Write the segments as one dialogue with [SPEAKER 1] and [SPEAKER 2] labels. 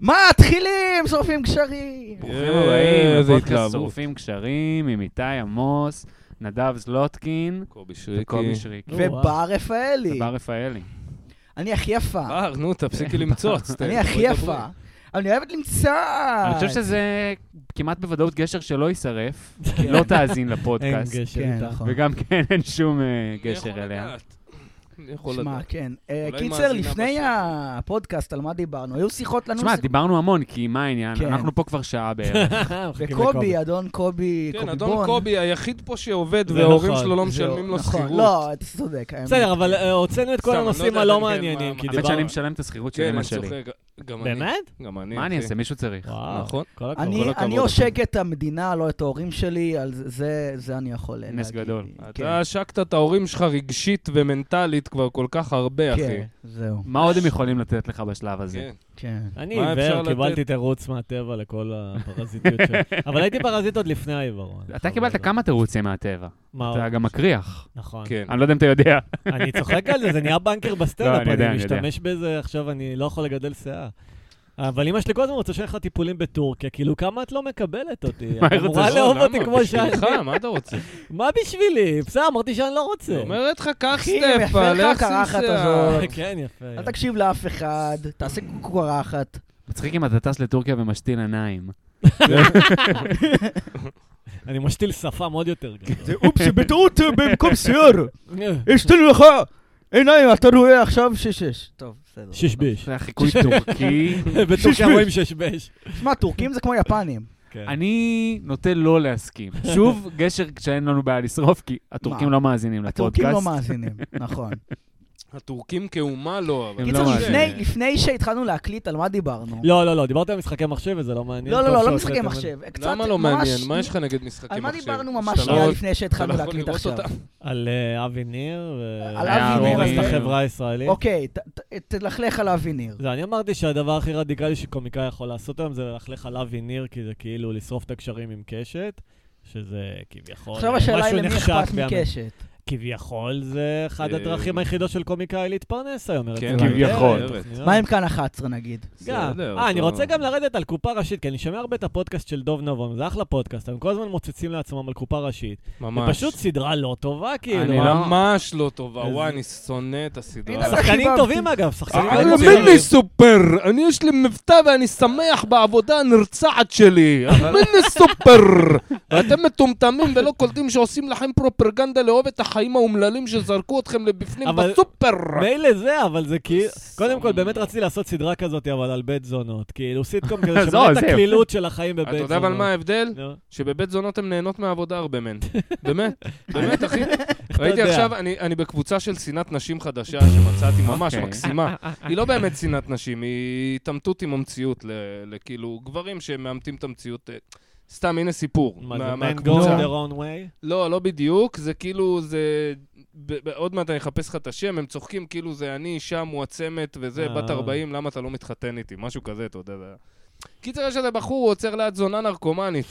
[SPEAKER 1] מה, תחילים, שורפים גשרים.
[SPEAKER 2] ברוכים
[SPEAKER 3] אה,
[SPEAKER 2] הבאים
[SPEAKER 3] איזה
[SPEAKER 2] לפודקאסט
[SPEAKER 3] התלהבות.
[SPEAKER 2] שורפים קשרים עם איתי עמוס, נדב זלוטקין
[SPEAKER 3] קובי
[SPEAKER 2] וקובי
[SPEAKER 3] שריקי.
[SPEAKER 2] שריקי.
[SPEAKER 1] ובר
[SPEAKER 3] אה.
[SPEAKER 1] רפאלי.
[SPEAKER 2] ובר רפאלי.
[SPEAKER 1] אני הכי יפה.
[SPEAKER 3] בר, נו, תפסיקי למצוץ. ת-
[SPEAKER 1] אה, אני הכי
[SPEAKER 3] אה, בואי
[SPEAKER 1] יפה. אני אוהבת למצוא.
[SPEAKER 4] אה,
[SPEAKER 2] אני חושב שזה כמעט בוודאות גשר שלא יישרף, לא תאזין לפודקאסט,
[SPEAKER 4] כן. אין גשר
[SPEAKER 1] כן,
[SPEAKER 4] איתך.
[SPEAKER 1] נכון.
[SPEAKER 2] וגם כן אין שום אה,
[SPEAKER 3] דברי. אני
[SPEAKER 2] גשר
[SPEAKER 3] יכול
[SPEAKER 2] אליה.
[SPEAKER 3] לדעת. אני יכול
[SPEAKER 1] שמע,
[SPEAKER 3] לדעת.
[SPEAKER 1] כן. אה,
[SPEAKER 3] אולי
[SPEAKER 1] קיצר,
[SPEAKER 3] מאזינה
[SPEAKER 1] לפני
[SPEAKER 3] בסוף.
[SPEAKER 1] הפודקאסט, על מה דיברנו? היו שיחות לנו...
[SPEAKER 2] תשמע, דיברנו המון, כי מה העניין?
[SPEAKER 1] כן.
[SPEAKER 2] אנחנו פה כבר שעה בערך.
[SPEAKER 4] מחכים לקובי.
[SPEAKER 1] וקובי, אה, אדון קובי,
[SPEAKER 3] כן,
[SPEAKER 1] קובי
[SPEAKER 3] אדון
[SPEAKER 1] בון.
[SPEAKER 3] קובי היחיד פה שעובד,
[SPEAKER 4] זה
[SPEAKER 3] וההורים
[SPEAKER 4] נכון,
[SPEAKER 3] שלו לא
[SPEAKER 1] זהו,
[SPEAKER 3] משלמים לו
[SPEAKER 1] נכון.
[SPEAKER 3] שכירות.
[SPEAKER 1] לא, אתה צודק. האמת.
[SPEAKER 4] בסדר, אבל אה, הוצאנו את כל
[SPEAKER 3] סתם, אני לא
[SPEAKER 4] הנושאים
[SPEAKER 3] יודע,
[SPEAKER 4] הלא
[SPEAKER 3] אבל כן,
[SPEAKER 4] מעניינים,
[SPEAKER 3] מה-
[SPEAKER 4] כי
[SPEAKER 3] מה-
[SPEAKER 2] האמת
[SPEAKER 4] דיברנו...
[SPEAKER 2] שאני משלם את השכירות של
[SPEAKER 3] כן,
[SPEAKER 2] אמא
[SPEAKER 3] אני
[SPEAKER 2] שלי.
[SPEAKER 3] צוחק. גם אני.
[SPEAKER 4] באמת?
[SPEAKER 3] גם אני.
[SPEAKER 2] מה אני
[SPEAKER 3] אחי.
[SPEAKER 2] אעשה? מישהו צריך.
[SPEAKER 4] וואו,
[SPEAKER 3] נכון.
[SPEAKER 4] כל הכבוד.
[SPEAKER 1] אני-
[SPEAKER 3] כל הכבוד.
[SPEAKER 1] אני עושק את המדינה, לא את ההורים שלי, על זה- זה- זה אני יכול להגיד.
[SPEAKER 2] נס גדול.
[SPEAKER 1] כן,
[SPEAKER 3] אתה עשקת את ההורים שלך רגשית ומנטלית כבר כל כך הרבה, אחי.
[SPEAKER 1] כן, זהו,
[SPEAKER 2] מה עוד הם יכולים לתת לך בשלב הזה?
[SPEAKER 3] כן.
[SPEAKER 1] כן.
[SPEAKER 4] אני
[SPEAKER 3] מה אפשר
[SPEAKER 4] עיוור,
[SPEAKER 3] לתת?
[SPEAKER 4] קיבלתי תירוץ מהטבע לכל הפרזיטיות שלי. אבל הייתי פרזיט עוד לפני העיוורון.
[SPEAKER 2] אתה קיבלת כמה תירוצים מהטבע.
[SPEAKER 4] מה
[SPEAKER 2] אתה
[SPEAKER 4] עוד?
[SPEAKER 2] גם מקריח.
[SPEAKER 4] נכון.
[SPEAKER 3] כן.
[SPEAKER 2] אני לא יודע אם אתה יודע.
[SPEAKER 4] אני צוחק על זה, זה נהיה בנקר
[SPEAKER 2] לא,
[SPEAKER 4] בסטנדאפ,
[SPEAKER 2] אני יודע,
[SPEAKER 4] אני
[SPEAKER 2] אני יודע.
[SPEAKER 4] משתמש בזה, עכשיו אני לא יכול לגדל שיער. אבל אמא שלי כל הזמן רוצה שאני אלך לטיפולים בטורקיה, כאילו כמה את לא מקבלת אותי?
[SPEAKER 2] מה
[SPEAKER 4] את
[SPEAKER 2] היא רוצה?
[SPEAKER 4] אמורה
[SPEAKER 3] לא,
[SPEAKER 4] לאהוב
[SPEAKER 3] למה?
[SPEAKER 4] אותי כמו שאני.
[SPEAKER 3] בשבילך, מה אתה רוצה?
[SPEAKER 4] מה בשבילי? בסדר, אמרתי שאני לא רוצה.
[SPEAKER 3] היא אומרת לך, קח
[SPEAKER 1] אחי,
[SPEAKER 3] סטפה,
[SPEAKER 1] יפה לך
[SPEAKER 3] לך
[SPEAKER 1] הקרחת
[SPEAKER 3] סינסיה.
[SPEAKER 1] הזאת.
[SPEAKER 4] כן, יפה.
[SPEAKER 3] אה.
[SPEAKER 1] אל תקשיב לאף אחד, תעשה קוקורחת.
[SPEAKER 2] מצחיק אם אתה טס לטורקיה ומשתין עיניים.
[SPEAKER 4] אני משתיל שפם עוד יותר גדול.
[SPEAKER 1] אופס, בטעות במקום סיור, השתנו לך עיניים, אתה רואה עכשיו שש-שש. טוב, בסדר. לא
[SPEAKER 4] ששבש.
[SPEAKER 2] זה היה חיקוי טורקי.
[SPEAKER 1] כן.
[SPEAKER 4] בטורקיה רואים ששבש.
[SPEAKER 1] שמע, טורקים זה כמו יפנים.
[SPEAKER 2] אני נוטה לא להסכים. שוב, גשר כשאין לנו בעיה לשרוף, כי הטורקים
[SPEAKER 1] מה?
[SPEAKER 2] לא מאזינים
[SPEAKER 1] הטורקים
[SPEAKER 2] לפודקאסט.
[SPEAKER 1] לא מאזינים, נכון.
[SPEAKER 3] הטורקים כאומה לא, אבל...
[SPEAKER 2] הם
[SPEAKER 1] קיצור,
[SPEAKER 2] לא
[SPEAKER 1] לפני-
[SPEAKER 2] מאזינים.
[SPEAKER 1] לפני שהתחלנו להקליט, על מה דיברנו?
[SPEAKER 4] לא, לא, לא, דיברת על משחקי מחשב וזה לא מעניין.
[SPEAKER 1] לא, לא,
[SPEAKER 4] טוב
[SPEAKER 1] לא, לא
[SPEAKER 4] שהוצאתם
[SPEAKER 1] משחקי
[SPEAKER 4] את-
[SPEAKER 1] מחשב. קצת
[SPEAKER 3] למה לא
[SPEAKER 1] ממש-
[SPEAKER 3] מעניין? מה יש לך נגד משחקי מחשב?
[SPEAKER 1] על מה דיברנו ממש
[SPEAKER 3] שאתה לא-
[SPEAKER 1] שנייה לפני שהתחלנו
[SPEAKER 3] אתה לא יכול
[SPEAKER 1] להקליט
[SPEAKER 3] לראות
[SPEAKER 1] עכשיו?
[SPEAKER 3] אותם.
[SPEAKER 4] על אה, אבי ניר. ו-
[SPEAKER 1] על
[SPEAKER 2] אבי ניר,
[SPEAKER 4] הורס
[SPEAKER 2] אז-
[SPEAKER 4] את החברה הישראלית.
[SPEAKER 1] אוקיי, ת- ת- תלכלך על אבי ניר.
[SPEAKER 3] לא,
[SPEAKER 4] זה, אני אמרתי שהדבר הכי רדיקלי שקומיקאי יכול לעשות היום זה ללכלך על אבי ניר, כי זה כאילו לשרוף את הקשרים עם קשת, שזה
[SPEAKER 3] לא,
[SPEAKER 4] כביכול
[SPEAKER 1] עכשיו השאלה היא
[SPEAKER 4] משהו
[SPEAKER 1] למי
[SPEAKER 4] נחשק.
[SPEAKER 1] אכפת
[SPEAKER 4] והמ-
[SPEAKER 1] מקשת.
[SPEAKER 4] כביכול זה אחד
[SPEAKER 3] אה,
[SPEAKER 4] הדרכים היחידות של קומיקאי להתפרנס היום. ארץ
[SPEAKER 3] כן,
[SPEAKER 4] נהדרת,
[SPEAKER 2] כביכול.
[SPEAKER 4] תוכניות.
[SPEAKER 1] מה עם כאן 11 נגיד?
[SPEAKER 4] גם.
[SPEAKER 3] בסדר,
[SPEAKER 4] אה, אני
[SPEAKER 3] לא-
[SPEAKER 4] רוצה גם לרדת על קופה ראשית, כי אני שומע הרבה את הפודקאסט של דוב נבון, זה אחלה פודקאסט, הם כל הזמן מוצצים לעצמם על קופה ראשית. זה
[SPEAKER 3] ממש.
[SPEAKER 4] פשוט סדרה לא טובה,
[SPEAKER 2] אני
[SPEAKER 4] כאילו.
[SPEAKER 2] לא-
[SPEAKER 3] ממש לא טובה,
[SPEAKER 4] אז-
[SPEAKER 3] וואי, אני שונא את הסדרה. כאילו
[SPEAKER 1] הנה,
[SPEAKER 3] הזאת.
[SPEAKER 4] אה, שחקנים
[SPEAKER 1] חיבבתי. אה,
[SPEAKER 4] טובים אגב, שחקנים
[SPEAKER 3] אה, אני
[SPEAKER 4] טובים.
[SPEAKER 3] מבין לי סופר, אני יש לי מבטא ואני שמח בעבודה הנרצעת שלי. מיני סופר. ואתם מטומטמים ולא קולטים שעושים לכם פרופרגנדה לאהוב את החיים האומללים שזרקו אתכם לבפנים
[SPEAKER 4] אבל-
[SPEAKER 3] בסופר.
[SPEAKER 4] מילא זה, אבל זה כאילו...
[SPEAKER 3] סמ-
[SPEAKER 4] קודם כל, באמת רציתי לעשות סדרה כזאת, אבל על בית זונות. כאילו, סיטקום כזה
[SPEAKER 2] זהו,
[SPEAKER 4] שמראה את
[SPEAKER 2] זהו.
[SPEAKER 4] הקלילות של החיים בבית
[SPEAKER 3] אתה
[SPEAKER 4] זונות.
[SPEAKER 3] יודע אבל מה ההבדל?
[SPEAKER 4] נו.
[SPEAKER 3] שבבית זונות הן נהנות מהעבודה הרבה מהן. באמת, באמת, אחי.
[SPEAKER 4] אתה
[SPEAKER 3] ראיתי
[SPEAKER 4] יודע?
[SPEAKER 3] עכשיו, אני אני בקבוצה של שנאת נשים חדשה שמצאתי ממש
[SPEAKER 2] אוקיי.
[SPEAKER 4] אה,
[SPEAKER 3] מקסימה. היא לא באמת שנאת נשים, היא התעמתות עם המציאות, ל- לכאילו גברים שמאמתים את המציאות. אה, סתם, הנה סיפור.
[SPEAKER 4] מה
[SPEAKER 3] מה-
[SPEAKER 4] זה, man goes
[SPEAKER 3] מהקבוצה.
[SPEAKER 4] their own way?
[SPEAKER 3] לא, לא בדיוק, זה כאילו, זה... ב- ב- עוד מעט אני אחפש לך את השם, הם צוחקים כאילו זה אני אישה מועצמת וזה,
[SPEAKER 4] אה.
[SPEAKER 3] בת 40, למה אתה לא מתחתן איתי? משהו כזה, אתה יודע. זה- קיצר, יש איזה בחור, הוא עוצר ליד זונה נרקומנית.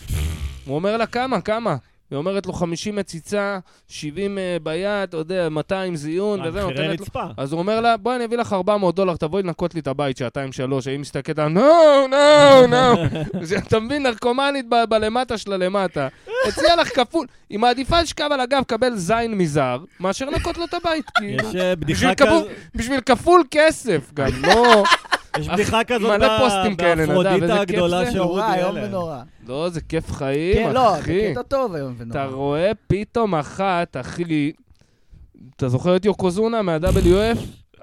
[SPEAKER 3] הוא אומר לה, כמה, כמה? היא אומרת לו, 50 מציצה, 70 אה, ביד, אתה יודע, 200 זיון, וזה, אה,
[SPEAKER 4] מחירי
[SPEAKER 3] נותנת לו...
[SPEAKER 4] רצפה.
[SPEAKER 3] אז הוא אומר לה, בואי אני אביא לך 400 דולר, תבואי לנקות לי את הבית שעתיים שלוש, האם מסתכלת עליו, נו, נו, נו. זה, אתה מבין, נרקומנית ב- בלמטה שלה למטה. הציע לך כפול, היא מעדיפה לשכב על הגב, קבל זין מזר, מאשר לנקות לו את הבית, כאילו.
[SPEAKER 4] יש
[SPEAKER 3] בשביל
[SPEAKER 4] אה, בדיחה
[SPEAKER 3] כפול-
[SPEAKER 4] כזאת,
[SPEAKER 3] בשביל כפול כסף גם, לא...
[SPEAKER 4] יש
[SPEAKER 3] אח-
[SPEAKER 4] בדיחה כזאת
[SPEAKER 3] מלא
[SPEAKER 4] ב-
[SPEAKER 3] פוסטים כאלה, נדב, איזה
[SPEAKER 4] באפרודיטה
[SPEAKER 3] כיף
[SPEAKER 4] הגדולה
[SPEAKER 3] זה.
[SPEAKER 4] של
[SPEAKER 1] נורא,
[SPEAKER 4] רודי
[SPEAKER 1] איום
[SPEAKER 4] אלן.
[SPEAKER 1] ונורא.
[SPEAKER 3] לא, זה כיף חיים,
[SPEAKER 1] כן, לא, זה
[SPEAKER 3] אחי.
[SPEAKER 1] קטע טוב איום ונורא.
[SPEAKER 3] אתה רואה פתאום אחת, אחי, אתה זוכר את יוקוזונה מה-WF?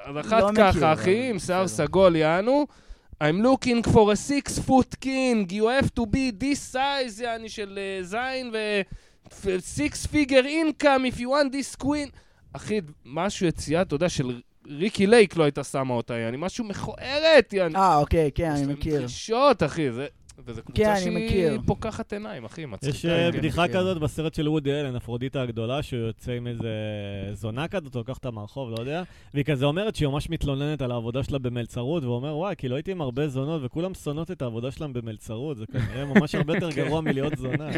[SPEAKER 3] אז אחת
[SPEAKER 1] לא מכיר, אבל
[SPEAKER 3] ככה, אחי, עם שיער
[SPEAKER 1] בסדר.
[SPEAKER 3] סגול, יענו. I'm looking for a six foot king, you have to be this size, יעני של אה, זין ו... f- six figure income if you want this queen. אחי, משהו יציאה, אתה יודע, של ריקי לייק לא הייתה שמה אותה, יעני, משהו מכוערת, יעני.
[SPEAKER 1] אה, אוקיי, כן,
[SPEAKER 3] יש
[SPEAKER 1] אני
[SPEAKER 3] להם
[SPEAKER 1] מכיר.
[SPEAKER 3] דרישות, אחי, זה... וזו
[SPEAKER 1] כן,
[SPEAKER 3] קבוצה
[SPEAKER 1] אני
[SPEAKER 3] שהיא
[SPEAKER 1] מכיר.
[SPEAKER 3] פוקחת עיניים, אחי, מצחיקה.
[SPEAKER 4] יש אה,
[SPEAKER 3] כן.
[SPEAKER 4] בדיחה
[SPEAKER 1] כן.
[SPEAKER 4] כזאת בסרט של וודי אלן, אפרודיטה הגדולה, שהוא יוצא עם איזה זונה כזאת, לוקח אותה מהרחוב, לא יודע, והיא כזה אומרת שהיא ממש מתלוננת על העבודה שלה במלצרות, והוא אומר, וואי, כאילו הייתי עם הרבה זונות, וכולם שונאות את העבודה שלהם במלצרות, זה
[SPEAKER 1] כן.
[SPEAKER 4] כנראה ממש הרבה יותר גרוע מלהיות זונה.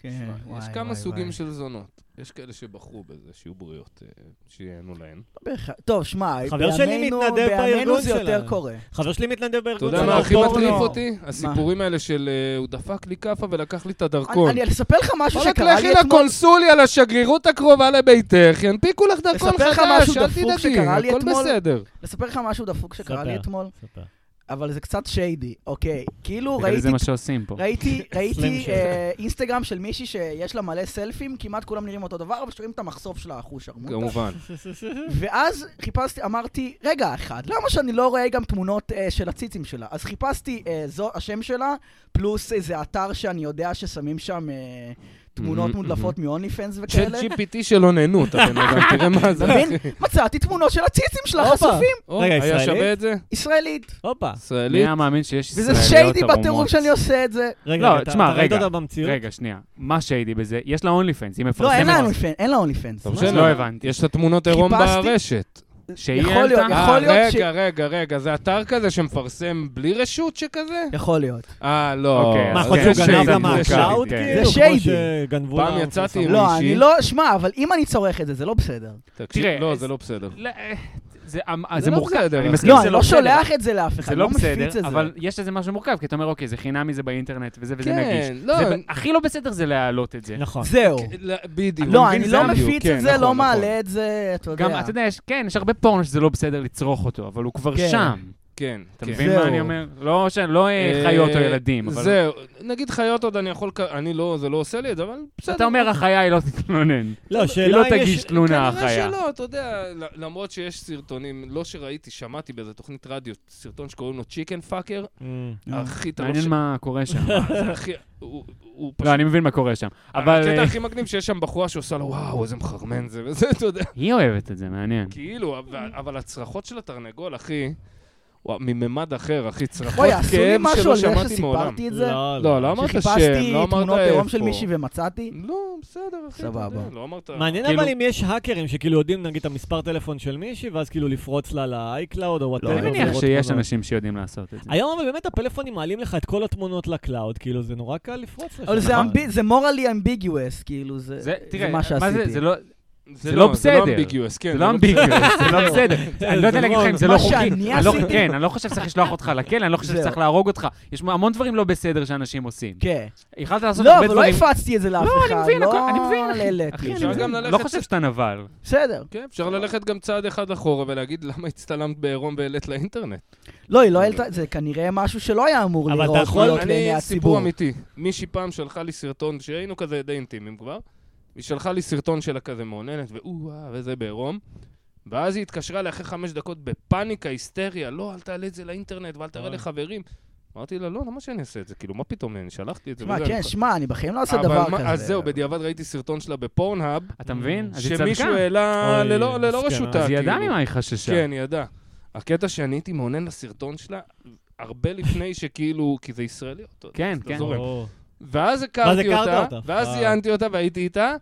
[SPEAKER 1] כן,
[SPEAKER 3] יש
[SPEAKER 1] וואי,
[SPEAKER 3] כמה
[SPEAKER 1] וואי,
[SPEAKER 3] סוגים
[SPEAKER 1] וואי.
[SPEAKER 3] של זונות. יש כאלה שבחרו בזה, שיהיו בריאות, אה, שיהנו להן.
[SPEAKER 1] בהכרח. טוב, שמע,
[SPEAKER 4] חבר שלי
[SPEAKER 1] בימינו-
[SPEAKER 4] מתנדב
[SPEAKER 1] בימינו
[SPEAKER 4] בארגון
[SPEAKER 1] זה יותר
[SPEAKER 4] שלנו.
[SPEAKER 1] קורה.
[SPEAKER 4] חבר שלי מתנדב
[SPEAKER 3] אתה
[SPEAKER 4] בארגון אוקיי.
[SPEAKER 3] יודע מה הכי
[SPEAKER 1] בואו
[SPEAKER 3] מטריף
[SPEAKER 1] לא.
[SPEAKER 3] אותי? הסיפורים האלה של אה, הוא דפק לי כאפה ולקח לי את הדרכון.
[SPEAKER 1] אני אני אספר לך משהו
[SPEAKER 3] וואלכ,
[SPEAKER 1] שקרה לי
[SPEAKER 3] לכי
[SPEAKER 1] אתמול.
[SPEAKER 3] לקונסוליה, לשגרירות הקרובה לביתך, ינפיקו לך דרכון
[SPEAKER 1] לספר לך
[SPEAKER 3] חדש,
[SPEAKER 1] משהו
[SPEAKER 3] אל
[SPEAKER 1] דפוק שקרה לי
[SPEAKER 3] תדאגי, הכל
[SPEAKER 1] אתמול?
[SPEAKER 3] בסדר.
[SPEAKER 1] לספר לך משהו דפוק שקרה לי
[SPEAKER 4] ספר.
[SPEAKER 1] אתמול,
[SPEAKER 4] ספר.
[SPEAKER 1] אבל זה קצת שיידי, אוקיי. כאילו
[SPEAKER 2] בגלל
[SPEAKER 1] ראיתי
[SPEAKER 2] זה מה שעושים פה.
[SPEAKER 1] ראיתי, ראיתי
[SPEAKER 4] שלם
[SPEAKER 1] אה, אינסטגרם של מישהי שיש לה מלא סלפים, כמעט כולם נראים אותו דבר, אבל שומעים את המחשוף שלה, החוש ארמונטה.
[SPEAKER 3] כמובן.
[SPEAKER 1] ואז חיפשתי, אמרתי, רגע אחד, למה שאני לא רואה גם תמונות אה, של הציצים שלה? אז חיפשתי, אה, זו השם שלה, פלוס איזה אתר שאני יודע ששמים שם אה, תמונות
[SPEAKER 3] מהמם,
[SPEAKER 1] מודלפות מהוני פנס
[SPEAKER 3] צ'אט
[SPEAKER 1] וכאלה.
[SPEAKER 3] GPT שלא נהנו, אתה בן אדם, תראה מה זה.
[SPEAKER 1] אתה מבין? מצאתי תמונות של הציצים שלה, חשופים,
[SPEAKER 3] או,
[SPEAKER 4] רגע,
[SPEAKER 3] היה
[SPEAKER 4] ישראלית?
[SPEAKER 3] שווה את זה?
[SPEAKER 1] ישראלית.
[SPEAKER 4] הופה.
[SPEAKER 2] מי
[SPEAKER 3] ישראלית?
[SPEAKER 2] היה מאמין שיש
[SPEAKER 1] וזה
[SPEAKER 2] ישראליות
[SPEAKER 1] שיידי
[SPEAKER 2] ערומות?
[SPEAKER 1] בטירוף שאני עושה את זה.
[SPEAKER 4] רגע,
[SPEAKER 2] לא,
[SPEAKER 4] רגע, אתה-
[SPEAKER 2] תשמע,
[SPEAKER 4] אתה ראית
[SPEAKER 2] רגע.
[SPEAKER 4] אותה במציאות?
[SPEAKER 2] רגע, שנייה. מה שיידי בזה? יש לה אונלי פנס, היא
[SPEAKER 1] לא,
[SPEAKER 2] מפרסמת.
[SPEAKER 1] אין לה אונלי פנס, אין לה אונלי פנס.
[SPEAKER 3] אתה חושב?
[SPEAKER 2] לא הבנתי.
[SPEAKER 3] יש לה תמונות עירום
[SPEAKER 1] חיפשתי.
[SPEAKER 3] ברשת.
[SPEAKER 2] שהיא
[SPEAKER 1] יכול להיות,
[SPEAKER 2] העלתה?
[SPEAKER 1] יכול
[SPEAKER 3] אה,
[SPEAKER 1] להיות ש-
[SPEAKER 3] רגע, רגע, רגע, זה אתר כזה שמפרסם בלי רשות שכזה?
[SPEAKER 1] יכול להיות.
[SPEAKER 3] אה, לא.
[SPEAKER 2] אוקיי,
[SPEAKER 4] מה,
[SPEAKER 2] אז
[SPEAKER 4] יכול
[SPEAKER 2] כן,
[SPEAKER 4] להיות שהוא גנב
[SPEAKER 2] שיידי,
[SPEAKER 4] לה
[SPEAKER 2] זה
[SPEAKER 4] מהקלאוד
[SPEAKER 3] כן,
[SPEAKER 2] שיידי,
[SPEAKER 4] כאילו?
[SPEAKER 1] זה
[SPEAKER 4] כמו
[SPEAKER 1] שיידי.
[SPEAKER 4] שגנבו
[SPEAKER 3] פעם
[SPEAKER 4] לה
[SPEAKER 3] יצאתי
[SPEAKER 4] מפורסם.
[SPEAKER 3] עם-
[SPEAKER 1] לא,
[SPEAKER 3] מישהי?
[SPEAKER 1] אני לא, שמע, אבל אם אני צורך את זה, זה לא בסדר.
[SPEAKER 3] תקשיב,
[SPEAKER 2] תראה,
[SPEAKER 3] לא,
[SPEAKER 2] אז-
[SPEAKER 3] זה לא בסדר.
[SPEAKER 2] לא, אה, זה אמ-
[SPEAKER 3] זה
[SPEAKER 2] זה
[SPEAKER 3] לא
[SPEAKER 2] מורכב.
[SPEAKER 3] בסדר, אחי.
[SPEAKER 2] אני מסכים
[SPEAKER 1] לא,
[SPEAKER 2] שזה
[SPEAKER 1] אני לא
[SPEAKER 2] בסדר.
[SPEAKER 1] שולח את זה לאף אחד,
[SPEAKER 2] זה לא
[SPEAKER 1] מפיץ
[SPEAKER 2] בסדר,
[SPEAKER 1] את זה.
[SPEAKER 2] אבל יש לזה משהו מורכב, כי אתה אומר, אוקיי, זה חינמי, זה באינטרנט, וזה וזה
[SPEAKER 3] כן,
[SPEAKER 2] נגיש.
[SPEAKER 3] לא.
[SPEAKER 2] זה ב- הכי לא בסדר זה להעלות את זה.
[SPEAKER 4] נכון.
[SPEAKER 1] זהו.
[SPEAKER 2] אוקיי.
[SPEAKER 3] לא, בדיוק.
[SPEAKER 1] לא,
[SPEAKER 2] מבין,
[SPEAKER 1] אני
[SPEAKER 2] זה
[SPEAKER 1] לא
[SPEAKER 2] בדיוק,
[SPEAKER 1] מפיץ
[SPEAKER 3] כן,
[SPEAKER 1] את זה,
[SPEAKER 3] נכון,
[SPEAKER 1] לא
[SPEAKER 3] נכון.
[SPEAKER 1] מעלה את זה, אתה יודע.
[SPEAKER 2] גם, אתה יודע, יש- כן, יש הרבה פורנו שזה לא בסדר לצרוך אותו, אבל הוא כבר
[SPEAKER 1] כן.
[SPEAKER 2] שם.
[SPEAKER 3] כן,
[SPEAKER 2] אתה
[SPEAKER 3] כן.
[SPEAKER 2] מבין מה
[SPEAKER 1] זהו.
[SPEAKER 2] אני אומר? לא ש- לא אה, חיות או ילדים, אבל...
[SPEAKER 3] זהו, נגיד חיות עוד אני יכול, כ- אני לא, זה לא עושה לי את זה, אבל בסדר.
[SPEAKER 2] אתה אומר, החיה היא לא תתלונן.
[SPEAKER 4] לא,
[SPEAKER 2] היא לא
[SPEAKER 4] השאלה אם
[SPEAKER 2] תגיש
[SPEAKER 4] יש...
[SPEAKER 2] תלונה,
[SPEAKER 3] כנראה
[SPEAKER 2] החיה.
[SPEAKER 3] שלא, אתה יודע, ל- למרות שיש סרטונים, לא שראיתי, שמעתי באיזה תוכנית רדיו, סרטון שקוראים לו צ'יקן פאקר,
[SPEAKER 4] אמ,
[SPEAKER 1] נו.
[SPEAKER 3] אחי, אתה לא...
[SPEAKER 2] אה, מעניין מה קורה שם.
[SPEAKER 3] זה הכי... הוא הוא פשוט...
[SPEAKER 2] לא, אני מבין מה קורה שם. אבל
[SPEAKER 3] הקטע
[SPEAKER 2] אה,
[SPEAKER 3] הכי מגניב שיש שם בחורה שעושה לו, וואו, איזה מחרמן זה, וזה, אתה יודע.
[SPEAKER 2] היא אוהבת את זה, מעניין.
[SPEAKER 3] כאילו, אבל- אבל הצרחות של התרנגול, אחי, וואו, מממד אחר, אחי, צרחות
[SPEAKER 1] אוי, עשו לי
[SPEAKER 3] כאב
[SPEAKER 1] משהו
[SPEAKER 3] שלא
[SPEAKER 1] על זה
[SPEAKER 3] שמעתי מעולם.
[SPEAKER 1] שסיפרתי את זה?
[SPEAKER 4] לא,
[SPEAKER 3] לא, לא אמרת שם,
[SPEAKER 1] שחיפשתי
[SPEAKER 3] לא אמרת
[SPEAKER 1] תמונות עירום של
[SPEAKER 3] איפה.
[SPEAKER 1] מישהי ומצאתי?
[SPEAKER 3] לא, בסדר, אחי, אתה
[SPEAKER 1] סבבה.
[SPEAKER 3] יודע, לא אמרת...
[SPEAKER 4] מעניין
[SPEAKER 2] כאילו-
[SPEAKER 4] אבל אם יש האקרים שכאילו יודעים נגיד את המספר טלפון של מישהי ואז כאילו לפרוץ לה ל-iCloud או וואטאבר.
[SPEAKER 2] לא, אני מניח שיש אנשים שיודעים לעשות את זה.
[SPEAKER 4] היום אבל באמת הפלאפונים מעלים לך את כל התמונות לקלאוד, כאילו זה נורא קל לפרוץ לשם.
[SPEAKER 1] אבל זה
[SPEAKER 4] נכון?
[SPEAKER 1] אמבי- זה מורלי אמביגיוס, כאילו, זה
[SPEAKER 2] זה,
[SPEAKER 1] זה
[SPEAKER 2] תראה,
[SPEAKER 1] מה
[SPEAKER 2] מה זה,
[SPEAKER 1] שעשיתי.
[SPEAKER 2] זה לא, זה לא
[SPEAKER 3] זה לא
[SPEAKER 2] בסדר.
[SPEAKER 3] אמביגיוס, כן.
[SPEAKER 2] זה לא אמביגוס, זה לא בסדר. אני לא יודע
[SPEAKER 4] זה
[SPEAKER 2] להגיד לך
[SPEAKER 4] לא-
[SPEAKER 2] אם זה
[SPEAKER 1] מה
[SPEAKER 2] לא חוקי.
[SPEAKER 1] שאני
[SPEAKER 2] אני לא-
[SPEAKER 1] עשיתי-
[SPEAKER 2] כן, אני לא חושב שצריך לשלוח אותך לכלא, אני לא חושב
[SPEAKER 1] זהו.
[SPEAKER 2] שצריך להרוג אותך. יש המון דברים לא בסדר שאנשים עושים.
[SPEAKER 1] כן.
[SPEAKER 2] יכלת לעשות
[SPEAKER 1] לא,
[SPEAKER 2] הרבה
[SPEAKER 1] אבל לא
[SPEAKER 2] דברים...
[SPEAKER 1] הפצתי את זה לאף
[SPEAKER 2] לא, אני
[SPEAKER 1] אחד,
[SPEAKER 2] מבין,
[SPEAKER 1] לא
[SPEAKER 2] הכל- אני מבין, אחי.
[SPEAKER 1] העליתי.
[SPEAKER 2] אחי,
[SPEAKER 3] אפשר
[SPEAKER 2] אני
[SPEAKER 3] גם
[SPEAKER 2] מבין.
[SPEAKER 3] ללכת-
[SPEAKER 2] לא חושב שאתה נבל.
[SPEAKER 1] בסדר.
[SPEAKER 3] כן, אפשר ללכת גם צעד אחד אחורה ולהגיד למה הצטלמת בעירום והעלית לאינטרנט.
[SPEAKER 1] לא, היא לא העלתה, זה כנראה משהו שלא היה אמור
[SPEAKER 4] אבל אתה
[SPEAKER 1] לראות
[SPEAKER 4] יכול-
[SPEAKER 1] להיות לעיני
[SPEAKER 3] אני, סיפור
[SPEAKER 1] הציבור.
[SPEAKER 3] אמיתי. מישהי פעם שלחה לי סרטון, שהיינו כזה די אינטימיים כבר, היא שלחה לי סרטון שלה כזה מאוננת, ואווה, וזה בעירום. ואז היא התקשרה לאחרי חמש דקות בפאניקה, היסטריה, לא, אל תעלה את זה לאינטרנט ואל
[SPEAKER 1] אה.
[SPEAKER 3] תראה
[SPEAKER 4] אוי.
[SPEAKER 3] לחברים. אמרתי לה, לא, למה שאני אעשה את זה? כאילו, מה פתאום, אני שלחתי את זה.
[SPEAKER 1] שמע,
[SPEAKER 3] וזה,
[SPEAKER 1] כן,
[SPEAKER 3] אני-
[SPEAKER 1] שמע, אני בחיים לא אעשה
[SPEAKER 3] אבל
[SPEAKER 1] דבר
[SPEAKER 3] מה-
[SPEAKER 1] כזה.
[SPEAKER 3] אז זהו, בדיעבד ראיתי סרטון שלה בפורנהאב,
[SPEAKER 2] אתה מבין? אז היא צדקה.
[SPEAKER 3] שמישהו העלה
[SPEAKER 4] אוי,
[SPEAKER 3] ללא ללא
[SPEAKER 4] מסכנה.
[SPEAKER 3] רשותה.
[SPEAKER 2] אז היא ידעה
[SPEAKER 3] כאילו.
[SPEAKER 2] ממה היא חששה.
[SPEAKER 3] כן, היא ידעה. הקטע שאני הייתי מעונן לסרטון שלה, הרבה לפני שכאילו, כי זה ישראליות.
[SPEAKER 2] כן,
[SPEAKER 3] אז אתה
[SPEAKER 2] כן.
[SPEAKER 3] זורם.
[SPEAKER 4] או.
[SPEAKER 3] ואז
[SPEAKER 4] ואז
[SPEAKER 3] הכרתי
[SPEAKER 4] הכרת
[SPEAKER 3] אותה,
[SPEAKER 4] אותה.
[SPEAKER 3] ואז
[SPEAKER 4] וואו.
[SPEAKER 3] זיינתי אותה והייתי איתה,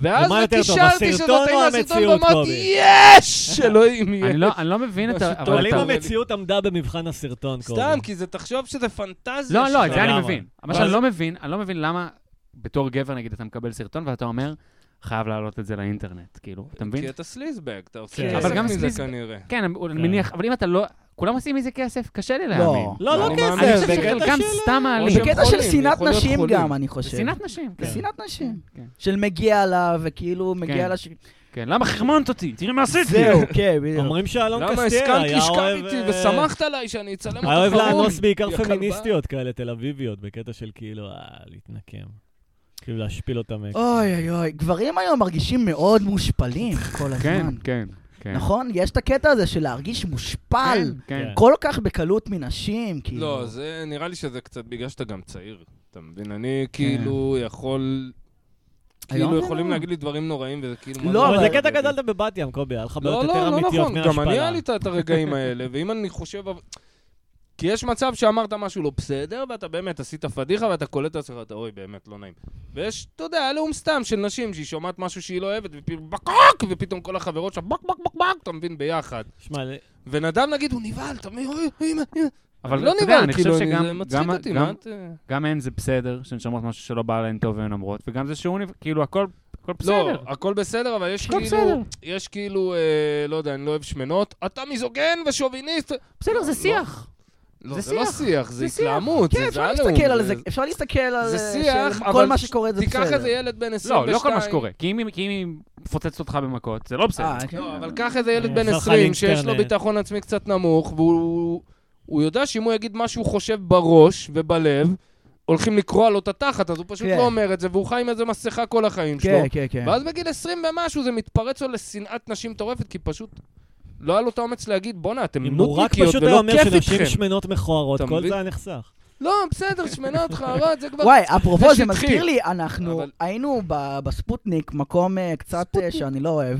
[SPEAKER 3] ואז
[SPEAKER 4] ומה יותר טוב,
[SPEAKER 3] קישרתי
[SPEAKER 4] הסרטון
[SPEAKER 3] שזאת
[SPEAKER 4] או
[SPEAKER 3] הייתה סרטון,
[SPEAKER 4] המציאות,
[SPEAKER 3] ואמרתי,
[SPEAKER 4] קובי?
[SPEAKER 3] יש! אלוהים
[SPEAKER 2] אני
[SPEAKER 3] יש.
[SPEAKER 2] לא- אני לא מבין את ה...
[SPEAKER 3] משהו
[SPEAKER 2] אבל
[SPEAKER 4] אבל אם
[SPEAKER 2] אתה...
[SPEAKER 3] תראה לי.
[SPEAKER 4] המציאות עמדה במבחן הסרטון, קובי.
[SPEAKER 3] סתם, כי זה תחשוב שזה פנטזיה
[SPEAKER 2] לא, לא, את זה אני
[SPEAKER 4] לגמרי.
[SPEAKER 2] מבין. מה
[SPEAKER 3] ואז-
[SPEAKER 2] שאני לא מבין, אני לא מבין למה בתור גבר, נגיד, אתה מקבל סרטון ואתה אומר, חייב להעלות את זה לאינטרנט, כאילו, אתה מבין?
[SPEAKER 3] כי אתה סליזבג, אתה
[SPEAKER 4] לא כן.
[SPEAKER 3] עושה כסף
[SPEAKER 2] אבל גם
[SPEAKER 3] מזה
[SPEAKER 2] סליזבג-
[SPEAKER 3] כנראה.
[SPEAKER 2] כן, אני אני מניח, אבל אם אתה לא... כולם עושים מזה כסף, קשה לי
[SPEAKER 1] לא.
[SPEAKER 2] להאמין.
[SPEAKER 4] לא, לא
[SPEAKER 3] אני
[SPEAKER 4] כסף,
[SPEAKER 2] אני חושב
[SPEAKER 3] בקטע
[SPEAKER 2] שחלקם
[SPEAKER 4] של-
[SPEAKER 2] סתם מעלים.
[SPEAKER 3] שהם
[SPEAKER 1] בקטע של
[SPEAKER 3] חולים,
[SPEAKER 1] שנאת
[SPEAKER 3] יכול להיות
[SPEAKER 1] נשים
[SPEAKER 3] חולים.
[SPEAKER 1] גם, אני חושב.
[SPEAKER 2] שנאת נשים, כן.
[SPEAKER 1] שנאת נשים.
[SPEAKER 2] כן.
[SPEAKER 1] של מגיע לה, וכאילו מגיע
[SPEAKER 2] כן.
[SPEAKER 1] לה ש...
[SPEAKER 2] כן, למה חרמנת אותי? תראי מה עשיתי.
[SPEAKER 1] זהו, כן, בדיוק.
[SPEAKER 4] אומרים שאלון
[SPEAKER 3] למה
[SPEAKER 4] קסטיאל
[SPEAKER 3] הסכמת
[SPEAKER 4] לא היה
[SPEAKER 3] לשכב
[SPEAKER 4] אוהב...
[SPEAKER 3] איתי
[SPEAKER 4] אה,
[SPEAKER 3] ושמחת עליי שאני אצלם אותך
[SPEAKER 4] היה אוהב לאנוס בעיקר
[SPEAKER 3] יא כלבה.
[SPEAKER 4] פמיניסטיות כאלה, תל אביביות, בקטע של כאילו, אה, להתנקם. כאילו להשפיל אותם. אה,
[SPEAKER 1] אוי אוי אוי, גברים היום מרגישים מאוד מושפלים כל
[SPEAKER 2] כן,
[SPEAKER 1] הזמן.
[SPEAKER 2] כן, כן.
[SPEAKER 1] נכון? יש את הקטע הזה של להרגיש מושפל
[SPEAKER 2] כן, כן.
[SPEAKER 4] כן.
[SPEAKER 1] כל כך בקלות מנשים, כאילו.
[SPEAKER 3] לא, זה נראה לי שזה קצת בגלל שאתה גם צעיר. אתה מבין? אני כאילו יכול...
[SPEAKER 1] היום
[SPEAKER 3] כאילו
[SPEAKER 1] זה
[SPEAKER 3] יכולים
[SPEAKER 1] לא.
[SPEAKER 3] להגיד לי דברים נוראים, וזה כאילו... מה
[SPEAKER 1] לא,
[SPEAKER 3] זה
[SPEAKER 1] אבל
[SPEAKER 4] אבל זה
[SPEAKER 3] אומר?
[SPEAKER 4] קטע גדלת בבת ים, קובי, היה לך
[SPEAKER 3] לא,
[SPEAKER 4] בעיות יותר
[SPEAKER 3] לא, לא
[SPEAKER 4] אמיתיות
[SPEAKER 3] נכון. גם אני
[SPEAKER 4] מהשפלה.
[SPEAKER 3] היה לי את- את הרגעים האלה, ואם אני חושב... אבל- כי יש מצב שאמרת משהו לא בסדר, ואתה באמת עשית פדיחה, ואתה קולט את עצמך, אתה אוי, באמת, לא נעים. ויש, אתה יודע, עליהום סתם של נשים שהיא שומעת משהו שהיא לא אוהבת, ופתאום בקוק, ופתאום כל החברות שם בק בק בק בק, אתה מבין, ביחד.
[SPEAKER 4] שמע,
[SPEAKER 3] ונדב נגיד, הוא נבהל, אתה מבין, אוי, אימא, אימא.
[SPEAKER 2] אבל
[SPEAKER 3] לא
[SPEAKER 2] אתה יודע,
[SPEAKER 3] נראה לי
[SPEAKER 2] אני חושב
[SPEAKER 3] כאילו, אני- זה
[SPEAKER 2] שגם
[SPEAKER 3] מצחיק
[SPEAKER 2] גם-
[SPEAKER 3] אותי,
[SPEAKER 2] גם-
[SPEAKER 3] מה את...
[SPEAKER 2] גם הן זה בסדר, שהן שומעות משהו שלא בא להן טוב והן אומרות, וגם זה שהוא נבחר, כאילו הכל, הכל
[SPEAKER 3] לא,
[SPEAKER 2] בסדר.
[SPEAKER 3] הכל בסדר, אבל יש
[SPEAKER 2] הכל
[SPEAKER 3] כאילו,
[SPEAKER 2] בסדר.
[SPEAKER 3] יש כאילו, אה, לא יודע, אני לא אוהב שמנות, אתה מיזוגן ושוביניסט.
[SPEAKER 2] בסדר, זה
[SPEAKER 3] לא.
[SPEAKER 2] שיח.
[SPEAKER 3] לא,
[SPEAKER 2] זה
[SPEAKER 3] זה לא
[SPEAKER 2] שיח.
[SPEAKER 3] שיח, זה
[SPEAKER 2] זה שיח.
[SPEAKER 3] התלהמות,
[SPEAKER 1] כן,
[SPEAKER 3] זה
[SPEAKER 1] אפשר
[SPEAKER 3] זלום.
[SPEAKER 1] להסתכל על זה, אפשר להסתכל על
[SPEAKER 3] זה
[SPEAKER 1] אה,
[SPEAKER 3] שיח,
[SPEAKER 1] של-
[SPEAKER 3] אבל...
[SPEAKER 1] כל מה שקורה זה בסדר.
[SPEAKER 3] תיקח איזה ילד בן 22.
[SPEAKER 2] לא, לא כל מה שקורה. כי אם היא- כי אם היא מפוצצת אותך במכות, זה לא בסדר.
[SPEAKER 1] אה, כן.
[SPEAKER 3] לא, אבל קח איזה ילד
[SPEAKER 4] אני
[SPEAKER 3] בן
[SPEAKER 4] אעשה לך
[SPEAKER 3] 20
[SPEAKER 4] לינק
[SPEAKER 3] שיש לו
[SPEAKER 4] אינטרנט.
[SPEAKER 3] ביטחון עצמי קצת נמוך, והוא הוא יודע שאם הוא יגיד מה שהוא חושב בראש ובלב, הולכים לקרוע לו את התחת, אז הוא פשוט
[SPEAKER 1] כן.
[SPEAKER 3] לא אומר את זה, והוא חי עם איזה מסכה כל החיים שלו.
[SPEAKER 1] כן, כן, כן.
[SPEAKER 3] ואז בגיל 20 ומשהו זה מתפרץ לו לשנאת נשים מטורפת, כי פשוט לא היה לו את האומץ להגיד, בואנה, אתם
[SPEAKER 4] אם הוא רק
[SPEAKER 3] נודניקיות
[SPEAKER 4] פשוט היה
[SPEAKER 3] ולא
[SPEAKER 4] אומר
[SPEAKER 3] לא כיף
[SPEAKER 4] שנשים
[SPEAKER 3] איתכם.
[SPEAKER 4] שמנות מכוערות,
[SPEAKER 3] אתה
[SPEAKER 4] כל
[SPEAKER 3] מבין?
[SPEAKER 4] זה היה נחסך.
[SPEAKER 3] לא, בסדר, שמנות, חערות, זה כבר...
[SPEAKER 1] וואי, אפרופו, זה
[SPEAKER 3] שטחי.
[SPEAKER 1] מזכיר לי, אנחנו
[SPEAKER 3] אבל-
[SPEAKER 1] היינו ב- בספוטניק, מקום אה, קצת אה, שאני לא אוהב,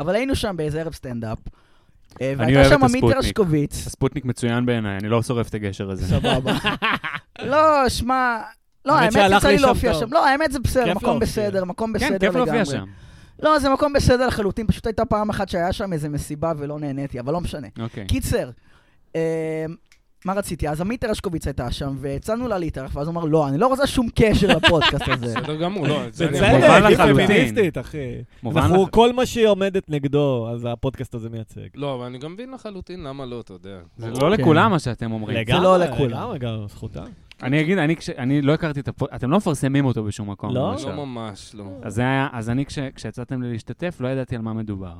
[SPEAKER 1] אבל היינו שם באיזה ערב סטנדאפ. אה, והייתה
[SPEAKER 2] אוהב
[SPEAKER 1] שם
[SPEAKER 2] את
[SPEAKER 1] עמית
[SPEAKER 2] הספוטניק.
[SPEAKER 1] הרשקוביץ.
[SPEAKER 2] הספוטניק מצוין בעיניי, אני לא שורף את הגשר הזה.
[SPEAKER 1] סבבה. לא, שמע... לא,
[SPEAKER 4] האמת
[SPEAKER 1] האמת
[SPEAKER 4] שהלך
[SPEAKER 1] יצא לי
[SPEAKER 4] לי שם
[SPEAKER 1] להופיע
[SPEAKER 4] טוב.
[SPEAKER 1] שם. לא, האמת זה בסדר,
[SPEAKER 4] כיף
[SPEAKER 1] מקום
[SPEAKER 4] להופיע.
[SPEAKER 1] בסדר, מקום בסדר
[SPEAKER 2] כן,
[SPEAKER 1] לגמרי.
[SPEAKER 2] כיף להופיע שם.
[SPEAKER 1] לא, זה מקום בסדר לחלוטין, פשוט הייתה פעם אחת שהיה שם איזה מסיבה ולא נהניתי, אבל לא משנה.
[SPEAKER 2] אוקיי.
[SPEAKER 1] קיצר, אה, מה רציתי? אז עמית הרשקוביץ הייתה שם, והצענו לה להתארח, ואז הוא אמר, לא, אני לא רוצה שום קשר לפודקאסט הזה.
[SPEAKER 3] בסדר גמור, לא, זה אני
[SPEAKER 2] בסדר.
[SPEAKER 3] יכול-
[SPEAKER 2] מובן
[SPEAKER 4] בצדק, היא
[SPEAKER 2] לחלוטין.
[SPEAKER 4] פמיניסטית, אחי.
[SPEAKER 2] מובן
[SPEAKER 4] אנחנו,
[SPEAKER 2] לך.
[SPEAKER 4] כל מה שהיא עומדת נגדו, אז הפודקאסט הזה מייצג.
[SPEAKER 3] לא, אבל אני גם מבין לחלוטין למה לא, אתה יודע.
[SPEAKER 2] זה לא לכולם מה שאתם אומרים.
[SPEAKER 1] זה לא לכולם.
[SPEAKER 4] לגמרי, גם זכותה.
[SPEAKER 2] אני אגיד, אני כש- אני לא הכרתי את הפוד... אתם לא מפרסמים אותו בשום מקום.
[SPEAKER 4] לא?
[SPEAKER 2] למשל.
[SPEAKER 3] לא ממש, לא.
[SPEAKER 2] אז, זה היה, אז אני, כש, כשיצאתם לי להשתתף, לא ידעתי על מה מדובר.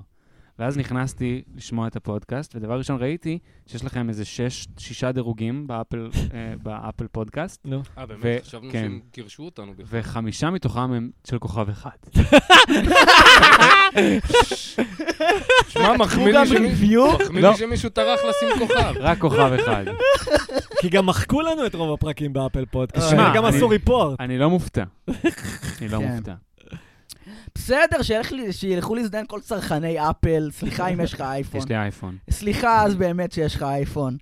[SPEAKER 2] ואז נכנסתי לשמוע את הפודקאסט, ודבר ראשון ראיתי שיש לכם איזה שש, שישה דירוגים באפל, אה, באפל פודקאסט,
[SPEAKER 4] נו.
[SPEAKER 3] אה,
[SPEAKER 2] ו-
[SPEAKER 3] באמת, חשבנו
[SPEAKER 2] כן.
[SPEAKER 3] שהם גירשו אותנו בכלל.
[SPEAKER 2] וחמישה מתוכם הם של כוכב אחד.
[SPEAKER 3] שמע,
[SPEAKER 1] הוא
[SPEAKER 3] מחמיא
[SPEAKER 1] גם
[SPEAKER 3] לי שמישהו-
[SPEAKER 1] ריוויו,
[SPEAKER 3] מחמיא
[SPEAKER 2] לא.
[SPEAKER 3] לי שמישהו טרח לשים כוכב.
[SPEAKER 2] רק כוכב אחד.
[SPEAKER 4] כי גם מחקו לנו את רוב הפרקים באפל פודקאסט.
[SPEAKER 1] שמע,
[SPEAKER 4] גם
[SPEAKER 2] אני-
[SPEAKER 4] עשו ריפורט.
[SPEAKER 2] אני לא מופתע. אני לא
[SPEAKER 1] כן.
[SPEAKER 2] מופתע.
[SPEAKER 1] בסדר, שילך לי- שילכו להזדיין כל צרכני אפל, סליחה אם יש לך אייפון.
[SPEAKER 2] יש לי אייפון.
[SPEAKER 1] סליחה אז באמת שיש לך אייפון.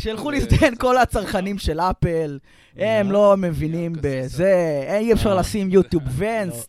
[SPEAKER 1] שילכו
[SPEAKER 4] אה,
[SPEAKER 1] להזדיין כל הצרכנים של אפל, הם לא מבינים בזה, אי אפשר
[SPEAKER 4] אה.
[SPEAKER 1] לשים יוטיוב ונס,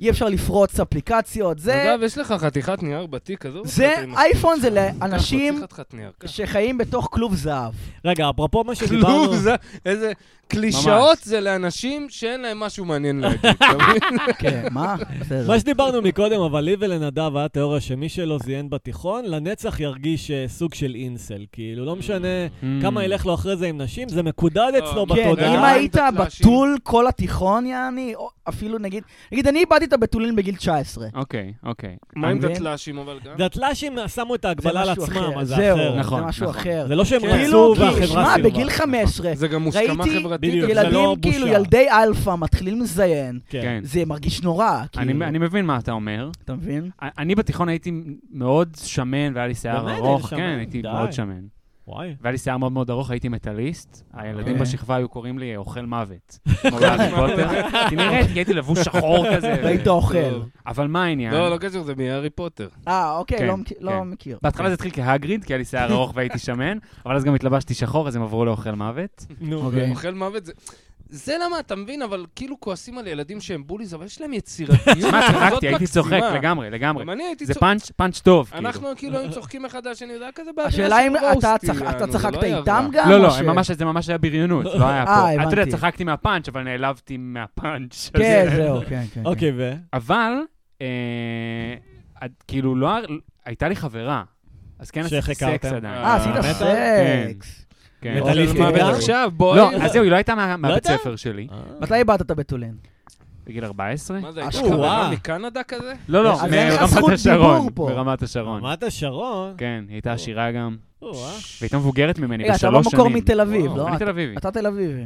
[SPEAKER 1] אי אפשר לפרוץ אפליקציות, זה...
[SPEAKER 3] אגב, יש לך חתיכת נייר בתיק כזו?
[SPEAKER 1] זה,
[SPEAKER 3] אתה עם-
[SPEAKER 1] אייפון זה
[SPEAKER 3] קח,
[SPEAKER 1] לאנשים
[SPEAKER 3] תוציא חתיכת נייר,
[SPEAKER 4] אה,
[SPEAKER 3] קח.
[SPEAKER 1] שחיים בתוך כלוב זהב.
[SPEAKER 4] רגע, אפרופו מה שדיברנו...
[SPEAKER 3] כלום, זה- אה? איזה קלישאות זה לאנשים שאין להם משהו מעניין להגיד. אתה מבין?
[SPEAKER 1] כן, מה? בסדר.
[SPEAKER 4] מה שדיברנו מקודם, אבל לי ולנדב היה תיאוריה שמי שלא זיין בתיכון, לנצח ירגיש אה, סוג של אינסל. כאילו, לא משנה
[SPEAKER 2] Mm.
[SPEAKER 1] Hmm.
[SPEAKER 4] כמה ילך לו אחרי זה עם נשים, זה
[SPEAKER 2] אה,
[SPEAKER 4] מקודד אצלו
[SPEAKER 3] כן,
[SPEAKER 1] כן, אם
[SPEAKER 4] בתודעה.
[SPEAKER 3] היית
[SPEAKER 1] היית
[SPEAKER 3] הקלאשים.
[SPEAKER 1] בתול כל התיכון, יעני, או אפילו נגיד, נגיד, אני איבדתי את הבתולים בגיל 19.
[SPEAKER 2] אוקיי, אוקיי.
[SPEAKER 4] כן.
[SPEAKER 3] מה עם
[SPEAKER 1] אתה מבין?
[SPEAKER 3] דתל"שים אבל גם?
[SPEAKER 4] דתל"שים שמו את ההגבלה על
[SPEAKER 1] זה משהו
[SPEAKER 4] עצמם,
[SPEAKER 1] אחר,
[SPEAKER 4] אז זה
[SPEAKER 1] זהו,
[SPEAKER 4] אחר.
[SPEAKER 2] נכון,
[SPEAKER 1] זה משהו
[SPEAKER 2] נכון.
[SPEAKER 1] אחר.
[SPEAKER 4] זה לא שהם
[SPEAKER 3] כן.
[SPEAKER 4] רצו
[SPEAKER 1] כאילו,
[SPEAKER 4] והחברה
[SPEAKER 1] כי, שמע,
[SPEAKER 4] סירבה.
[SPEAKER 1] בגיל 15,
[SPEAKER 3] זה גם מוסכמה
[SPEAKER 1] ראיתי
[SPEAKER 3] חברתית.
[SPEAKER 4] בדיוק.
[SPEAKER 3] אבל-
[SPEAKER 4] זה
[SPEAKER 1] ילדים,
[SPEAKER 4] לא בושה.
[SPEAKER 1] כאילו, ילדי אלפא מתחילים לזיין,
[SPEAKER 4] כן.
[SPEAKER 2] כן.
[SPEAKER 1] זה מרגיש נורא,
[SPEAKER 2] אני
[SPEAKER 1] כאילו,
[SPEAKER 2] אני מבין מה אתה אומר.
[SPEAKER 1] אתה מבין?
[SPEAKER 2] אני בתיכון הייתי מאוד שמן, והיה לי שיער
[SPEAKER 4] באמת?
[SPEAKER 2] ארוך.
[SPEAKER 4] היית שמן?
[SPEAKER 2] כן, הייתי
[SPEAKER 4] די.
[SPEAKER 2] מאוד שמן.
[SPEAKER 4] וואי.
[SPEAKER 2] והיה לי שיער מאוד מאוד ארוך, הייתי מטאליסט, הילדים
[SPEAKER 1] אוקיי.
[SPEAKER 2] בשכבה היו קוראים לי אוכל מוות.
[SPEAKER 3] אוקיי.
[SPEAKER 2] כמו בהארי פוטר. כי נראיתי, כי הייתי לבוש שחור כזה.
[SPEAKER 1] ראית אוכל.
[SPEAKER 3] טוב.
[SPEAKER 2] אבל מה העניין?
[SPEAKER 3] לא, לא קשור, זה מהארי פוטר.
[SPEAKER 1] אה, אוקיי,
[SPEAKER 2] כן,
[SPEAKER 1] לא מכיר- לא
[SPEAKER 2] כן.
[SPEAKER 1] מכיר.
[SPEAKER 2] בהתחלה זה התחיל כהגריד, כי היה לי שיער ארוך והייתי שמן, אבל אז גם התלבשתי שחור, אז הם עברו לאוכל מוות.
[SPEAKER 4] נו,
[SPEAKER 1] אוקיי.
[SPEAKER 3] אוכל מוות זה... זה למה, אתה מבין, אבל כאילו כועסים על ילדים שהם בוליז, אבל יש להם יצירתיות.
[SPEAKER 2] מה,
[SPEAKER 3] כזאת
[SPEAKER 2] צחקתי, הייתי צוחק,
[SPEAKER 3] מקסימה.
[SPEAKER 2] לגמרי, לגמרי.
[SPEAKER 3] גם אני הייתי
[SPEAKER 2] זה
[SPEAKER 3] צוחק.
[SPEAKER 2] פאנץ', פאנץ' טוב, כאילו.
[SPEAKER 3] אנחנו כאילו היינו צוחקים אחד על השני, זה היה כזה באווירה
[SPEAKER 1] השאלה אם
[SPEAKER 3] של
[SPEAKER 1] אתה
[SPEAKER 3] רוסטי,
[SPEAKER 1] צח- אתה
[SPEAKER 3] יענו, זה
[SPEAKER 1] צחקת
[SPEAKER 3] לא היה
[SPEAKER 1] איתם
[SPEAKER 3] רע.
[SPEAKER 1] גם?
[SPEAKER 2] לא,
[SPEAKER 1] או
[SPEAKER 2] לא,
[SPEAKER 1] ש-
[SPEAKER 2] הם ממש- זה ממש היה בריונות, לא היה
[SPEAKER 1] אה,
[SPEAKER 2] פה. אתה יודע,
[SPEAKER 1] הבנתי.
[SPEAKER 2] צחקתי מהפאנץ', אבל נעלבתי מהפאנץ'. אז-
[SPEAKER 1] כן, זהו, כן, כן.
[SPEAKER 4] אוקיי, ו?
[SPEAKER 2] אבל, אה, עד- כאילו, לא... הר- הייתה לי חברה, אז כן עשיתי
[SPEAKER 4] שהכרתם?
[SPEAKER 2] סקס עדיין.
[SPEAKER 1] אה, עשית
[SPEAKER 4] אה,
[SPEAKER 1] סקס.
[SPEAKER 2] כן.
[SPEAKER 4] מטאל- מטאליסטית
[SPEAKER 3] אוכל מוות
[SPEAKER 1] גם?
[SPEAKER 3] עכשיו, בואי.
[SPEAKER 2] לא, אז זהו, היא לא הייתה מה- מהבית
[SPEAKER 4] יודעת?
[SPEAKER 2] ספר שלי,
[SPEAKER 1] מתי איבדת את הבתולין?
[SPEAKER 2] בגיל 14.
[SPEAKER 3] מה זה, הייתה
[SPEAKER 1] אשכרה.
[SPEAKER 3] חברה
[SPEAKER 4] וואו.
[SPEAKER 3] מקנדה כזה?
[SPEAKER 2] לא, לא,
[SPEAKER 1] אז אין לך זכות
[SPEAKER 2] מרמת
[SPEAKER 1] דיבור
[SPEAKER 2] השרון.
[SPEAKER 1] פה. לא.
[SPEAKER 2] ברמת השרון.
[SPEAKER 4] רמת השרון?
[SPEAKER 2] כן, היא הייתה עשירה גם.
[SPEAKER 4] או-אה.
[SPEAKER 2] והייתה מבוגרת ממני
[SPEAKER 1] רגע,
[SPEAKER 2] בשלוש
[SPEAKER 1] אתה
[SPEAKER 2] שנים.
[SPEAKER 1] במקור מתל אביב,
[SPEAKER 4] וואו,
[SPEAKER 1] לא?
[SPEAKER 2] אני
[SPEAKER 1] אתה-
[SPEAKER 2] תל אביבי.
[SPEAKER 1] אתה תל אביבי,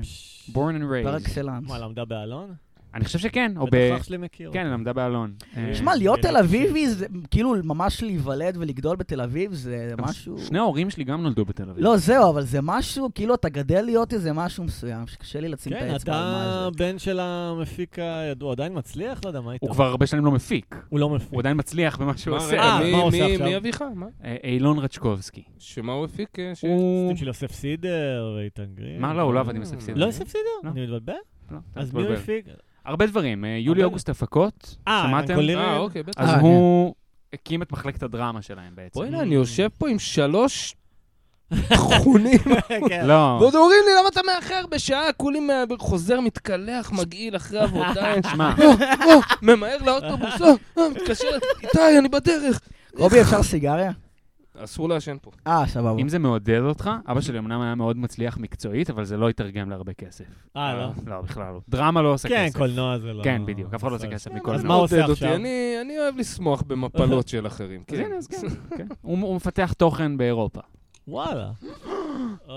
[SPEAKER 2] born and
[SPEAKER 1] פר
[SPEAKER 2] raised.
[SPEAKER 1] אקסלנס.
[SPEAKER 4] מה, למדה באלון?
[SPEAKER 2] אני חושב שכן, או ב...
[SPEAKER 4] בטח אח שלי מכיר.
[SPEAKER 2] כן,
[SPEAKER 4] אותה.
[SPEAKER 2] היא למדה באלון. אה,
[SPEAKER 1] שמע, להיות תל אביבי, זה כאילו ממש להיוולד ולגדול בתל אביב, זה
[SPEAKER 2] גם
[SPEAKER 1] משהו...
[SPEAKER 2] שני ההורים שלי גם נולדו בתל אביב.
[SPEAKER 1] לא, זהו, אבל זה משהו, כאילו, אתה גדל להיות איזה משהו מסוים, שקשה לי לשים את
[SPEAKER 4] כן,
[SPEAKER 1] האצבע על
[SPEAKER 4] אתה
[SPEAKER 1] מה זה.
[SPEAKER 4] בן של המפיק הידוע, עדיין מצליח? לא יודע, מה איתו?
[SPEAKER 2] הוא כבר הרבה שנים לא מפיק.
[SPEAKER 4] הוא לא מפיק.
[SPEAKER 2] הוא עדיין מצליח במה שהוא
[SPEAKER 3] מה,
[SPEAKER 2] עושה.
[SPEAKER 3] רגע,
[SPEAKER 4] אה,
[SPEAKER 3] מי-
[SPEAKER 4] מה הוא
[SPEAKER 3] מי-
[SPEAKER 4] עושה עכשיו?
[SPEAKER 3] מי אביך? מה?
[SPEAKER 2] אה, אילון רצ'קובסקי.
[SPEAKER 3] שמה הוא הפיק? אה, ש-
[SPEAKER 2] הוא...
[SPEAKER 4] סטים של יוסף סידר ואיתן
[SPEAKER 1] אה,
[SPEAKER 4] גרין.
[SPEAKER 2] מה, לא, הוא לא עבד עם יוסף
[SPEAKER 4] לא
[SPEAKER 2] סידר.
[SPEAKER 4] יוסף סידר?
[SPEAKER 2] לא.
[SPEAKER 4] אני מתבלבל?
[SPEAKER 2] לא, אתה
[SPEAKER 4] אז מי הוא
[SPEAKER 2] מתבלבל.
[SPEAKER 4] הפיק?
[SPEAKER 2] הרבה דברים. אה, יולי
[SPEAKER 4] אבל-
[SPEAKER 2] אוגוסט הפקות,
[SPEAKER 4] אה,
[SPEAKER 2] שמעתם?
[SPEAKER 4] רנקולירי.
[SPEAKER 3] אה, אוקיי, בטח.
[SPEAKER 2] אז
[SPEAKER 1] אה,
[SPEAKER 2] הוא הקים את מחלקת הדרמה שלהם בעצם.
[SPEAKER 3] בוא'נה, אני יושב פה עם שלוש טחונים.
[SPEAKER 4] כן.
[SPEAKER 2] לא.
[SPEAKER 3] ועוד אומרים לי, למה אתה מאחר בשעה? כולי מה- חוזר, מתקלח, מגעיל אחרי עבודה.
[SPEAKER 2] אה, שמע,
[SPEAKER 3] או, או, ממהר לאוטובוס, או, או, מתקשר, איתי, אני בדרך.
[SPEAKER 1] רובי, אפשר סיגריה?
[SPEAKER 3] אסור לעשן פה.
[SPEAKER 1] אה, סבבה.
[SPEAKER 2] אם זה מעודד אותך, אבא שלי אמנם היה מאוד מצליח מקצועית, אבל זה לא התרגם להרבה כסף.
[SPEAKER 4] אה, לא.
[SPEAKER 2] לא, בכלל לא. דרמה לא עושה
[SPEAKER 4] כן,
[SPEAKER 2] כסף.
[SPEAKER 4] קולנוע זה לא...
[SPEAKER 2] כן, בדיוק, אף אחד לא עושה כסף מכל
[SPEAKER 4] אז
[SPEAKER 2] זה.
[SPEAKER 4] מה הוא עושה
[SPEAKER 3] מעודד אותי,
[SPEAKER 4] עכשיו?
[SPEAKER 3] אני- אני אוהב לשמוח במפלות של אחרים.
[SPEAKER 2] אז
[SPEAKER 3] כן.
[SPEAKER 2] הנה, אז כן, כן. הוא הוא מפתח תוכן באירופה.
[SPEAKER 4] וואלה.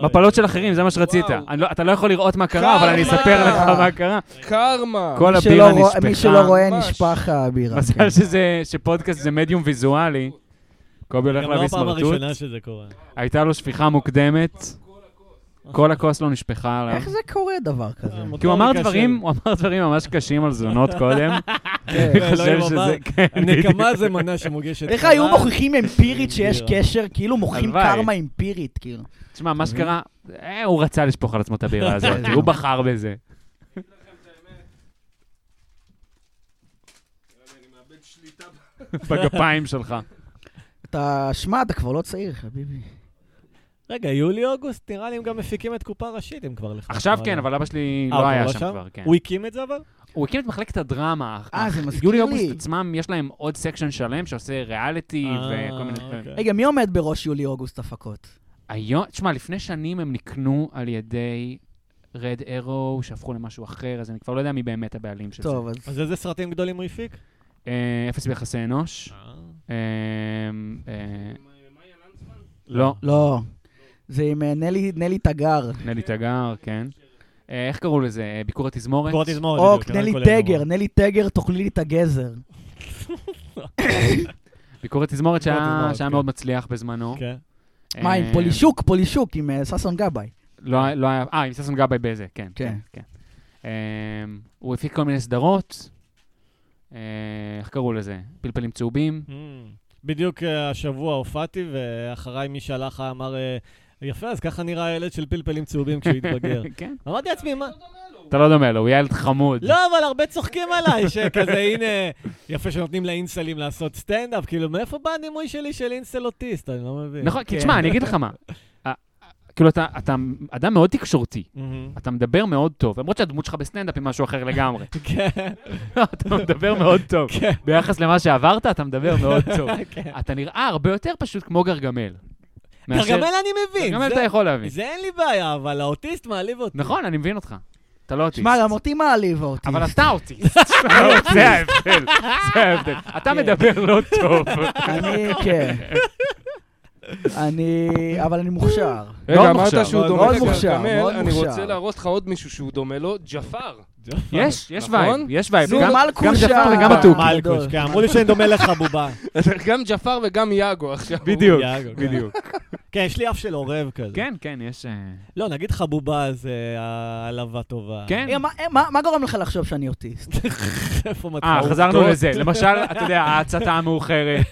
[SPEAKER 2] מפלות של אחרים, זה מה שרצית.
[SPEAKER 3] וואו.
[SPEAKER 2] אני לא- אתה לא יכול לראות מה קרה, אבל אני אספר
[SPEAKER 3] קרמה.
[SPEAKER 2] לך מה קרה.
[SPEAKER 3] אה. קרמה.
[SPEAKER 2] כל
[SPEAKER 1] מי שלא
[SPEAKER 2] הבירה
[SPEAKER 1] רוא- מי שלא
[SPEAKER 2] נשפכה.
[SPEAKER 1] רואה,
[SPEAKER 3] ממש.
[SPEAKER 1] נשפך הבירה. כן.
[SPEAKER 2] מזל שזה- שפודקאסט זה מדיום ויזואלי. קובי הולך
[SPEAKER 4] גם לא
[SPEAKER 2] להביא
[SPEAKER 4] הפעם
[SPEAKER 2] סמרטוט.
[SPEAKER 4] הראשונה שזה קורה.
[SPEAKER 2] הייתה לו שפיכה מוקדמת. כל הכוס לא נשפכה עליו.
[SPEAKER 1] איך זה קורה דבר
[SPEAKER 4] אה,
[SPEAKER 1] כזה?
[SPEAKER 2] כי הוא אמר
[SPEAKER 4] מוטוריקה
[SPEAKER 2] דברים,
[SPEAKER 4] של-
[SPEAKER 2] הוא אמר דברים ממש קשים על זונות קודם.
[SPEAKER 1] כן.
[SPEAKER 2] אני חושב
[SPEAKER 4] אלוהים
[SPEAKER 2] שזה,
[SPEAKER 4] אמר,
[SPEAKER 2] כן,
[SPEAKER 4] נקמה זה מנה שמוגשת.
[SPEAKER 1] איך היו
[SPEAKER 4] חלב.
[SPEAKER 1] מוכיחים אמפירית שיש
[SPEAKER 4] בירה.
[SPEAKER 1] קשר? כאילו מוכיחים
[SPEAKER 2] הלוואי.
[SPEAKER 1] קרמה אמפירית, כאילו.
[SPEAKER 2] תשמע, מה שקרה, אה, הוא רצה לשפוך על עצמו את הבירה הזאת, הוא בחר בזה. בגפיים שלך.
[SPEAKER 1] אתה, שמע, אתה כבר לא צעיר, חביבי.
[SPEAKER 4] רגע, יולי-אוגוסט, נראה לי הם גם מפיקים את קופה ראשית, אם כבר לך.
[SPEAKER 2] עכשיו כן, אבל אבא שלי
[SPEAKER 4] אה,
[SPEAKER 2] לא
[SPEAKER 4] הוא
[SPEAKER 2] היה
[SPEAKER 4] לא
[SPEAKER 2] שם
[SPEAKER 4] שם?
[SPEAKER 2] כבר, כן.
[SPEAKER 4] הוא הקים את זה אבל?
[SPEAKER 2] הוא הקים את מחלקת הדרמה.
[SPEAKER 1] אה, זה מזכיר
[SPEAKER 2] יולי
[SPEAKER 1] לי.
[SPEAKER 2] אוגוסט עצמם, יש להם עוד סקשן שלם שעושה ריאליטי
[SPEAKER 4] אה,
[SPEAKER 2] וכל מיני...
[SPEAKER 4] אוקיי.
[SPEAKER 1] רגע, מי עומד בראש יולי-אוגוסט הפקות?
[SPEAKER 2] היום, תשמע, לפני שנים הם נקנו על ידי רד ארו, שהפכו למשהו אחר, אז אני כבר לא יודע מי באמת הבעלים של
[SPEAKER 1] טוב,
[SPEAKER 2] זה.
[SPEAKER 1] אז...
[SPEAKER 4] אז איזה סרטים גדולים הוא הפיק?
[SPEAKER 2] אה, אפס ביחסי אנוש. אה, אה, לא,
[SPEAKER 1] לא. זה עם אה, נלי נלי תגר.
[SPEAKER 2] נלי תגר, כן. אה, איך קראו לזה? אה, ביקור התזמורת?
[SPEAKER 4] קורא תזמורת.
[SPEAKER 1] או,
[SPEAKER 4] בדיוק,
[SPEAKER 1] אוקיי, נלי
[SPEAKER 4] רק כולל
[SPEAKER 1] תגר,
[SPEAKER 4] אמור.
[SPEAKER 1] נלי תגר, תאכלי לי את הגזר.
[SPEAKER 2] ביקור התזמורת שהיה-
[SPEAKER 4] ביקור התזמורת,
[SPEAKER 2] שהיה
[SPEAKER 4] כן.
[SPEAKER 2] מאוד מצליח בזמנו.
[SPEAKER 4] כן.
[SPEAKER 2] אה,
[SPEAKER 1] מה, עם פולישוק, פולישוק, עם אה, ששון גבאי.
[SPEAKER 2] לא לא היה... אה, עם ששון גבאי בזה, כן.
[SPEAKER 1] כן.
[SPEAKER 2] כן. אה, הוא הפיק כל מיני סדרות. אה, איך קראו לזה? פלפלים צהובים.
[SPEAKER 4] אמ, בדיוק אה, השבוע הופעתי, ואחריי מי שהלך אמר, אה, יפה, אז ככה נראה הילד של פלפלים צהובים כשהוא יתבגר.
[SPEAKER 2] כן.
[SPEAKER 4] אמרתי לעצמי, מה?
[SPEAKER 2] אתה לא דומה לו, הוא ילד חמוד.
[SPEAKER 4] לא, אבל הרבה צוחקים עליי, שכזה, הנה, יפה שנותנים לאינסלים לעשות סטנדאפ, כאילו, מאיפה בא הדימוי שלי של אינסל אוטיסט? אני לא מבין.
[SPEAKER 2] נכון, כי
[SPEAKER 4] כן.
[SPEAKER 2] תשמע, אני אגיד לך מה. אה, כאילו, אתה אתה אדם מאוד תקשורתי.
[SPEAKER 4] מהמם.
[SPEAKER 2] אתה מדבר מאוד טוב, למרות שהדמות שלך בסטנדאפ היא משהו אחר לגמרי. לא,
[SPEAKER 4] כן,
[SPEAKER 2] אתה מדבר מאוד טוב.
[SPEAKER 4] כן.
[SPEAKER 2] ביחס למה שעברת, אתה מדבר מאוד טוב. אתה נראה הרבה יותר פשוט כמו גרגמל. מאשר-
[SPEAKER 4] גרגמל אני מבין.
[SPEAKER 2] גרגמל
[SPEAKER 4] זה-
[SPEAKER 2] אתה יכול להבין.
[SPEAKER 4] זה אין לי בעיה, אבל האוטיסט מעליב אותי.
[SPEAKER 2] נכון, אני מבין אותך. אתה לא אוטיסט.
[SPEAKER 1] שמע, גם אותי מעליב אותי.
[SPEAKER 2] אבל אתה אוטיסט. לא, זה ההבדל, זה ההבדל. אתה מדבר לא טוב.
[SPEAKER 1] אני, כן. אני, אבל אני מוכשר.
[SPEAKER 2] מאוד
[SPEAKER 3] רגע,
[SPEAKER 2] מוכשר.
[SPEAKER 3] לא, אמרת שהוא
[SPEAKER 4] מאוד
[SPEAKER 3] דומה
[SPEAKER 1] מוכשר,
[SPEAKER 3] לגרגמל,
[SPEAKER 1] מאוד
[SPEAKER 3] אני
[SPEAKER 1] מוכשר.
[SPEAKER 3] רוצה להראות לך עוד מישהו שהוא דומה לו, ג'פר.
[SPEAKER 2] יש, יש
[SPEAKER 3] נכון?
[SPEAKER 2] וייב, יש וייב.
[SPEAKER 1] נו,
[SPEAKER 2] גם-
[SPEAKER 1] מלכוש
[SPEAKER 2] גם ג'פר
[SPEAKER 1] ה-
[SPEAKER 2] וגם התוכי.
[SPEAKER 4] מלכוש, כן, אמרו לי שאני דומה לך, בובה.
[SPEAKER 3] גם ג'פר וגם יאגו עכשיו.
[SPEAKER 2] בדיוק,
[SPEAKER 4] יאגו, כן.
[SPEAKER 2] בדיוק.
[SPEAKER 4] כן, יש לי אף של עורב כזה.
[SPEAKER 2] כן, כן, יש... אה,
[SPEAKER 4] לא, נגיד חבובה זה העלבה טובה.
[SPEAKER 2] כן.
[SPEAKER 1] אה, מה- אה, מה מה גורם לך לחשוב שאני אוטיסט?
[SPEAKER 4] איפה מצאו?
[SPEAKER 2] אה, חזרנו
[SPEAKER 4] עובדות?
[SPEAKER 2] לזה. למשל, אתה יודע, ההצתה המאוחרת.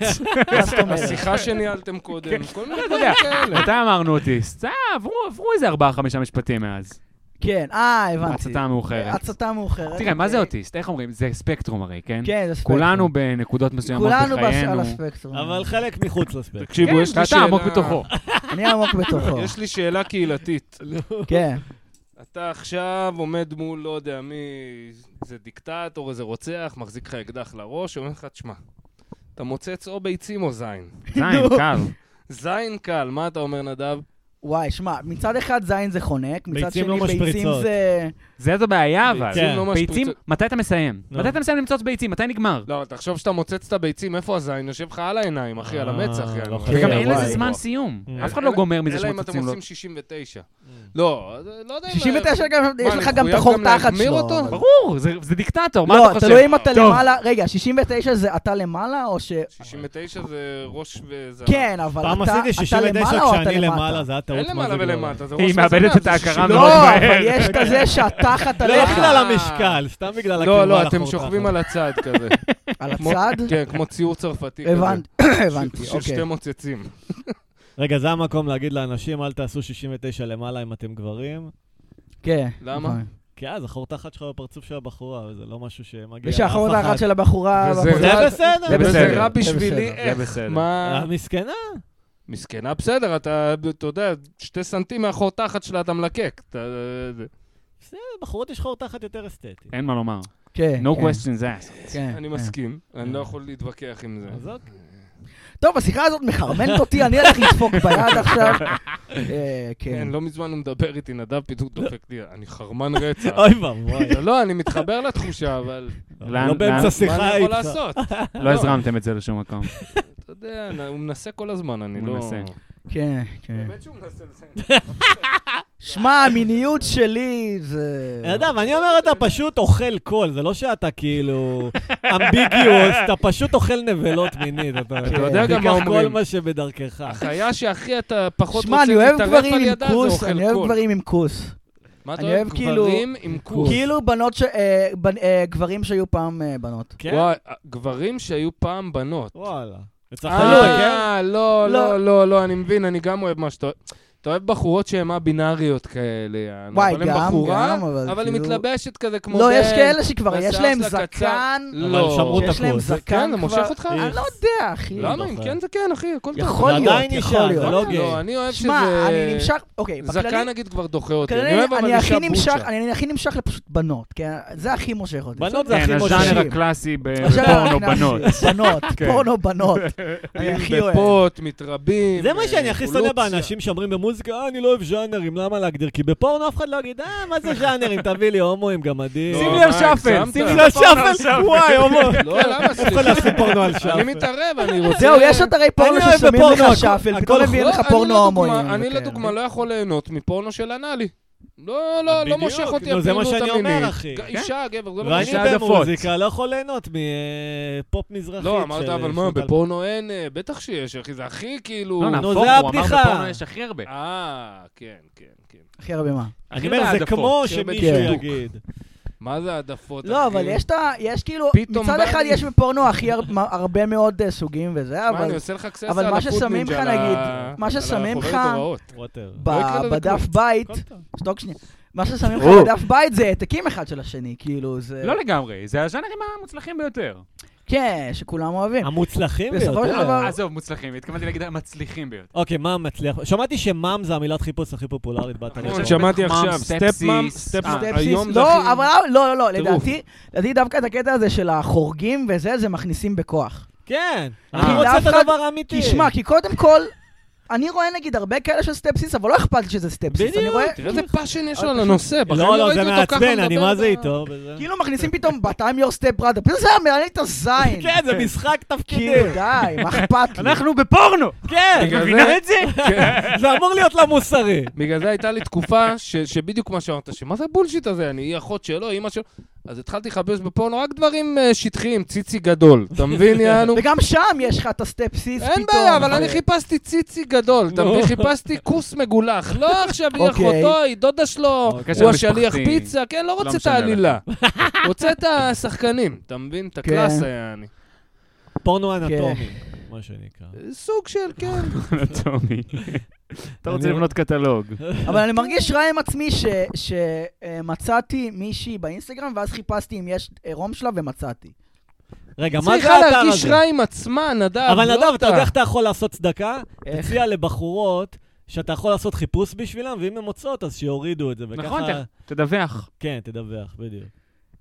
[SPEAKER 1] מה זאת אומרת?
[SPEAKER 3] השיחה שניהלתם קודם, כל מיני
[SPEAKER 2] אתה יודע,
[SPEAKER 3] דברים כאלה.
[SPEAKER 2] מתי אמרנו אוטיסט? אה, עברו עברו איזה ארבעה, חמישה משפטים מאז.
[SPEAKER 1] כן, אה, הבנתי. אה,
[SPEAKER 2] ההצתה המאוחרת.
[SPEAKER 1] הצתה מאוחרת.
[SPEAKER 2] תראה, מה זה אוטיסט? איך אומרים? זה ספקטרום הרי, כן?
[SPEAKER 1] כן, זה ספקטרום.
[SPEAKER 2] כולנו בנקודות מסוימות
[SPEAKER 1] כולנו בס- על
[SPEAKER 2] בחיינו.
[SPEAKER 1] הספקטרום.
[SPEAKER 4] אבל חלק מחוץ לספק.
[SPEAKER 3] תקשיבו, יש
[SPEAKER 2] כן,
[SPEAKER 3] לי
[SPEAKER 2] אתה
[SPEAKER 3] שאלה...
[SPEAKER 2] עמוק בתוכו.
[SPEAKER 1] אני עמוק
[SPEAKER 4] נכון.
[SPEAKER 1] בתוכו.
[SPEAKER 3] יש לי שאלה קהילתית.
[SPEAKER 1] כן.
[SPEAKER 3] אתה עכשיו עומד מול, לא יודע מי, זה דיקטטור, איזה רוצח, מחזיק לך אקדח לראש, אומר לך, תשמע, אתה מוצץ או ביצים או זין.
[SPEAKER 2] זין, קל.
[SPEAKER 3] זין קל, מה אתה אומר, נדב?
[SPEAKER 1] וואי, שמע, מצד אחד זין זה חונק, מצד
[SPEAKER 4] ביצים
[SPEAKER 1] שני
[SPEAKER 4] לא
[SPEAKER 1] ביצים
[SPEAKER 4] משפריצות.
[SPEAKER 1] זה...
[SPEAKER 2] זה זאת הבעיה, אבל.
[SPEAKER 4] כן.
[SPEAKER 3] ביצים לא
[SPEAKER 2] ביצים,
[SPEAKER 3] משפריצות.
[SPEAKER 2] מתי אתה מסיים?
[SPEAKER 4] לא.
[SPEAKER 2] מתי אתה מסיים למצוא ביצים? מתי נגמר?
[SPEAKER 3] לא, אבל תחשוב שאתה מוצץ את הביצים, איפה הזין? יושב לך על העיניים, אחי, על
[SPEAKER 4] אה,
[SPEAKER 3] המצח,
[SPEAKER 4] לא
[SPEAKER 3] יענו.
[SPEAKER 4] חשבתי.
[SPEAKER 2] וגם
[SPEAKER 1] כן,
[SPEAKER 2] אין לזה
[SPEAKER 1] וואי.
[SPEAKER 2] זמן סיום.
[SPEAKER 4] אה.
[SPEAKER 2] אף אחד לא
[SPEAKER 3] אלא-
[SPEAKER 2] גומר מזה
[SPEAKER 3] אלא אם אתם
[SPEAKER 2] שמוצצים לו.
[SPEAKER 3] עושים 69. לא, זה- לא יודע אם...
[SPEAKER 1] 69 גם,
[SPEAKER 3] מה,
[SPEAKER 1] יש
[SPEAKER 3] אני
[SPEAKER 1] לך גם את
[SPEAKER 3] מחויב
[SPEAKER 1] החור
[SPEAKER 3] גם
[SPEAKER 1] תחת
[SPEAKER 3] להחמיר
[SPEAKER 1] שלו.
[SPEAKER 3] אותו?
[SPEAKER 1] אבל-
[SPEAKER 2] ברור, זה- זה דיקטטור, מה אתה
[SPEAKER 1] לא,
[SPEAKER 2] חושב?
[SPEAKER 1] תלוי אם אתה
[SPEAKER 2] טוב.
[SPEAKER 1] למעלה, רגע, 69 זה אתה למעלה או ש...
[SPEAKER 3] 69 זה ראש וזנב.
[SPEAKER 1] כן, אבל
[SPEAKER 4] פעם
[SPEAKER 1] אתה
[SPEAKER 4] עשיתי
[SPEAKER 1] אתה
[SPEAKER 4] 69
[SPEAKER 1] למעלה או אתה
[SPEAKER 4] כשאני
[SPEAKER 1] למטה?
[SPEAKER 4] למעלה, זה היה טעות.
[SPEAKER 3] אין
[SPEAKER 4] מה
[SPEAKER 3] למעלה
[SPEAKER 4] זה גדול.
[SPEAKER 3] ולמטה, זה ראש
[SPEAKER 2] היא
[SPEAKER 3] וזנב.
[SPEAKER 2] מאבדת
[SPEAKER 3] זה
[SPEAKER 2] את ההכרה
[SPEAKER 3] 60.
[SPEAKER 2] מאוד
[SPEAKER 1] לא,
[SPEAKER 2] מהר.
[SPEAKER 1] אבל יש כזה שהתחת
[SPEAKER 4] לא
[SPEAKER 1] עליך
[SPEAKER 4] בגלל המשקל, סתם בגלל הקרבה
[SPEAKER 3] לא, לא,
[SPEAKER 4] לחור
[SPEAKER 3] אתם שוכבים
[SPEAKER 4] ככה.
[SPEAKER 3] על הצד כזה.
[SPEAKER 1] על
[SPEAKER 3] כמו-
[SPEAKER 1] הצד?
[SPEAKER 3] כן, כמו ציור צרפתי כזה.
[SPEAKER 1] הבנתי, הבנתי,
[SPEAKER 3] של- של
[SPEAKER 1] אוקיי.
[SPEAKER 3] שתי מוצצים.
[SPEAKER 4] רגע, זה המקום להגיד לאנשים, אל תעשו 69 למעלה אם אתם גברים,
[SPEAKER 1] כן.
[SPEAKER 3] למה?
[SPEAKER 1] נכון.
[SPEAKER 4] כי אז החור תחת שלך בפרצוף של הבחורה, וזה לא משהו שמגיע לאף
[SPEAKER 1] ושהחור
[SPEAKER 4] אחד.
[SPEAKER 1] תחת של הבחורה...
[SPEAKER 3] וזה
[SPEAKER 1] בפרצוף-
[SPEAKER 4] זה בסדר.
[SPEAKER 2] זה
[SPEAKER 3] וזה
[SPEAKER 2] בסדר.
[SPEAKER 3] רע
[SPEAKER 1] זה
[SPEAKER 3] בשבילי
[SPEAKER 1] בסדר,
[SPEAKER 2] זה
[SPEAKER 3] איך,
[SPEAKER 2] בסדר.
[SPEAKER 3] מה...
[SPEAKER 4] אה, מסכנה.
[SPEAKER 3] מסכנה, בסדר, אתה, אתה יודע, שתי סנטים מהחור תחת שלה אתה מלקק. אתה,
[SPEAKER 4] בסדר, בחורות יש חור תחת יותר אסתטי.
[SPEAKER 2] אין מה לומר.
[SPEAKER 1] כן.
[SPEAKER 2] No
[SPEAKER 1] כן,
[SPEAKER 2] questions asked.
[SPEAKER 1] כן,
[SPEAKER 3] אני
[SPEAKER 1] כן.
[SPEAKER 3] מסכים, אני לא יכול להתווכח עם זה.
[SPEAKER 4] אז אוקיי.
[SPEAKER 1] טוב, השיחה הזאת מחרמנת אותי, אני הולך לדפוק ביד עכשיו. אה, כן.
[SPEAKER 3] כן, לא מזמן הוא מדבר איתי, נדב פתאום דופק לי, אני חרמן רצח.
[SPEAKER 4] אוי ואבוי.
[SPEAKER 3] לא, לא, אני מתחבר לתחושה, אבל
[SPEAKER 4] לא
[SPEAKER 2] לאן-
[SPEAKER 4] באמצע
[SPEAKER 2] לאן-
[SPEAKER 3] מה אני
[SPEAKER 4] שיחה
[SPEAKER 3] יכול
[SPEAKER 4] איתך.
[SPEAKER 3] לעשות?
[SPEAKER 2] לא הזרמתם את זה לשום מקום.
[SPEAKER 3] אתה יודע, הוא מנסה כל הזמן, אני
[SPEAKER 2] הוא
[SPEAKER 3] לא...
[SPEAKER 2] מנסה.
[SPEAKER 1] כן, כן.
[SPEAKER 3] באמת שהוא מנסה לזה.
[SPEAKER 1] שמע, המיניות שלי זה...
[SPEAKER 4] נדב, אני אומר, אה, אתה פשוט אוכל קול, זה לא שאתה כאילו אמביגיוס, אתה פשוט אוכל נבלות מינית. אתה
[SPEAKER 3] אתה יודע גם מה
[SPEAKER 4] תיקח כל
[SPEAKER 3] אומרים. אה,
[SPEAKER 4] מה שבדרכך.
[SPEAKER 3] החיה שהכי אתה פחות
[SPEAKER 1] שמע,
[SPEAKER 3] רוצה
[SPEAKER 1] אני אוהב
[SPEAKER 3] להתערב
[SPEAKER 1] גברים
[SPEAKER 3] על
[SPEAKER 1] עם
[SPEAKER 3] ידה, זה
[SPEAKER 1] כוס,
[SPEAKER 3] אוכל
[SPEAKER 1] אני אוהב
[SPEAKER 3] קול.
[SPEAKER 1] גברים עם כוס.
[SPEAKER 3] מה אתה
[SPEAKER 1] אני
[SPEAKER 3] אוהב?
[SPEAKER 1] אוהב כאילו-
[SPEAKER 3] גברים עם כוס.
[SPEAKER 1] כאילו בנות ש... אה, בנ- אה, גברים שהיו פעם אה, בנות.
[SPEAKER 4] כן?
[SPEAKER 3] וואי, גברים שהיו פעם בנות.
[SPEAKER 4] וואלה. זה צחק, כן?
[SPEAKER 3] אה, לא, לא,
[SPEAKER 1] לא.
[SPEAKER 3] לא, לא, אני מבין, אני גם אוהב מה שאתה אוהב. אתה אוהב בחורות שהן א-בינאריות כאלה, יענו.
[SPEAKER 1] וואי,
[SPEAKER 3] אבל הן
[SPEAKER 1] גם,
[SPEAKER 3] בחורה,
[SPEAKER 1] גם, אבל
[SPEAKER 3] אבל היא
[SPEAKER 1] כאילו-
[SPEAKER 3] מתלבשת כזה כמו...
[SPEAKER 1] לא,
[SPEAKER 3] בן.
[SPEAKER 1] יש כאלה שכבר יש
[SPEAKER 3] והשיער
[SPEAKER 1] להם
[SPEAKER 3] שלה קצר.
[SPEAKER 1] זקן.
[SPEAKER 4] אבל שמרו
[SPEAKER 3] לא.
[SPEAKER 4] את
[SPEAKER 1] יש להם
[SPEAKER 4] הכוס.
[SPEAKER 1] זקן כבר...
[SPEAKER 3] כן, זה מושך אותך?
[SPEAKER 1] אני לא יודע, אחי.
[SPEAKER 3] למה? אם
[SPEAKER 4] זוכר.
[SPEAKER 3] כן זה כן, אחי, הכל טוב.
[SPEAKER 1] יכול
[SPEAKER 4] זה
[SPEAKER 1] להיות,
[SPEAKER 4] עדיין אישה,
[SPEAKER 1] יכול להיות.
[SPEAKER 4] זה לא גיי.
[SPEAKER 3] לא, אני אוהב שזה...
[SPEAKER 1] שמע, אני נמשך... אוקיי, בכללי...
[SPEAKER 3] זקן נגיד כבר דוחה אותי. אני
[SPEAKER 1] כנראה
[SPEAKER 3] אוהב אבל
[SPEAKER 1] אני
[SPEAKER 3] אישה
[SPEAKER 1] הכי נמשך,
[SPEAKER 3] בוצ'ה.
[SPEAKER 1] אני הכי נמשך לפשוט בנות, כי זה הכי מושך אותי.
[SPEAKER 4] בנות זה
[SPEAKER 2] כן,
[SPEAKER 4] הכי
[SPEAKER 2] הז'אנר
[SPEAKER 4] מושכים.
[SPEAKER 1] מושכים.
[SPEAKER 2] הקלאסי ב-
[SPEAKER 1] עכשיו
[SPEAKER 2] בפורנו
[SPEAKER 1] אנחנו-
[SPEAKER 2] בנות.
[SPEAKER 1] בנות,
[SPEAKER 2] כן.
[SPEAKER 1] פורנו בנות. אני הכי אוהב.
[SPEAKER 3] בפוט, מתרבים.
[SPEAKER 4] זה מה שאני
[SPEAKER 3] אה,
[SPEAKER 4] הכי שונא
[SPEAKER 3] אבולוציה.
[SPEAKER 4] באנשים שאומרים במוזיקה, אה, אני לא אוהב ז'אנרים, למה להגדיר? כי בפורנו אף אחד לא יגיד, אה, מה זה ז'אנרים? תביא לי הומואים, גמדים.
[SPEAKER 3] לא,
[SPEAKER 2] שים
[SPEAKER 3] מה,
[SPEAKER 2] לי על שפל,
[SPEAKER 3] הגזמת?
[SPEAKER 2] שים לי על
[SPEAKER 4] לשפל, וואי, הומו.
[SPEAKER 3] לא, למה?
[SPEAKER 4] יכול
[SPEAKER 3] סליחה.
[SPEAKER 4] להשים פורנו על שפל.
[SPEAKER 3] אני מתערב, לא- אני רוצה...
[SPEAKER 1] זהו, יש אתרי פורנו
[SPEAKER 4] אני אוהב
[SPEAKER 1] ששמים
[SPEAKER 4] בפורנו,
[SPEAKER 1] לך
[SPEAKER 4] הכל-
[SPEAKER 1] שפל,
[SPEAKER 4] הכל
[SPEAKER 1] פתאום
[SPEAKER 4] חור.
[SPEAKER 1] מביאים
[SPEAKER 3] לא,
[SPEAKER 1] לך
[SPEAKER 3] אני
[SPEAKER 1] פורנו
[SPEAKER 3] לדוגמה-
[SPEAKER 1] הומואים. אוקיי,
[SPEAKER 3] אני
[SPEAKER 1] וכאלה.
[SPEAKER 3] לדוגמה לא יכול ליהנות מפורנו של אנאלי. לא, לא, לא
[SPEAKER 4] בדיוק,
[SPEAKER 3] מושך אותי
[SPEAKER 4] נו, זה מה
[SPEAKER 3] הפעילות
[SPEAKER 4] שאני אומר,
[SPEAKER 3] המינית.
[SPEAKER 4] אחי.
[SPEAKER 1] כן?
[SPEAKER 3] ג- אישה, גבר, זה לא
[SPEAKER 4] ואני
[SPEAKER 3] מושך.
[SPEAKER 2] אישה עדפות.
[SPEAKER 4] במוזיקה לא יכול ליהנות מפופ מזרחית.
[SPEAKER 3] לא, אמרת,
[SPEAKER 4] של-
[SPEAKER 3] אבל
[SPEAKER 4] של
[SPEAKER 3] מה,
[SPEAKER 4] טל-
[SPEAKER 3] בפורנו אין, אה, בטח שיש, אחי, זה הכי כאילו...
[SPEAKER 1] נכון.
[SPEAKER 2] לא,
[SPEAKER 4] נו,
[SPEAKER 2] נהפוך,
[SPEAKER 4] זה
[SPEAKER 2] הוא אמר
[SPEAKER 4] הבדיחה.
[SPEAKER 2] בפורנו יש הכי הרבה.
[SPEAKER 3] אה, כן, כן, כן.
[SPEAKER 1] הכי הרבה מה.
[SPEAKER 4] אני אומר, זה
[SPEAKER 2] בהעדפות,
[SPEAKER 4] כמו
[SPEAKER 3] כאילו
[SPEAKER 4] שמישהו
[SPEAKER 1] בדקדוק.
[SPEAKER 4] יגיד.
[SPEAKER 3] מה זה העדפות, אחי?
[SPEAKER 1] לא, אבל יש את ה... יש כאילו...
[SPEAKER 3] פתאום
[SPEAKER 1] מצד
[SPEAKER 3] בא
[SPEAKER 1] אחד
[SPEAKER 3] לי-
[SPEAKER 1] יש בפורנו הכי הר- מה- הרבה מאוד אה, סוגים וזה,
[SPEAKER 3] מה, אני
[SPEAKER 1] אבל
[SPEAKER 3] עושה לך קסס
[SPEAKER 1] אבל
[SPEAKER 3] על
[SPEAKER 1] מה
[SPEAKER 3] הפוטנינג'
[SPEAKER 1] ששמים לך,
[SPEAKER 3] על
[SPEAKER 1] נגיד,
[SPEAKER 3] ה-
[SPEAKER 1] מה
[SPEAKER 3] על
[SPEAKER 1] ששמים
[SPEAKER 3] החוברת
[SPEAKER 1] לך-
[SPEAKER 3] הוראות.
[SPEAKER 4] וואטאבר.
[SPEAKER 1] ב-
[SPEAKER 3] לא יקרה לזה
[SPEAKER 1] בדף בית... שתוק שנייה. מה ששמים לך
[SPEAKER 2] או.
[SPEAKER 1] בדף בית זה העתקים אחד של השני, כאילו, זה...
[SPEAKER 2] לא לגמרי, זה הז'אנרים המוצלחים ביותר.
[SPEAKER 1] כן, שכולם אוהבים.
[SPEAKER 4] המוצלחים
[SPEAKER 1] בסופו של
[SPEAKER 4] ביותר.
[SPEAKER 1] דבר-
[SPEAKER 2] עזוב, מוצלחים, התכוונתי להגיד המצליחים ביותר.
[SPEAKER 4] אוקיי, מה מצליח? שמעתי שמאם זה המילת חיפוש הכי פופולרית באתרים.
[SPEAKER 2] חושב
[SPEAKER 4] שלנו.
[SPEAKER 3] שמעתי
[SPEAKER 2] שבטח
[SPEAKER 3] עכשיו,
[SPEAKER 2] מאם,
[SPEAKER 3] סטפ מאם,
[SPEAKER 2] סטפסיס,
[SPEAKER 3] סטפ מאם,
[SPEAKER 1] סטפסיס,
[SPEAKER 3] אה, היום זה
[SPEAKER 1] לא,
[SPEAKER 3] הכי...
[SPEAKER 1] אבל לא, לא, לא,
[SPEAKER 3] טירוף.
[SPEAKER 1] לדעתי, לדעתי דווקא את הקטע הזה של החורגים וזה, זה מכניסים בכוח.
[SPEAKER 4] כן,
[SPEAKER 2] אה.
[SPEAKER 4] אני
[SPEAKER 1] לאף
[SPEAKER 4] רוצה את
[SPEAKER 1] אחד-
[SPEAKER 4] הדבר האמיתי.
[SPEAKER 3] כן.
[SPEAKER 1] כי שמע, כי קודם כל, אני רואה נגיד הרבה כאלה של סטפסיס, אבל לא אכפת לי שזה סטפסיס. אני
[SPEAKER 4] בדיוק.
[SPEAKER 1] רואה,
[SPEAKER 3] תראה איזה פאשן יש לו לנושא, בחיים
[SPEAKER 4] לא, לא,
[SPEAKER 3] ראיתי
[SPEAKER 4] זה
[SPEAKER 3] אותו ככה
[SPEAKER 4] מעצבן, אני
[SPEAKER 3] מדבר
[SPEAKER 4] מה זה
[SPEAKER 3] ב-
[SPEAKER 4] איתו? וזה-
[SPEAKER 1] כאילו מכניסים פתאום ב- time your step brother, פתאום זה היה מעניין את הזין.
[SPEAKER 4] כן, זה משחק תפקידים.
[SPEAKER 1] כאילו, די, מה אכפת לי?
[SPEAKER 2] אנחנו בפורנו!
[SPEAKER 4] כן,
[SPEAKER 3] בגלל
[SPEAKER 2] מבינה
[SPEAKER 3] זה-
[SPEAKER 2] את זה?
[SPEAKER 3] כן.
[SPEAKER 4] זה אמור להיות לא מוסרי.
[SPEAKER 3] בגלל זה הייתה לי תקופה ש- שבדיוק מה שאמרת, שמה זה הבולשיט הזה? אני היא אחות שלו, אימא שלו. אז התחלתי לחפש בפורנו רק דברים אה, שטחיים, ציצי גדול. אתה מבין, יענו?
[SPEAKER 1] וגם שם יש לך את הסטפסיס פתאום.
[SPEAKER 3] אין בעיה, אבל אני
[SPEAKER 1] ו-
[SPEAKER 3] חיפשתי ציצי גדול, אתה
[SPEAKER 4] נו.
[SPEAKER 3] מבין? חיפשתי כוס מגולח. לא עכשיו היא
[SPEAKER 1] אוקיי.
[SPEAKER 3] אחותו, היא דודה שלו,
[SPEAKER 4] אוקיי.
[SPEAKER 3] הוא
[SPEAKER 2] קשר
[SPEAKER 3] השליח
[SPEAKER 2] משפחתי.
[SPEAKER 3] פיצה, כן, לא רוצה את
[SPEAKER 2] משנה לך.
[SPEAKER 3] העלילה. רוצה את השחקנים, אתה מבין? את
[SPEAKER 1] כן.
[SPEAKER 3] הקלאסה, יעני.
[SPEAKER 4] פורנו אנטומי, מה שנקרא.
[SPEAKER 3] סוג של, כן.
[SPEAKER 2] אנטומי. אתה רוצה
[SPEAKER 4] אני-
[SPEAKER 2] לבנות קטלוג.
[SPEAKER 1] אבל אני מרגיש רע עם עצמי שמצאתי מישהי באינסטגרם, ואז חיפשתי אם יש עירום שלה ומצאתי.
[SPEAKER 4] רגע, מה זה
[SPEAKER 3] צריכה
[SPEAKER 4] האתר
[SPEAKER 3] להרגיש
[SPEAKER 4] הזה?
[SPEAKER 3] רע עם עצמה, נדב.
[SPEAKER 4] אבל
[SPEAKER 3] לא
[SPEAKER 4] נדב, אתה יודע איך אתה יכול לעשות צדקה?
[SPEAKER 1] איך?
[SPEAKER 4] תציע לבחורות שאתה יכול לעשות חיפוש בשבילם, ואם הן מוצאות, אז שיורידו את זה. וככה-
[SPEAKER 2] נכון, ת- תדווח.
[SPEAKER 4] כן, תדווח, בדיוק.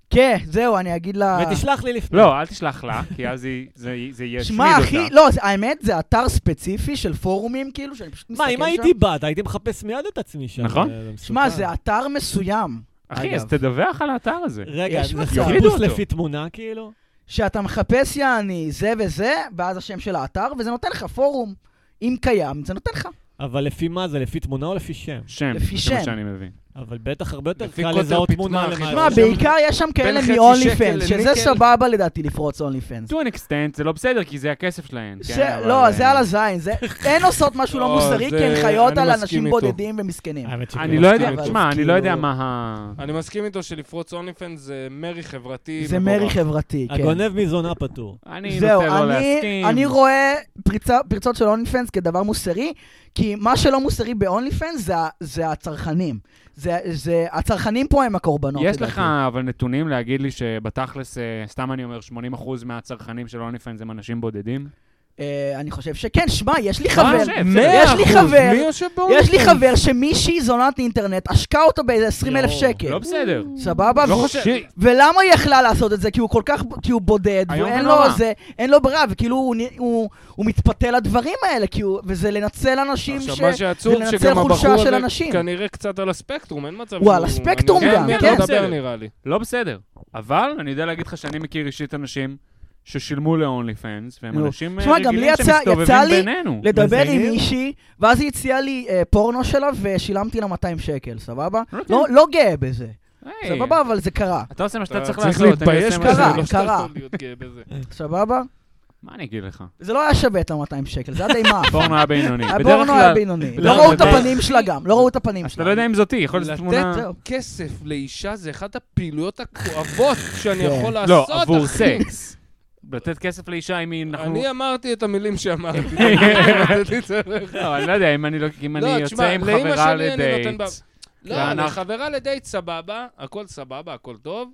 [SPEAKER 1] כן, זהו, אני אגיד לה...
[SPEAKER 4] ותשלח לי לפני.
[SPEAKER 2] לא, אל תשלח לה, כי אז היא- זה זה ישמיד אותה.
[SPEAKER 1] שמע, אחי, לא, זה- האמת, זה אתר ספציפי של פורומים, כאילו, שאני פשוט מסתכל
[SPEAKER 4] מה,
[SPEAKER 1] שם.
[SPEAKER 4] אם הייתי בת, הייתי מחפש מיד את עצמי שם. אה,
[SPEAKER 2] נכון.
[SPEAKER 4] זה- זה מסוכן.
[SPEAKER 1] שמע, זה אתר מסוים.
[SPEAKER 2] אחי,
[SPEAKER 1] אגב.
[SPEAKER 2] אז תדווח על האתר הזה.
[SPEAKER 4] רגע,
[SPEAKER 1] יש
[SPEAKER 4] זה
[SPEAKER 1] מצב.
[SPEAKER 4] חיפוש
[SPEAKER 2] יורידו
[SPEAKER 4] לפי תמונה, כאילו?
[SPEAKER 1] שאתה מחפש, יעני, זה וזה, ואז השם של האתר, וזה נותן לך פורום. אם קיים, זה נותן לך.
[SPEAKER 3] אה,
[SPEAKER 4] אבל לפי מה זה? לפי תמונה או לפי שם?
[SPEAKER 2] שם,
[SPEAKER 1] לפי
[SPEAKER 2] זה מה
[SPEAKER 1] שם.
[SPEAKER 2] שאני מבין.
[SPEAKER 4] אבל בטח הרבה יותר
[SPEAKER 3] לפי
[SPEAKER 4] קל
[SPEAKER 3] קוטר
[SPEAKER 4] לזהות
[SPEAKER 3] פיטמה,
[SPEAKER 4] תמונה
[SPEAKER 3] אחי.
[SPEAKER 4] למה...
[SPEAKER 1] שמע,
[SPEAKER 3] שם-
[SPEAKER 1] בעיקר יש שם כאלה
[SPEAKER 3] חצי
[SPEAKER 1] מ-only
[SPEAKER 3] שקל
[SPEAKER 1] fans, שזה
[SPEAKER 3] לניקל.
[SPEAKER 1] סבבה לדעתי לפרוץ only fans.
[SPEAKER 2] To an extent זה לא בסדר, כי זה הכסף שלהן.
[SPEAKER 1] זה-
[SPEAKER 2] כן, אבל-
[SPEAKER 1] לא, זה על הזין, זה- אין עושות משהו לא
[SPEAKER 3] לא,
[SPEAKER 1] מוסרי,
[SPEAKER 3] זה-
[SPEAKER 1] כי הן חיות
[SPEAKER 3] אני
[SPEAKER 1] על
[SPEAKER 3] מסכים
[SPEAKER 1] אנשים
[SPEAKER 3] איתו.
[SPEAKER 1] בודדים ומסכנים.
[SPEAKER 4] האמת שכן.
[SPEAKER 2] אני לא יודע,
[SPEAKER 3] אבל
[SPEAKER 2] תשמע, אני
[SPEAKER 1] כאילו-
[SPEAKER 2] לא יודע מה ה...
[SPEAKER 3] אני מסכים איתו שלפרוץ אונלי פנס זה מרי חברתי.
[SPEAKER 1] זה
[SPEAKER 3] מבורך.
[SPEAKER 1] מרי חברתי, כן.
[SPEAKER 4] הגונב מזונה פטור.
[SPEAKER 2] אני
[SPEAKER 1] זהו,
[SPEAKER 2] נוטה לא
[SPEAKER 1] אני-
[SPEAKER 2] להסכים.
[SPEAKER 1] אני רואה פריצה- פריצות של אונלי פנס כדבר מוסרי, כי מה שלא מוסרי באונלי פנס זה ה- זה הצרכנים. זה- זה, הצרכנים פה הם הקורבנות.
[SPEAKER 2] יש
[SPEAKER 1] לדעתי.
[SPEAKER 2] לך אבל נתונים להגיד לי שבתכלס, אה, סתם אני אומר, 80% מהצרכנים של אוניפנס הם אנשים בודדים?
[SPEAKER 1] אה, אני חושב שכן, שמע, יש לי
[SPEAKER 2] מה
[SPEAKER 1] חבר,
[SPEAKER 2] זה?
[SPEAKER 3] מאה
[SPEAKER 1] יש לי
[SPEAKER 3] אחוז,
[SPEAKER 1] חבר,
[SPEAKER 3] מי יושב באולפן?
[SPEAKER 1] יש לי חבר שמישהי זונת אינטרנט, עשקה אותו באיזה 20 אלף
[SPEAKER 4] יואו,
[SPEAKER 1] שקל.
[SPEAKER 2] לא בסדר.
[SPEAKER 1] סבבה?
[SPEAKER 2] לא
[SPEAKER 1] ו-
[SPEAKER 2] חושב...
[SPEAKER 3] שיט.
[SPEAKER 1] ולמה היא יכלה לעשות את זה? כי הוא כל כך, כי הוא בודד,
[SPEAKER 2] איום
[SPEAKER 1] ואין
[SPEAKER 2] ונורא.
[SPEAKER 1] לו זה, אין לו ברירה, וכאילו הוא, נ- הוא, הוא מתפתה לדברים האלה, כי הוא, וזה לנצל אנשים ש...
[SPEAKER 3] עכשיו, מה שעצוב,
[SPEAKER 1] ולנצל
[SPEAKER 3] שגם
[SPEAKER 1] חולשה
[SPEAKER 3] הבחור
[SPEAKER 1] של
[SPEAKER 3] הזה
[SPEAKER 1] אנשים.
[SPEAKER 3] כנראה קצת על הספקטרום, אין מצב.
[SPEAKER 1] הוא
[SPEAKER 3] שהוא-
[SPEAKER 1] על הספקטרום
[SPEAKER 3] אני-
[SPEAKER 2] גם,
[SPEAKER 3] אני
[SPEAKER 2] כן.
[SPEAKER 3] לא מדבר
[SPEAKER 2] בסדר.
[SPEAKER 3] נראה לי.
[SPEAKER 2] לא בסדר. אבל אני יודע להגיד לך שאני מכיר אישית אנשים ששילמו ל-only fans, והם
[SPEAKER 1] נו.
[SPEAKER 2] אנשים אה,
[SPEAKER 1] תשמע, גם לי
[SPEAKER 2] רגילים
[SPEAKER 1] יצא-
[SPEAKER 2] שמסתובבים
[SPEAKER 1] יצא לי
[SPEAKER 2] בינינו.
[SPEAKER 1] לדבר עם
[SPEAKER 4] מזיינים?
[SPEAKER 1] מישהי, ואז היא הציעה לי אה, פורנו שלה, ושילמתי לה 200 שקל, סבבה?
[SPEAKER 2] אוקיי. אה.
[SPEAKER 1] לא, לא גאה בזה,
[SPEAKER 2] היי,
[SPEAKER 1] סבבה? אבל זה קרה,
[SPEAKER 2] אתה עושה מה שאתה
[SPEAKER 3] אתה
[SPEAKER 2] צריך
[SPEAKER 3] צריך
[SPEAKER 2] לעשות. אני
[SPEAKER 3] להתבייש
[SPEAKER 2] עושה מה
[SPEAKER 1] בזה,
[SPEAKER 2] שאני
[SPEAKER 1] קרה,
[SPEAKER 2] לא-
[SPEAKER 3] לא שאתה
[SPEAKER 1] קרה.
[SPEAKER 3] יכול להיות גאה בזה.
[SPEAKER 1] סבבה?
[SPEAKER 2] מה אני אגיד לך?
[SPEAKER 1] זה לא היה שווה את ה-200 שקל, זה היה די מאף.
[SPEAKER 2] פורנו היה בינוני. בדרך
[SPEAKER 1] הפורנו היה
[SPEAKER 2] כלל,
[SPEAKER 1] בינוני. לא
[SPEAKER 2] בדרך
[SPEAKER 1] ראו את
[SPEAKER 2] כלל-
[SPEAKER 1] הפנים שלה גם, לא ראו את הפנים
[SPEAKER 2] אתה
[SPEAKER 1] שלה.
[SPEAKER 2] לא יודע אם זאתי, יכול להיות תמונה...
[SPEAKER 3] לתת
[SPEAKER 1] זהו.
[SPEAKER 3] כסף לאישה זה אחת הפעילויות הכואבות שאני
[SPEAKER 1] כן.
[SPEAKER 3] יכול
[SPEAKER 2] לא,
[SPEAKER 3] לעשות,
[SPEAKER 2] עבור
[SPEAKER 3] אחי.
[SPEAKER 2] סקס. לתת כסף לאישה אם היא... אנחנו-
[SPEAKER 3] אני אמרתי את המילים שאמרתי. אתה יכול לתת לי את זה.
[SPEAKER 2] לא, אני לא יודע, אם אני לא- אם אני
[SPEAKER 3] לא,
[SPEAKER 2] יוצא
[SPEAKER 3] תשמע,
[SPEAKER 2] עם
[SPEAKER 3] לאמא
[SPEAKER 2] חברה
[SPEAKER 3] שלי אני
[SPEAKER 2] לדייט.
[SPEAKER 3] נותן ב- לא,
[SPEAKER 2] ואנחנו-
[SPEAKER 3] אני חברה לדייט סבבה, הכל סבבה, הכל טוב.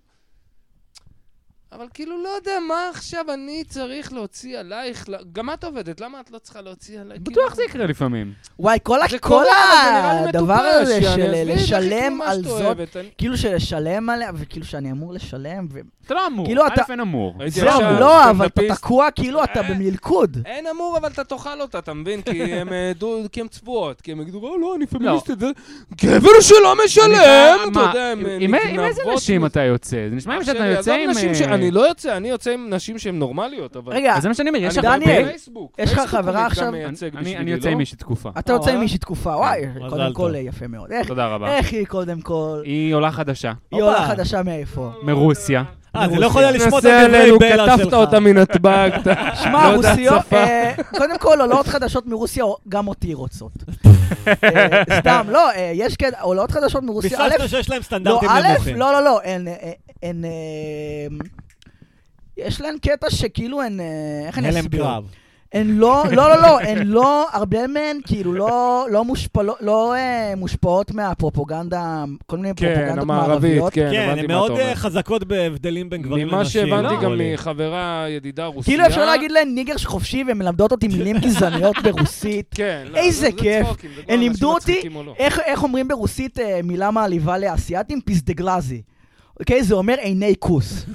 [SPEAKER 3] אבל כאילו, לא יודע, מה עכשיו אני צריך להוציא עלייך? ל- גם את עובדת, למה את לא צריכה להוציא עליי?
[SPEAKER 2] בטוח
[SPEAKER 3] כאילו-
[SPEAKER 2] זה יקרה לפעמים.
[SPEAKER 1] וואי, כל ה-
[SPEAKER 3] זה
[SPEAKER 1] כל
[SPEAKER 3] קורה, אבל זה נראה לי
[SPEAKER 1] הדבר
[SPEAKER 3] מטופש,
[SPEAKER 1] הזה
[SPEAKER 3] יעני,
[SPEAKER 1] של
[SPEAKER 3] עזבי, לכי
[SPEAKER 1] לשלם
[SPEAKER 3] תראי מה
[SPEAKER 1] על
[SPEAKER 3] שאת
[SPEAKER 1] זאת,
[SPEAKER 3] אוהבת, אני-
[SPEAKER 1] כאילו שלשלם עליה, וכאילו שאני אמור לשלם, ו...
[SPEAKER 2] אתה לא אמור.
[SPEAKER 1] כאילו, אתה-
[SPEAKER 2] א' אין אמור.
[SPEAKER 3] הייתי
[SPEAKER 1] זהו,
[SPEAKER 3] ישר,
[SPEAKER 1] לא,
[SPEAKER 3] אתה
[SPEAKER 1] אבל אתה
[SPEAKER 3] סטנדאפיסט.
[SPEAKER 1] תקוע כאילו אתה
[SPEAKER 3] אה.
[SPEAKER 1] במלכוד.
[SPEAKER 3] אין אמור, אבל אתה תאכל אותה, אתה מבין? כי הם, אה, דו- כי הם צבועות, כי הם יגידו, "אה, לא, אני פמיניסטית. זה- גבר שלא
[SPEAKER 2] אני
[SPEAKER 3] משלם!
[SPEAKER 2] יודע,
[SPEAKER 3] אתה
[SPEAKER 2] מה,
[SPEAKER 3] יודע, הם אה,
[SPEAKER 2] עם- עם איזה
[SPEAKER 3] נגנבות
[SPEAKER 2] נשים
[SPEAKER 3] מזה.
[SPEAKER 2] אתה יוצא? זה נשמע לי
[SPEAKER 3] אח
[SPEAKER 2] שאתה
[SPEAKER 3] שלי,
[SPEAKER 2] יוצא
[SPEAKER 3] עזוב
[SPEAKER 2] עם...
[SPEAKER 3] נשים ש...
[SPEAKER 2] אה,
[SPEAKER 3] אני לא יוצא, אני יוצא עם נשים שהן נורמליות, אבל...
[SPEAKER 1] רגע,
[SPEAKER 2] אז זה מה שאני אומר, יש
[SPEAKER 3] אני
[SPEAKER 2] הרבה...
[SPEAKER 1] אה, דניאל,
[SPEAKER 3] בפייסבוק. פייסבוק
[SPEAKER 1] יש לך
[SPEAKER 3] הוא
[SPEAKER 1] חברה
[SPEAKER 3] גם
[SPEAKER 1] עכשיו?
[SPEAKER 3] מייצג
[SPEAKER 2] אני-
[SPEAKER 3] בשבילי,
[SPEAKER 2] אני יוצא עם
[SPEAKER 3] לא?
[SPEAKER 2] מישהי תקופה.
[SPEAKER 1] אתה יוצא עם
[SPEAKER 4] וואלה.
[SPEAKER 1] מישהי תקופה, וואי,
[SPEAKER 4] אה, מזל
[SPEAKER 1] קודם כל אה,
[SPEAKER 4] טוב.
[SPEAKER 1] יפה מאוד. איך-
[SPEAKER 2] תודה רבה.
[SPEAKER 1] איך היא קודם כל?
[SPEAKER 2] היא עולה חדשה,
[SPEAKER 1] היא עולה
[SPEAKER 4] הופה.
[SPEAKER 1] חדשה מאיפה?
[SPEAKER 2] מרוסיה.
[SPEAKER 4] אה, זה
[SPEAKER 1] ברוסיה.
[SPEAKER 4] לא יכול היה לשמוט את
[SPEAKER 3] תנסה
[SPEAKER 4] דברי
[SPEAKER 3] עלינו,
[SPEAKER 4] בלע שלך.
[SPEAKER 3] כתבת אותה מנתב"ג. אתה-
[SPEAKER 1] שמע,
[SPEAKER 3] לא יודעת
[SPEAKER 1] רוסיות,
[SPEAKER 3] שפה.
[SPEAKER 1] אה, קודם כל עולות חדשות מרוסיה, גם אותי רוצות. אה, סתם, לא, אה, יש כאלה, עולות חדשות מרוסיה, א',
[SPEAKER 4] ביססנו שיש להם
[SPEAKER 1] לא,
[SPEAKER 4] סטנדרטים
[SPEAKER 1] א',
[SPEAKER 4] נמוכים.
[SPEAKER 1] לא, לא, לא, הן... אה, הן אה, יש להן קטע שכאילו הן... אה, איך אני
[SPEAKER 4] הלם
[SPEAKER 1] אסביר?
[SPEAKER 4] קרב.
[SPEAKER 1] הן לא, לא, לא, לא, הן לא, הרבה מהן כאילו לא, לא, מושפלו, לא אה, מושפעות מהפרופוגנדה, כל מיני
[SPEAKER 3] כן,
[SPEAKER 1] פרופוגנדות
[SPEAKER 3] המערבית,
[SPEAKER 1] מערביות.
[SPEAKER 3] כן,
[SPEAKER 4] כן,
[SPEAKER 3] הבנתי מה
[SPEAKER 4] הן
[SPEAKER 3] אתה
[SPEAKER 4] מאוד
[SPEAKER 3] אומר.
[SPEAKER 4] אה, חזקות בהבדלים בין גברים לנשים. לא,
[SPEAKER 3] ממה שהבנתי גם
[SPEAKER 4] לי.
[SPEAKER 3] מחברה, ידידה רוסיה.
[SPEAKER 1] כאילו אפשר להגיד להן ניגרש חופשי והן מלמדות אותי מילים גזעניות ברוסית.
[SPEAKER 3] כן, לא,
[SPEAKER 1] איזה
[SPEAKER 3] זה- זה
[SPEAKER 1] כיף.
[SPEAKER 3] צחוקים, זה כל
[SPEAKER 1] הם
[SPEAKER 3] אנשים
[SPEAKER 1] לימדו אותי
[SPEAKER 3] מצחיקים או לא.
[SPEAKER 1] איך, איך אומרים ברוסית אה, מילה מעליבה לאסייתים? פיסדגלזי. אוקיי? זה אומר עיני כוס.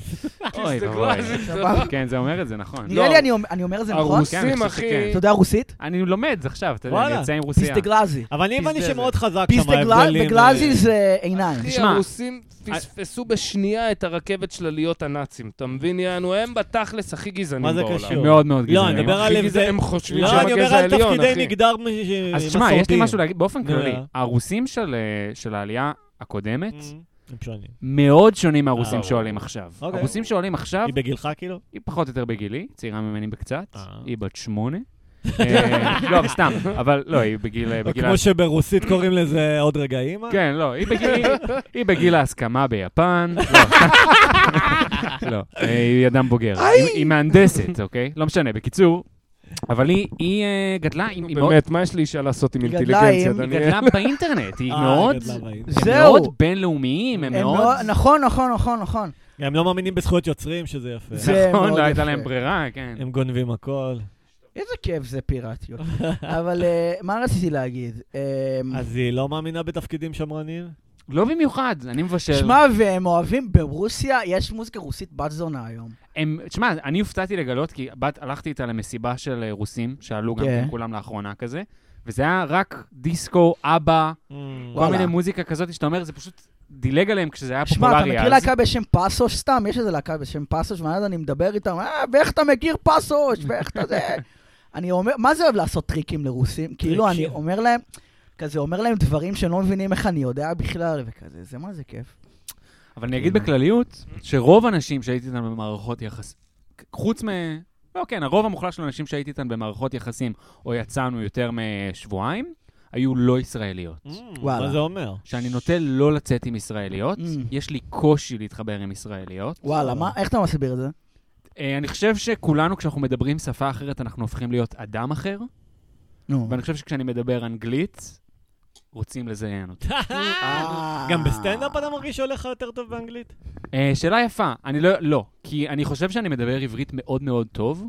[SPEAKER 3] לא.
[SPEAKER 2] אוי
[SPEAKER 3] זה
[SPEAKER 2] ואבוי.
[SPEAKER 3] גלאזי, זה-
[SPEAKER 2] כן, זה אומר את זה, נכון.
[SPEAKER 1] נראה
[SPEAKER 3] לא.
[SPEAKER 1] לי אני, אומר- אני אומר את זה נכון?
[SPEAKER 2] כן, אני
[SPEAKER 3] הרוסים,
[SPEAKER 2] חושב
[SPEAKER 3] אחי.
[SPEAKER 2] שכן.
[SPEAKER 1] אתה יודע רוסית?
[SPEAKER 2] אני לומד עכשיו, אתה יודע, אני
[SPEAKER 4] וואלה.
[SPEAKER 2] יוצא עם רוסיה.
[SPEAKER 1] פיסדגלזי.
[SPEAKER 4] אבל אני הבנתי
[SPEAKER 2] פיסדזל.
[SPEAKER 4] שמאוד חזק שם ההבדלים.
[SPEAKER 1] פיסדגלזי
[SPEAKER 4] אה,
[SPEAKER 1] זה עיניים.
[SPEAKER 3] אחי,
[SPEAKER 2] תשמע,
[SPEAKER 3] הרוסים פספסו בשנייה את הרכבת שלליות הנאצים. אתה מבין, יענו, הם בתכלס הכי
[SPEAKER 4] מה
[SPEAKER 3] גזענים
[SPEAKER 4] זה
[SPEAKER 3] בעולם.
[SPEAKER 4] קשור?
[SPEAKER 2] הם מאוד מאוד
[SPEAKER 4] לא, אני
[SPEAKER 2] גזענים.
[SPEAKER 4] מדבר
[SPEAKER 3] הכי
[SPEAKER 4] על הבדל-
[SPEAKER 3] גזע- הם חושבים
[SPEAKER 4] לא,
[SPEAKER 3] שהם
[SPEAKER 4] אני אומר
[SPEAKER 3] הגזע
[SPEAKER 4] על
[SPEAKER 3] העליון,
[SPEAKER 4] תפקידי
[SPEAKER 3] אחי.
[SPEAKER 4] מגדר מסורתיים.
[SPEAKER 2] אז תשמע, יש לי משהו להגיד באופן
[SPEAKER 4] נו,
[SPEAKER 2] כללי.
[SPEAKER 4] יאללה.
[SPEAKER 2] הרוסים של, אה, של העלייה הקודמת
[SPEAKER 4] Mm-hmm. הם שונים.
[SPEAKER 2] מאוד שונים מהרוסים
[SPEAKER 4] אה.
[SPEAKER 2] שעולים עכשיו.
[SPEAKER 4] אוקיי.
[SPEAKER 2] הרוסים שעולים עכשיו,
[SPEAKER 4] היא בגילך כאילו?
[SPEAKER 2] היא פחות או יותר בגילי, צעירה ממני בקצת,
[SPEAKER 4] אה.
[SPEAKER 2] היא בת שמונה. אה, לא, אבל סתם, אבל לא, היא בגיל...
[SPEAKER 4] או
[SPEAKER 2] בגיל
[SPEAKER 4] כמו שברוסית קוראים לזה עוד רגע אימא?
[SPEAKER 2] כן, לא, היא בגיל, היא, היא בגיל ההסכמה ביפן. לא, לא, היא אדם בוגר. היא, היא מהנדסת, אוקיי? לא משנה, בקיצור. אבל היא, היא אה, גדלה, היא, היא מאוד...
[SPEAKER 3] באמת, מה יש לי אישה לעשות עם
[SPEAKER 1] גדלה
[SPEAKER 3] אינטליגנציה,
[SPEAKER 1] עם-
[SPEAKER 2] היא
[SPEAKER 3] דניאל?
[SPEAKER 2] גדלה באינטרנט, היא
[SPEAKER 4] אה,
[SPEAKER 2] מאוד...
[SPEAKER 4] גדלה באינטרנט.
[SPEAKER 2] הם
[SPEAKER 1] זהו.
[SPEAKER 2] מאוד בינלאומיים, הם
[SPEAKER 1] הם
[SPEAKER 2] מאוד...
[SPEAKER 1] מאוד- נכון, נכון, נכון, נכון.
[SPEAKER 4] הם לא מאמינים בזכויות יוצרים, שזה יפה.
[SPEAKER 1] זה-
[SPEAKER 2] נכון,
[SPEAKER 1] מאוד
[SPEAKER 2] לא הייתה
[SPEAKER 1] יפה.
[SPEAKER 2] להם ברירה, כן.
[SPEAKER 4] הם גונבים הכל.
[SPEAKER 1] איזה כיף זה פיראטיות. אבל אה, מה רציתי להגיד? אה,
[SPEAKER 4] אז היא לא מאמינה בתפקידים שמרניים?
[SPEAKER 2] לא במיוחד, אני מבשל.
[SPEAKER 1] שמע, והם אוהבים, ברוסיה יש מוזיקה רוסית בת זונה היום.
[SPEAKER 2] הם, תשמע, אני הופתעתי לגלות, כי בת, הלכתי איתה למסיבה של אה, רוסים, שעלו גם
[SPEAKER 1] כן.
[SPEAKER 2] כן כולם לאחרונה כזה, וזה היה רק דיסקו, אבא,
[SPEAKER 4] Mm.
[SPEAKER 2] כל
[SPEAKER 1] וואלה.
[SPEAKER 2] מיני מוזיקה כזאת שאתה אומר, זה פשוט דילג עליהם כשזה היה
[SPEAKER 1] שמע, אתה
[SPEAKER 2] פופולרי
[SPEAKER 1] מכיר
[SPEAKER 2] אז.
[SPEAKER 1] להקה בשם פסוש סתם? יש איזה להקה בשם פסוש, ואז אני מדבר איתם, אה, ואיך אתה מכיר פסוש? ואיך אתה זה? אני אומר, מה זה אוהב לעשות טריקים לרוסים? כאילו, אני
[SPEAKER 4] טריקים.
[SPEAKER 1] אומר להם, כזה אומר להם דברים שהם לא מבינים איך אני יודע בכלל, וכזה, זה מה זה כיף.
[SPEAKER 2] אבל אני אגיד בכלליות, שרוב האנשים שהייתי איתם במערכות יחס... חוץ מ... לא, כן, הרוב המוחלט של האנשים שהייתי איתם במערכות יחסים, או יצאנו יותר משבועיים, היו לא ישראליות.
[SPEAKER 1] וואלה.
[SPEAKER 4] Mm. מה זה אומר?
[SPEAKER 2] שאני נוטה לא לצאת עם ישראליות,
[SPEAKER 1] Mm.
[SPEAKER 2] יש לי קושי להתחבר עם ישראליות.
[SPEAKER 1] וואלה, מה- איך אתה מסביר את זה?
[SPEAKER 2] אה, אני חושב שכולנו, כשאנחנו מדברים שפה אחרת, אנחנו הופכים להיות אדם אחר,
[SPEAKER 1] נו.
[SPEAKER 2] ואני חושב שכשאני מדבר אנגלית, רוצים לזיין אותי.
[SPEAKER 1] אה.
[SPEAKER 4] גם בסטנדאפ אתה מרגיש שהולך לך יותר טוב באנגלית?
[SPEAKER 2] אה, שאלה יפה, אני לא, לא, כי אני חושב שאני מדבר עברית מאוד מאוד טוב,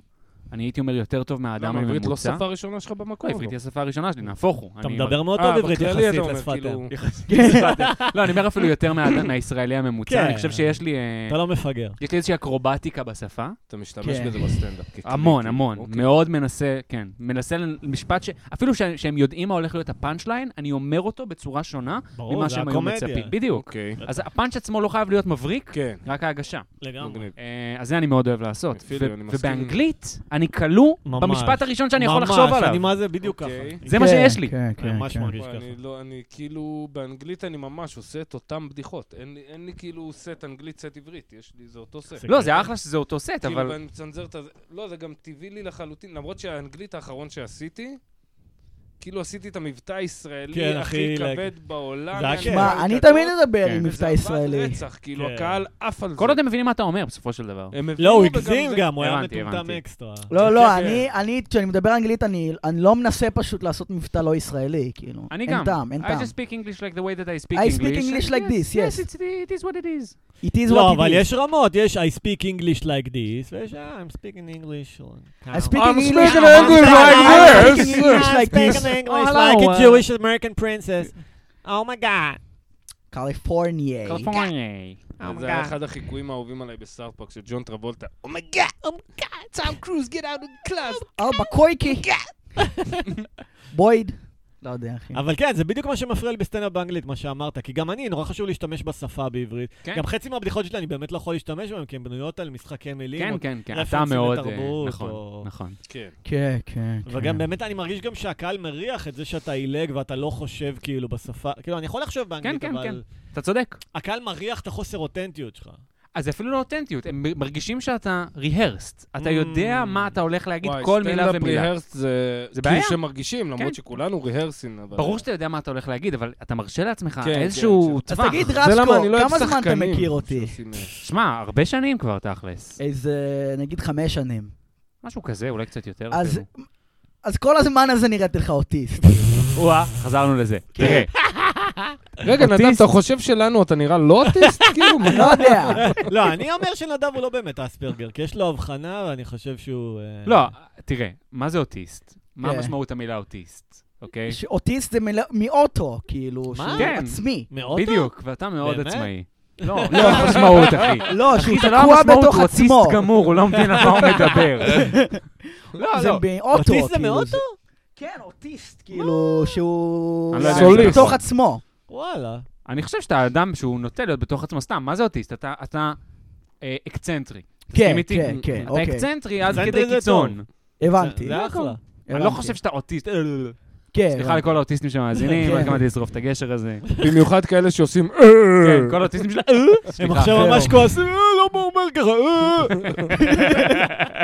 [SPEAKER 2] אני הייתי אומר יותר טוב מהאדם
[SPEAKER 3] למה
[SPEAKER 2] הממוצע.
[SPEAKER 3] עברית לא שפה ראשונה שלך במקום?
[SPEAKER 2] לא, עברית היא השפה הראשונה שלי, נהפוך הוא.
[SPEAKER 4] אתה
[SPEAKER 2] אני-
[SPEAKER 4] מדבר אה, מאוד
[SPEAKER 3] אה,
[SPEAKER 4] טוב עברית
[SPEAKER 3] בכללי אתה
[SPEAKER 4] יחסית אה.
[SPEAKER 3] אומר,
[SPEAKER 4] לשפת
[SPEAKER 3] כאילו-
[SPEAKER 4] אם.
[SPEAKER 2] יחסית לשפת אם. לא, אני אומר אפילו יותר מהאדם- מהישראלי
[SPEAKER 4] כן.
[SPEAKER 2] הממוצע. אני חושב שיש לי... אה,
[SPEAKER 4] אתה לא מפגר.
[SPEAKER 2] יש לי איזושהי אקרובטיקה בשפה.
[SPEAKER 3] אתה משתמש
[SPEAKER 1] כן.
[SPEAKER 3] בזה בסטנדאפ. ככלי,
[SPEAKER 2] המון,
[SPEAKER 3] כאילו.
[SPEAKER 2] המון.
[SPEAKER 3] אוקיי.
[SPEAKER 2] מאוד מנסה, כן. מנסה למשפט ש... אפילו ש- שהם יודעים מה הולך להיות הפאנצ' ליין, אני אומר אותו בצורה שונה
[SPEAKER 4] ברור,
[SPEAKER 2] ממה
[SPEAKER 4] זה
[SPEAKER 2] שהם היו
[SPEAKER 4] הקומדיה.
[SPEAKER 2] מצפים. בדיוק.
[SPEAKER 3] אוקיי.
[SPEAKER 2] אז הפאנץ' עצמו לא חייב להיות מבריק,
[SPEAKER 3] כן,
[SPEAKER 2] רק ההגשה.
[SPEAKER 4] לגמרי.
[SPEAKER 3] מגניב.
[SPEAKER 2] אה, אז זה אני מאוד אוהב לעשות.
[SPEAKER 3] אפילו,
[SPEAKER 2] ו-
[SPEAKER 3] אני מסכים.
[SPEAKER 2] ובאנגלית, אני כלוא
[SPEAKER 4] ממש.
[SPEAKER 2] במשפט הראשון שאני יכול
[SPEAKER 4] ממש,
[SPEAKER 2] לחשוב עליו.
[SPEAKER 4] אני מה זה בדיוק ככה.
[SPEAKER 3] אוקיי.
[SPEAKER 2] זה מה
[SPEAKER 1] כן,
[SPEAKER 2] שיש לי.
[SPEAKER 1] כן, כן,
[SPEAKER 4] ממש
[SPEAKER 1] כן.
[SPEAKER 4] מרגיש
[SPEAKER 3] וואי, אני
[SPEAKER 4] ככה.
[SPEAKER 3] לא, אני כאילו, באנגלית אני ממש עושה את אותן בדיחות. אין לי- אין לי כאילו סט אנגלית, סט עברית, יש לי, זה אותו סט.
[SPEAKER 2] לא, זה אחלה שזה אותו סט,
[SPEAKER 3] כאילו,
[SPEAKER 2] אבל...
[SPEAKER 3] ואני מצנזר את הזה. לא, זה גם טבעי לי לחלוטין, למרות שהאנגלית האחרון שעשיתי, כאילו עשיתי את המבטא
[SPEAKER 4] כן,
[SPEAKER 3] הישראלי
[SPEAKER 4] הכי
[SPEAKER 3] הכי
[SPEAKER 4] ל-
[SPEAKER 3] כבד בעולם.
[SPEAKER 4] זה היה
[SPEAKER 3] אני
[SPEAKER 4] כיף.
[SPEAKER 3] בעל
[SPEAKER 1] מה, אני
[SPEAKER 3] גדול,
[SPEAKER 1] תמיד אדבר
[SPEAKER 2] כן.
[SPEAKER 1] עם מבטא
[SPEAKER 3] וזה
[SPEAKER 1] ישראלי.
[SPEAKER 3] עבד רצח, כאילו,
[SPEAKER 4] כן.
[SPEAKER 3] הקהל עף על זה.
[SPEAKER 2] כל עוד הם מבינים מה אתה אומר, בסופו של דבר.
[SPEAKER 3] הם
[SPEAKER 4] לא,
[SPEAKER 3] הבינו,
[SPEAKER 4] הוא
[SPEAKER 3] וגם
[SPEAKER 4] הגזים
[SPEAKER 3] זה-
[SPEAKER 4] גם, הוא היה
[SPEAKER 2] הבנתי,
[SPEAKER 4] מטומטם
[SPEAKER 2] הבנתי.
[SPEAKER 4] אקסטרה.
[SPEAKER 1] לא, לא,
[SPEAKER 3] כן.
[SPEAKER 1] אני, אני, כשאני מדבר אנגלית, אני אני לא מנסה פשוט לעשות מבטא לא ישראלי, כאילו.
[SPEAKER 2] אני
[SPEAKER 1] אין
[SPEAKER 2] גם.
[SPEAKER 1] טעם, אין
[SPEAKER 2] I
[SPEAKER 1] טעם.
[SPEAKER 2] just speak English like the way that I speak
[SPEAKER 1] I
[SPEAKER 2] English.
[SPEAKER 1] speak English like this, yes.
[SPEAKER 2] Yes, it's- it is what it is.
[SPEAKER 1] It is
[SPEAKER 4] לא,
[SPEAKER 1] what it
[SPEAKER 4] אבל
[SPEAKER 1] is.
[SPEAKER 4] יש רמות, יש I speak English like this, ויש "Ah, I'm speaking English. אה, like-
[SPEAKER 1] I speak English
[SPEAKER 2] speaking
[SPEAKER 1] I'm
[SPEAKER 2] English
[SPEAKER 4] אה,
[SPEAKER 1] speaking
[SPEAKER 2] like
[SPEAKER 1] English
[SPEAKER 2] this.
[SPEAKER 1] English like
[SPEAKER 4] speaking
[SPEAKER 1] this.
[SPEAKER 4] English
[SPEAKER 2] Hello,
[SPEAKER 4] like a
[SPEAKER 2] uh,
[SPEAKER 4] Jewish American princess. Oh my god.
[SPEAKER 1] קליפורניה.
[SPEAKER 2] California.
[SPEAKER 3] זה היה אחד החיקויים האהובים עליי בסארטפארק של ג'ון טרבולטה.
[SPEAKER 2] Oh
[SPEAKER 3] אומייגאד, אומייגאד, טאם קרוז, גט אאוט קלאס.
[SPEAKER 1] ארבע קויקי. בויד. לא יודע, אחי.
[SPEAKER 4] אבל כן, זה בדיוק מה שמפריע לי בסטנדאפ באנגלית, מה שאמרת, כי גם אני, נורא חשוב להשתמש בשפה בעברית.
[SPEAKER 2] כן.
[SPEAKER 4] גם חצי מהבדיחות שלי אני באמת לא יכול להשתמש בהן, כי הן בנויות על משחקי מילים.
[SPEAKER 2] כן,
[SPEAKER 4] או-
[SPEAKER 2] כן, כן. אתה
[SPEAKER 4] רפרנסים
[SPEAKER 2] מאוד... אה,
[SPEAKER 4] לתרבות, או-
[SPEAKER 2] נכון, נכון.
[SPEAKER 3] כן.
[SPEAKER 1] כן, כן.
[SPEAKER 4] וגם באמת אני מרגיש גם שהקהל מריח את זה שאתה עילג ואתה לא חושב כאילו בשפה, כאילו אני יכול לחשוב באנגלית,
[SPEAKER 2] כן, כן.
[SPEAKER 4] אבל
[SPEAKER 2] אתה צודק.
[SPEAKER 4] הקהל מריח את החוסר אותנטיות שלך.
[SPEAKER 2] אז זה אפילו לא אותנטיות, הם מ- מרגישים שאתה rehearsed. אתה יודע
[SPEAKER 4] Mm.
[SPEAKER 2] מה אתה הולך להגיד כל מילה
[SPEAKER 3] סטנדאפ
[SPEAKER 2] ומילה.
[SPEAKER 3] ריהרס זה...
[SPEAKER 2] זה
[SPEAKER 3] כאילו
[SPEAKER 2] בעיה.
[SPEAKER 3] שמרגישים,
[SPEAKER 2] כן.
[SPEAKER 3] למרות שכולנו ריהרסים, אבל...
[SPEAKER 2] ברור שאתה יודע מה אתה הולך להגיד, אבל אתה מרשה לעצמך
[SPEAKER 3] כן,
[SPEAKER 2] איזשהו
[SPEAKER 3] כן,
[SPEAKER 1] אז
[SPEAKER 2] טווח.
[SPEAKER 1] תגיד
[SPEAKER 3] זה למה
[SPEAKER 1] רבסקו,
[SPEAKER 3] אני לא אוהב
[SPEAKER 1] כמה זמן אתה
[SPEAKER 3] שחקנים
[SPEAKER 1] מכיר אותי?
[SPEAKER 3] שעושים, אה,
[SPEAKER 2] שמע, הרבה שנים כבר, תכלס.
[SPEAKER 1] איזה, נגיד חמש שנים.
[SPEAKER 2] משהו כזה, אולי קצת יותר.
[SPEAKER 1] אז-
[SPEAKER 2] אפילו.
[SPEAKER 1] אז כל הזמן הזה נראית לך אוטיסט.
[SPEAKER 2] וואה, חזרנו לזה.
[SPEAKER 1] כן.
[SPEAKER 2] תראה,
[SPEAKER 3] רגע, נדב, אתה חושב שלנו אתה נראה לא אוטיסט? כאילו, מה?
[SPEAKER 1] לא יודע.
[SPEAKER 4] לא, אני אומר שנדב הוא לא באמת אספרגר, כי יש לו הבחנה ואני חושב שהוא... אה,
[SPEAKER 2] לא, תראה, מה זה אוטיסט? מה
[SPEAKER 1] כן.
[SPEAKER 2] משמעות המילה אוטיסט, אוקיי?
[SPEAKER 1] אוטיסט זה מל- מאוטו, כאילו,
[SPEAKER 4] מה?
[SPEAKER 1] שהוא
[SPEAKER 2] כן.
[SPEAKER 1] עצמי.
[SPEAKER 4] מאוטו?
[SPEAKER 2] בדיוק, ואתה מאוד
[SPEAKER 4] באמת?
[SPEAKER 2] עצמאי. לא, לא המשמעות, אחי.
[SPEAKER 1] לא, שהוא
[SPEAKER 2] אחי, זה לא
[SPEAKER 1] תקוע
[SPEAKER 2] המשמעות,
[SPEAKER 1] בתוך
[SPEAKER 2] הוא אוטיסט
[SPEAKER 1] עצמו.
[SPEAKER 2] גמור, הוא לא מבין על מה הוא מדבר. לא,
[SPEAKER 1] זה
[SPEAKER 2] לא.
[SPEAKER 1] באוטו.
[SPEAKER 4] אוטיסט זה
[SPEAKER 1] כאילו,
[SPEAKER 4] מאוטו?
[SPEAKER 1] כן, אוטיסט, כאילו, שהוא...
[SPEAKER 2] אני לא יודע.
[SPEAKER 3] סוליסט.
[SPEAKER 1] בתוך עצמו.
[SPEAKER 4] וואלה.
[SPEAKER 2] אני חושב שאתה אדם שהוא נוטה להיות בתוך עצמו סתם, מה זה אוטיסט? אתה- אתה אה, אקצנטרי.
[SPEAKER 1] כן,
[SPEAKER 2] מסכים איתי?
[SPEAKER 1] כן, כן,
[SPEAKER 2] אתה
[SPEAKER 1] אוקיי.
[SPEAKER 2] אקצנטרי עד
[SPEAKER 4] אקצנטרי
[SPEAKER 2] כדי
[SPEAKER 4] זה
[SPEAKER 2] קיצון.
[SPEAKER 1] הבנתי.
[SPEAKER 4] זה אחלה.
[SPEAKER 2] אני לא
[SPEAKER 1] הבנתי.
[SPEAKER 2] חושב שאתה אוטיסט.
[SPEAKER 1] כן,
[SPEAKER 2] סליחה לכל האוטיסטים שמאזינים,
[SPEAKER 1] כן.
[SPEAKER 2] רק אמרתי לשרוף את הגשר הזה.
[SPEAKER 3] במיוחד כאלה שעושים... "אה",
[SPEAKER 2] כן, כל האוטיסטים של...
[SPEAKER 4] אה? הם
[SPEAKER 2] סליחה.
[SPEAKER 4] עכשיו
[SPEAKER 1] זהו.
[SPEAKER 4] ממש כועסים, "אה, למה הוא אומר ככה? אה."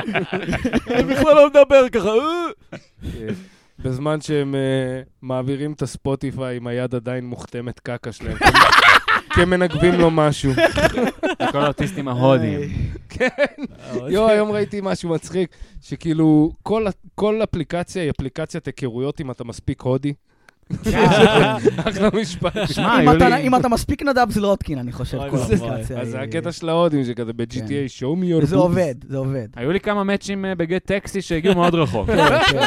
[SPEAKER 4] אני בכלל לא מדבר ככה, "אה."
[SPEAKER 3] כן. בזמן שהם אה, מעבירים את הספוטיפיי עם היד עדיין מוכתמת קקה שלהם. כי הם מנגבים לו משהו.
[SPEAKER 2] כל האוטיסטים ההודים.
[SPEAKER 3] יואו, היום ראיתי משהו מצחיק, שכאילו כל ה- כל אפליקציה היא אפליקציית היכרויות אם אתה מספיק הודי.
[SPEAKER 2] אה,
[SPEAKER 3] אחלה משפט.
[SPEAKER 2] שמע,
[SPEAKER 1] אם
[SPEAKER 2] היו
[SPEAKER 1] אתה-
[SPEAKER 2] לי...
[SPEAKER 1] אם אתה מספיק נדב זלוטקין, אני חושב,
[SPEAKER 4] אוי
[SPEAKER 1] כל
[SPEAKER 4] ואבוי.
[SPEAKER 1] האפליקציה.
[SPEAKER 2] אה,
[SPEAKER 3] אז זה
[SPEAKER 1] היא-
[SPEAKER 3] הקטע של ההודים, שכזה
[SPEAKER 2] כן.
[SPEAKER 3] ב-GTA, show me your boobs.
[SPEAKER 1] זה עובד, זה עובד.
[SPEAKER 2] היו לי כמה מאצ'ים אה, בגט טקסי שהגיעו מאוד רחוק. לא
[SPEAKER 1] כן,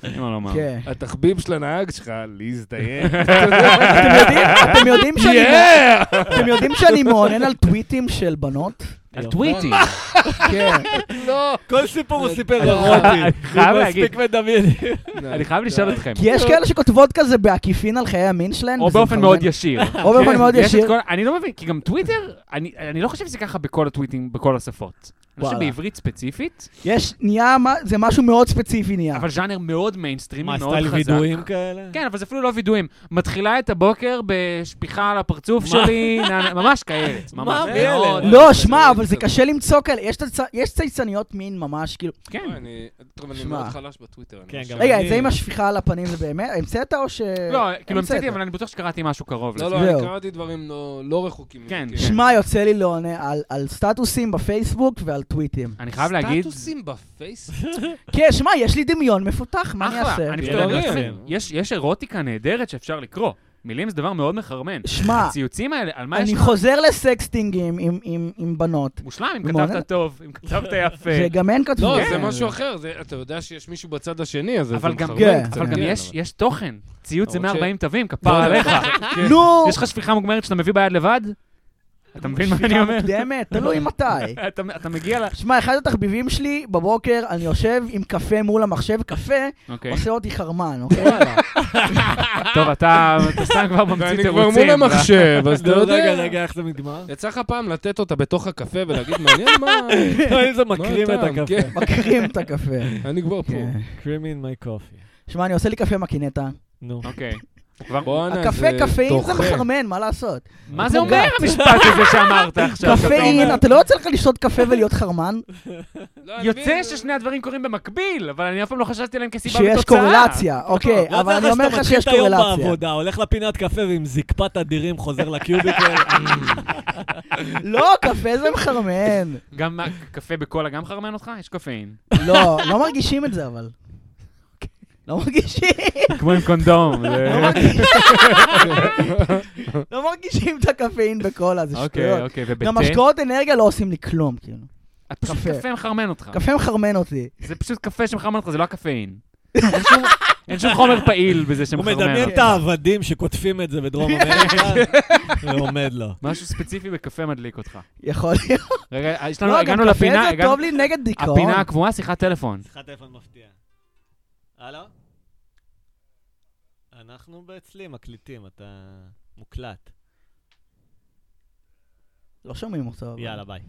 [SPEAKER 1] כן,
[SPEAKER 2] אין מה לומר.
[SPEAKER 1] כן.
[SPEAKER 3] התחביב של הנהג שלך, להזדיין.
[SPEAKER 1] אתם יודעים- אתם יודעים שאני מ-
[SPEAKER 3] Yeah!
[SPEAKER 1] אתם יודעים שאני מעונן על טוויטים של בנות?
[SPEAKER 2] על טוויטים.
[SPEAKER 1] כן.
[SPEAKER 3] לא!
[SPEAKER 4] כל סיפור הוא סיפר
[SPEAKER 2] אני
[SPEAKER 4] לרוטי.
[SPEAKER 2] חייב להגיד,
[SPEAKER 4] מספיק מדמיין.
[SPEAKER 2] אני חייב לשאול אתכם.
[SPEAKER 1] כי יש כאלה שכותבות כזה בעקיפין על חיי המין שלהן.
[SPEAKER 2] או
[SPEAKER 1] וזה
[SPEAKER 2] באופן
[SPEAKER 1] מכוון-
[SPEAKER 2] מאוד ישיר.
[SPEAKER 1] או באופן
[SPEAKER 2] כן,
[SPEAKER 1] מאוד
[SPEAKER 2] יש את
[SPEAKER 1] ישיר.
[SPEAKER 2] כל- אני לא מבין, כי גם טוויטר, אני אני לא חושב שזה ככה בכל הטוויטים, בכל השפות. אני חושב
[SPEAKER 1] וואלה.
[SPEAKER 2] שבעברית ספציפית,
[SPEAKER 1] יש, נהיה, מה- זה משהו מאוד ספציפי נהיה.
[SPEAKER 2] אבל ז'אנר מאוד מיינסטרימי,
[SPEAKER 4] מה,
[SPEAKER 2] מאוד
[SPEAKER 4] סטייל
[SPEAKER 2] חזק.
[SPEAKER 4] וידויים כאלה?
[SPEAKER 2] כן, אבל זה אפילו לא וידויים. מתחילה את הבוקר בשפיכה על הפרצוף שלי, נה- נה- ממש כאלה. ממש
[SPEAKER 4] מי אלה?
[SPEAKER 2] מאוד.
[SPEAKER 1] לא, שמע, אבל זה קשה למצוא כאלה. יש צייצ- יש צייצניות מין ממש, כאילו...
[SPEAKER 2] כן.
[SPEAKER 3] אני- טוב, אני
[SPEAKER 1] שמע.
[SPEAKER 3] מאוד חלש בטוויטר. אני
[SPEAKER 4] כן,
[SPEAKER 3] ממש-
[SPEAKER 4] גם
[SPEAKER 1] רגע,
[SPEAKER 4] אני-
[SPEAKER 1] את זה עם השפיכה על הפנים זה באמת? המצאת או ש...
[SPEAKER 2] לא, כאילו המצאתי,
[SPEAKER 1] המצאת.
[SPEAKER 2] אבל אני בטוח שקראתי משהו קרוב לזה.
[SPEAKER 3] אה, לא, לא, אני
[SPEAKER 1] זהו.
[SPEAKER 3] קראתי דברים לא- לא רחוקים.
[SPEAKER 2] כן,
[SPEAKER 3] מכם.
[SPEAKER 2] כן.
[SPEAKER 1] שמע, יוצא לי לעונה על- על סטטוסים בפייסבוק ועל טוויטים.
[SPEAKER 2] אני חייב להגיד...
[SPEAKER 3] סטטוסים בפייסבוק.
[SPEAKER 1] כן, שמע, יש לי דמיון מפותח, מה אני
[SPEAKER 2] אחלה,
[SPEAKER 1] אעשה?
[SPEAKER 3] לא
[SPEAKER 2] אני
[SPEAKER 4] כן,
[SPEAKER 2] פשוט אומר
[SPEAKER 4] כן.
[SPEAKER 2] לכם, יש יש אירוטיקה נהדרת שאפשר לקרוא. מילים זה דבר מאוד מחרמן.
[SPEAKER 1] שמע,
[SPEAKER 2] הציוצים האלה, על מה יש
[SPEAKER 1] אני
[SPEAKER 2] לך?
[SPEAKER 1] חוזר לסקסטינגים עם- עם- עם בנות,
[SPEAKER 2] מושלם, אם
[SPEAKER 1] מאוד-
[SPEAKER 2] כתבת טוב, אם כתבת יפה.
[SPEAKER 1] וגם הן כתבו.
[SPEAKER 3] לא,
[SPEAKER 2] כן.
[SPEAKER 3] זה משהו אחר, זה- אתה יודע שיש מישהו בצד השני, אז זה
[SPEAKER 2] אבל גם-
[SPEAKER 3] מחרמן
[SPEAKER 1] כן,
[SPEAKER 3] קצת,
[SPEAKER 2] אבל גם
[SPEAKER 3] כן,
[SPEAKER 2] יש-
[SPEAKER 3] אבל-
[SPEAKER 2] יש תוכן. ציוץ זה
[SPEAKER 3] למרות ש- לא,
[SPEAKER 2] 140 תווים, כפר עליך.
[SPEAKER 1] כן.
[SPEAKER 3] כן.
[SPEAKER 1] נו!
[SPEAKER 2] יש לך שפיכה מוגמרת שאתה מביא ביד לבד? אתה מבין מה אני אומר?
[SPEAKER 1] מוקדמת, תלוי מתי.
[SPEAKER 2] אתה אתה מגיע ל...
[SPEAKER 1] שמע, אחד התחביבים שלי, בבוקר אני יושב עם קפה מול המחשב, קפה
[SPEAKER 2] אוקיי.
[SPEAKER 1] עושה אותי חרמן, אוקיי?
[SPEAKER 2] טוב, אתה אתה סתם כבר ממציא
[SPEAKER 3] ואני
[SPEAKER 2] תירוצים.
[SPEAKER 3] כבר מול המחשב, אז אתה
[SPEAKER 4] נו, רגע,
[SPEAKER 3] יודע.
[SPEAKER 4] רגע, איך זה נגמר?
[SPEAKER 3] יצא לך פעם לתת אותה בתוך הקפה ולהגיד, מעניין מה...
[SPEAKER 4] אם זה
[SPEAKER 3] מה
[SPEAKER 4] מקרים את
[SPEAKER 3] הטעם?"
[SPEAKER 4] הקפה.
[SPEAKER 3] כן,
[SPEAKER 1] מקרים את הקפה.
[SPEAKER 3] אני כבר פה.
[SPEAKER 1] כן.
[SPEAKER 4] קרים אין מי קופי.
[SPEAKER 1] שמע, אני עושה לי קפה מקינטה.
[SPEAKER 4] נו.
[SPEAKER 2] אוקיי. כבר-
[SPEAKER 3] בואנה,
[SPEAKER 1] הקפה, קפאין זה
[SPEAKER 3] דוחה.
[SPEAKER 1] מחרמן, מה לעשות?
[SPEAKER 2] מה זה
[SPEAKER 1] פוגעת.
[SPEAKER 2] אומר המשפט הזה שאמרת עכשיו? שאתה
[SPEAKER 1] קפאין,
[SPEAKER 2] אומר?
[SPEAKER 1] אתה לא יוצא לך לשתות קפה ולהיות חרמן?
[SPEAKER 3] לא, אני
[SPEAKER 2] יוצא
[SPEAKER 3] מבין.
[SPEAKER 2] ששני הדברים קורים במקביל, אבל אני אף פעם לא חשבתי עליהם כסיבה ותוצאה.
[SPEAKER 1] שיש קורלציה, אוקיי,
[SPEAKER 4] לא,
[SPEAKER 1] אבל
[SPEAKER 4] זה
[SPEAKER 1] אני
[SPEAKER 4] אחרי
[SPEAKER 1] אומר
[SPEAKER 4] שאתה
[SPEAKER 1] לך שיש
[SPEAKER 4] מתחיל את היום
[SPEAKER 1] קורלציה.
[SPEAKER 4] בעבודה, הולך לפינת קפה ועם זקפת אדירים חוזר לקיוביקל.
[SPEAKER 1] לא, קפה זה מחרמן.
[SPEAKER 2] גם מה, קפה בקולה גם חרמן אותך? יש קפאין.
[SPEAKER 1] לא, לא מרגישים את זה אבל. לא מרגישים,
[SPEAKER 2] כמו עם קונדום. זה-
[SPEAKER 1] לא מרגישים את הקפאין בקולה, זה
[SPEAKER 2] אוקיי,
[SPEAKER 1] שטויות.
[SPEAKER 2] אוקיי, ובתה?
[SPEAKER 1] גם משקאות אנרגיה לא עושים לי כלום, כאילו.
[SPEAKER 2] את פשוט
[SPEAKER 1] קפה.
[SPEAKER 2] קפה מחרמן אותך.
[SPEAKER 1] קפה מחרמן אותי.
[SPEAKER 2] זה פשוט קפה שמחרמן אותך, זה לא הקפאין. אין שום- אין שום חומר פעיל בזה
[SPEAKER 4] הוא
[SPEAKER 2] שמחרמן
[SPEAKER 4] מדמיין
[SPEAKER 2] אותך.
[SPEAKER 4] את העבדים שקוטפים את זה בדרום אמריקה, ועומד לו.
[SPEAKER 2] משהו ספציפי בקפה מדליק אותך.
[SPEAKER 1] יכול להיות.
[SPEAKER 2] רגע, יש לנו,
[SPEAKER 1] לא, גם
[SPEAKER 2] הגענו
[SPEAKER 1] קפה
[SPEAKER 2] לפינה,
[SPEAKER 1] זה
[SPEAKER 2] הגענו-
[SPEAKER 1] טוב לי נגד דיכאון.
[SPEAKER 2] הפינה הקבועה, שיחת טלפון.
[SPEAKER 4] שיחת טלפון מפתיע. הלו? אנחנו אצלי מקליטים, אתה מוקלט.
[SPEAKER 1] לא שומעים אותו. אבל.
[SPEAKER 4] יאללה, ביי.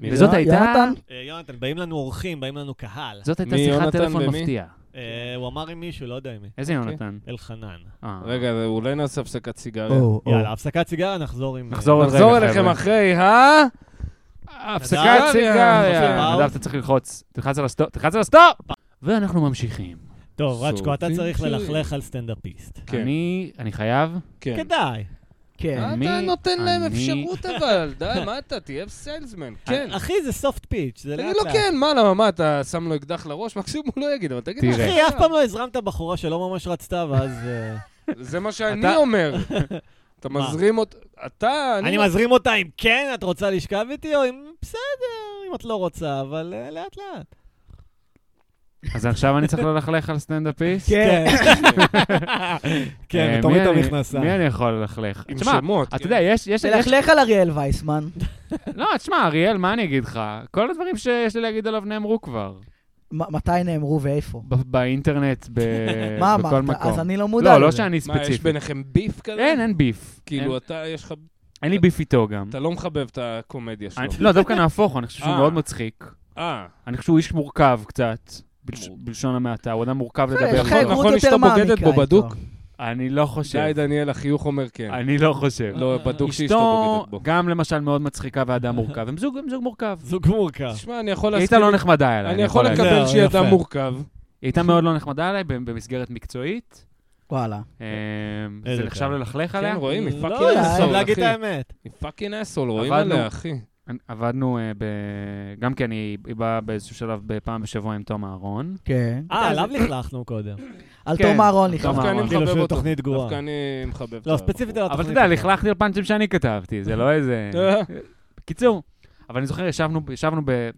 [SPEAKER 3] מי
[SPEAKER 2] וזאת
[SPEAKER 1] יונ-
[SPEAKER 2] הייתה-
[SPEAKER 1] יונתן?
[SPEAKER 4] אה, יונתן, באים לנו אורחים, באים לנו קהל.
[SPEAKER 2] זאת הייתה
[SPEAKER 3] מי,
[SPEAKER 2] שיחת
[SPEAKER 3] יונתן
[SPEAKER 2] טלפון
[SPEAKER 3] ומי?
[SPEAKER 2] מפתיעה.
[SPEAKER 4] אה, הוא אמר עם מישהו, לא יודע עם מי.
[SPEAKER 2] איזה יונתן?
[SPEAKER 4] אלחנן.
[SPEAKER 2] אה.
[SPEAKER 3] רגע, אז אולי נעשה הפסקת סיגריה.
[SPEAKER 1] או, או.
[SPEAKER 4] יאללה, הפסקת סיגריה, נחזור עם...
[SPEAKER 2] נחזור עוד
[SPEAKER 3] נחזור
[SPEAKER 2] רגע,
[SPEAKER 3] אליכם
[SPEAKER 2] חבר'ה.
[SPEAKER 3] אחרי אה? ה...
[SPEAKER 2] הפסקת
[SPEAKER 3] סיגריה.
[SPEAKER 2] סיגריה.
[SPEAKER 4] סיגריה.
[SPEAKER 2] נדב, אתה צריך ללחוץ. תלחץ על הסטופ, תלחץ על הסטופ! ואנחנו ממשיכים.
[SPEAKER 4] טוב, רצ'קו, אתה
[SPEAKER 3] סורטים
[SPEAKER 4] צריך
[SPEAKER 3] שלי.
[SPEAKER 4] ללכלך על סטנדאפיסט.
[SPEAKER 3] כן.
[SPEAKER 2] אני, אני חייב.
[SPEAKER 3] כן.
[SPEAKER 4] כדאי.
[SPEAKER 1] כן.
[SPEAKER 3] מה אתה
[SPEAKER 2] אני-
[SPEAKER 3] נותן להם
[SPEAKER 2] אני-
[SPEAKER 3] אפשרות אבל? די, מה אתה? תהיה סיילסמן. כן.
[SPEAKER 4] אחי, זה סופט פיץ', זה לאט
[SPEAKER 3] תגיד
[SPEAKER 4] לאט.
[SPEAKER 3] לו כן, מה, למה, מה, אתה שם לו אקדח לראש? מקסימום הוא לא יגיד, אבל תגיד לו.
[SPEAKER 2] תראה.
[SPEAKER 4] אחי, אף פעם לא הזרמת בחורה שלא ממש רצתה, ואז... אה,
[SPEAKER 3] זה מה שאני
[SPEAKER 2] אתה-
[SPEAKER 3] אומר. אתה
[SPEAKER 4] מה?
[SPEAKER 3] מזרים אותו... אתה...
[SPEAKER 4] אני מזרים אותה אם כן, את רוצה לשכב איתי, או אם בסדר, אם את לא רוצה, אבל אה, לאט לאט.
[SPEAKER 2] אז עכשיו אני צריך ללכלך על סטנדאפיסט?
[SPEAKER 1] כן.
[SPEAKER 2] אה,
[SPEAKER 4] כן,
[SPEAKER 2] מי
[SPEAKER 4] תוריד את
[SPEAKER 2] אני- מי
[SPEAKER 4] המכנסיים.
[SPEAKER 2] אני יכול ללכלך?
[SPEAKER 3] עם
[SPEAKER 2] תשמע,
[SPEAKER 3] שמות. כן.
[SPEAKER 2] אתה יודע, יש... יש- יש-
[SPEAKER 1] תלכלך על אריאל וייסמן.
[SPEAKER 2] לא, תשמע, אריאל, מה אני אגיד לך? כל הדברים שיש לי להגיד עליו נאמרו כבר.
[SPEAKER 1] מ- מתי נאמרו ואיפה?
[SPEAKER 2] ב- באינטרנט, ב-
[SPEAKER 1] מה
[SPEAKER 2] אה, בכל
[SPEAKER 1] אמרת?
[SPEAKER 2] מקום.
[SPEAKER 1] אז אני לא מודע
[SPEAKER 2] לא, לא
[SPEAKER 1] לזה.
[SPEAKER 2] שאני
[SPEAKER 3] מה, יש
[SPEAKER 2] ספציפי.
[SPEAKER 3] ביניכם ביף כזה?
[SPEAKER 2] אין, אין ביף.
[SPEAKER 3] כאילו,
[SPEAKER 2] אין-
[SPEAKER 3] אתה, יש לך...
[SPEAKER 2] אין לי ביף איתו גם.
[SPEAKER 3] אתה לא מחבב את הקומדיה שלו.
[SPEAKER 2] אני- לא, דווקא
[SPEAKER 1] כן.
[SPEAKER 2] נהפוך, הוא, אני חושב שהוא
[SPEAKER 3] אה.
[SPEAKER 2] מאוד מצחיק.
[SPEAKER 3] אה,
[SPEAKER 2] אני חושב שהוא איש מורכב קצת, בלש- בלשון המעטה, הוא אדם מורכב
[SPEAKER 1] בסדר, אה, יש
[SPEAKER 2] לדבר.
[SPEAKER 1] לך
[SPEAKER 3] נכון,
[SPEAKER 1] היכרות
[SPEAKER 3] נכון,
[SPEAKER 1] יותר
[SPEAKER 3] אשתו בוגדת
[SPEAKER 1] מעמיקה
[SPEAKER 3] בו
[SPEAKER 1] איתו.
[SPEAKER 3] בדוק.
[SPEAKER 2] אני לא חושב.
[SPEAKER 3] די, דניאל, החיוך אומר כן.
[SPEAKER 2] אני לא חושב.
[SPEAKER 3] לא, בדוק שאשתו
[SPEAKER 2] אשתו
[SPEAKER 3] בוגדת בו.
[SPEAKER 2] גם למשל מאוד מצחיקה ואדם מורכב, הם זוג הם זוג מורכב.
[SPEAKER 4] זוג מורכב.
[SPEAKER 3] תשמע, אני יכול
[SPEAKER 2] היא
[SPEAKER 3] להסכים...
[SPEAKER 2] הייתה לא נחמדה אליי.
[SPEAKER 3] אני יכול
[SPEAKER 2] להגיד. לא,
[SPEAKER 3] לקבל
[SPEAKER 4] זהו,
[SPEAKER 3] שהיא
[SPEAKER 4] יפה.
[SPEAKER 3] אדם מורכב. כן,
[SPEAKER 2] היא הייתה מאוד לא נחמדה אליי במ- במסגרת מקצועית.
[SPEAKER 1] וואלה.
[SPEAKER 2] אמ,
[SPEAKER 4] איזה
[SPEAKER 2] זה נחשב
[SPEAKER 4] טעם.
[SPEAKER 2] ללכלך
[SPEAKER 3] כן,
[SPEAKER 2] עליה.
[SPEAKER 3] רואים, היא
[SPEAKER 4] לא,
[SPEAKER 3] פאקינג
[SPEAKER 4] חייב
[SPEAKER 3] אסול,
[SPEAKER 4] להגיד את
[SPEAKER 3] אחי.
[SPEAKER 4] האמת.
[SPEAKER 3] היא פאקינג אסול, רואים
[SPEAKER 2] עבדנו. כן,
[SPEAKER 3] עליה, אחי.
[SPEAKER 2] אני- עבדנו אה, ב- גם כן, היא היא באה באיזשהו שלב בפעם בשבוע עם תום אהרון.
[SPEAKER 1] כן.
[SPEAKER 4] אה, עליו לכלכנו קודם.
[SPEAKER 1] על
[SPEAKER 2] כן.
[SPEAKER 1] תום אהרון
[SPEAKER 2] תום
[SPEAKER 1] לכאורה.
[SPEAKER 3] דווקא אני
[SPEAKER 2] אהרון.
[SPEAKER 4] כאילו
[SPEAKER 3] מחבב
[SPEAKER 4] של
[SPEAKER 3] אותו.
[SPEAKER 4] תוכנית גרועה.
[SPEAKER 3] דווקא אני מחבב את
[SPEAKER 4] לא,
[SPEAKER 3] הבחור.
[SPEAKER 4] ספציפית על
[SPEAKER 2] אבל אתה
[SPEAKER 4] התוכנית.
[SPEAKER 2] יודע, לכלכתי על פאנצ'ים שאני כתבתי, זה לא איזה...
[SPEAKER 3] אה,
[SPEAKER 2] קיצור, אבל אני זוכר, ישבנו, ישבנו ב,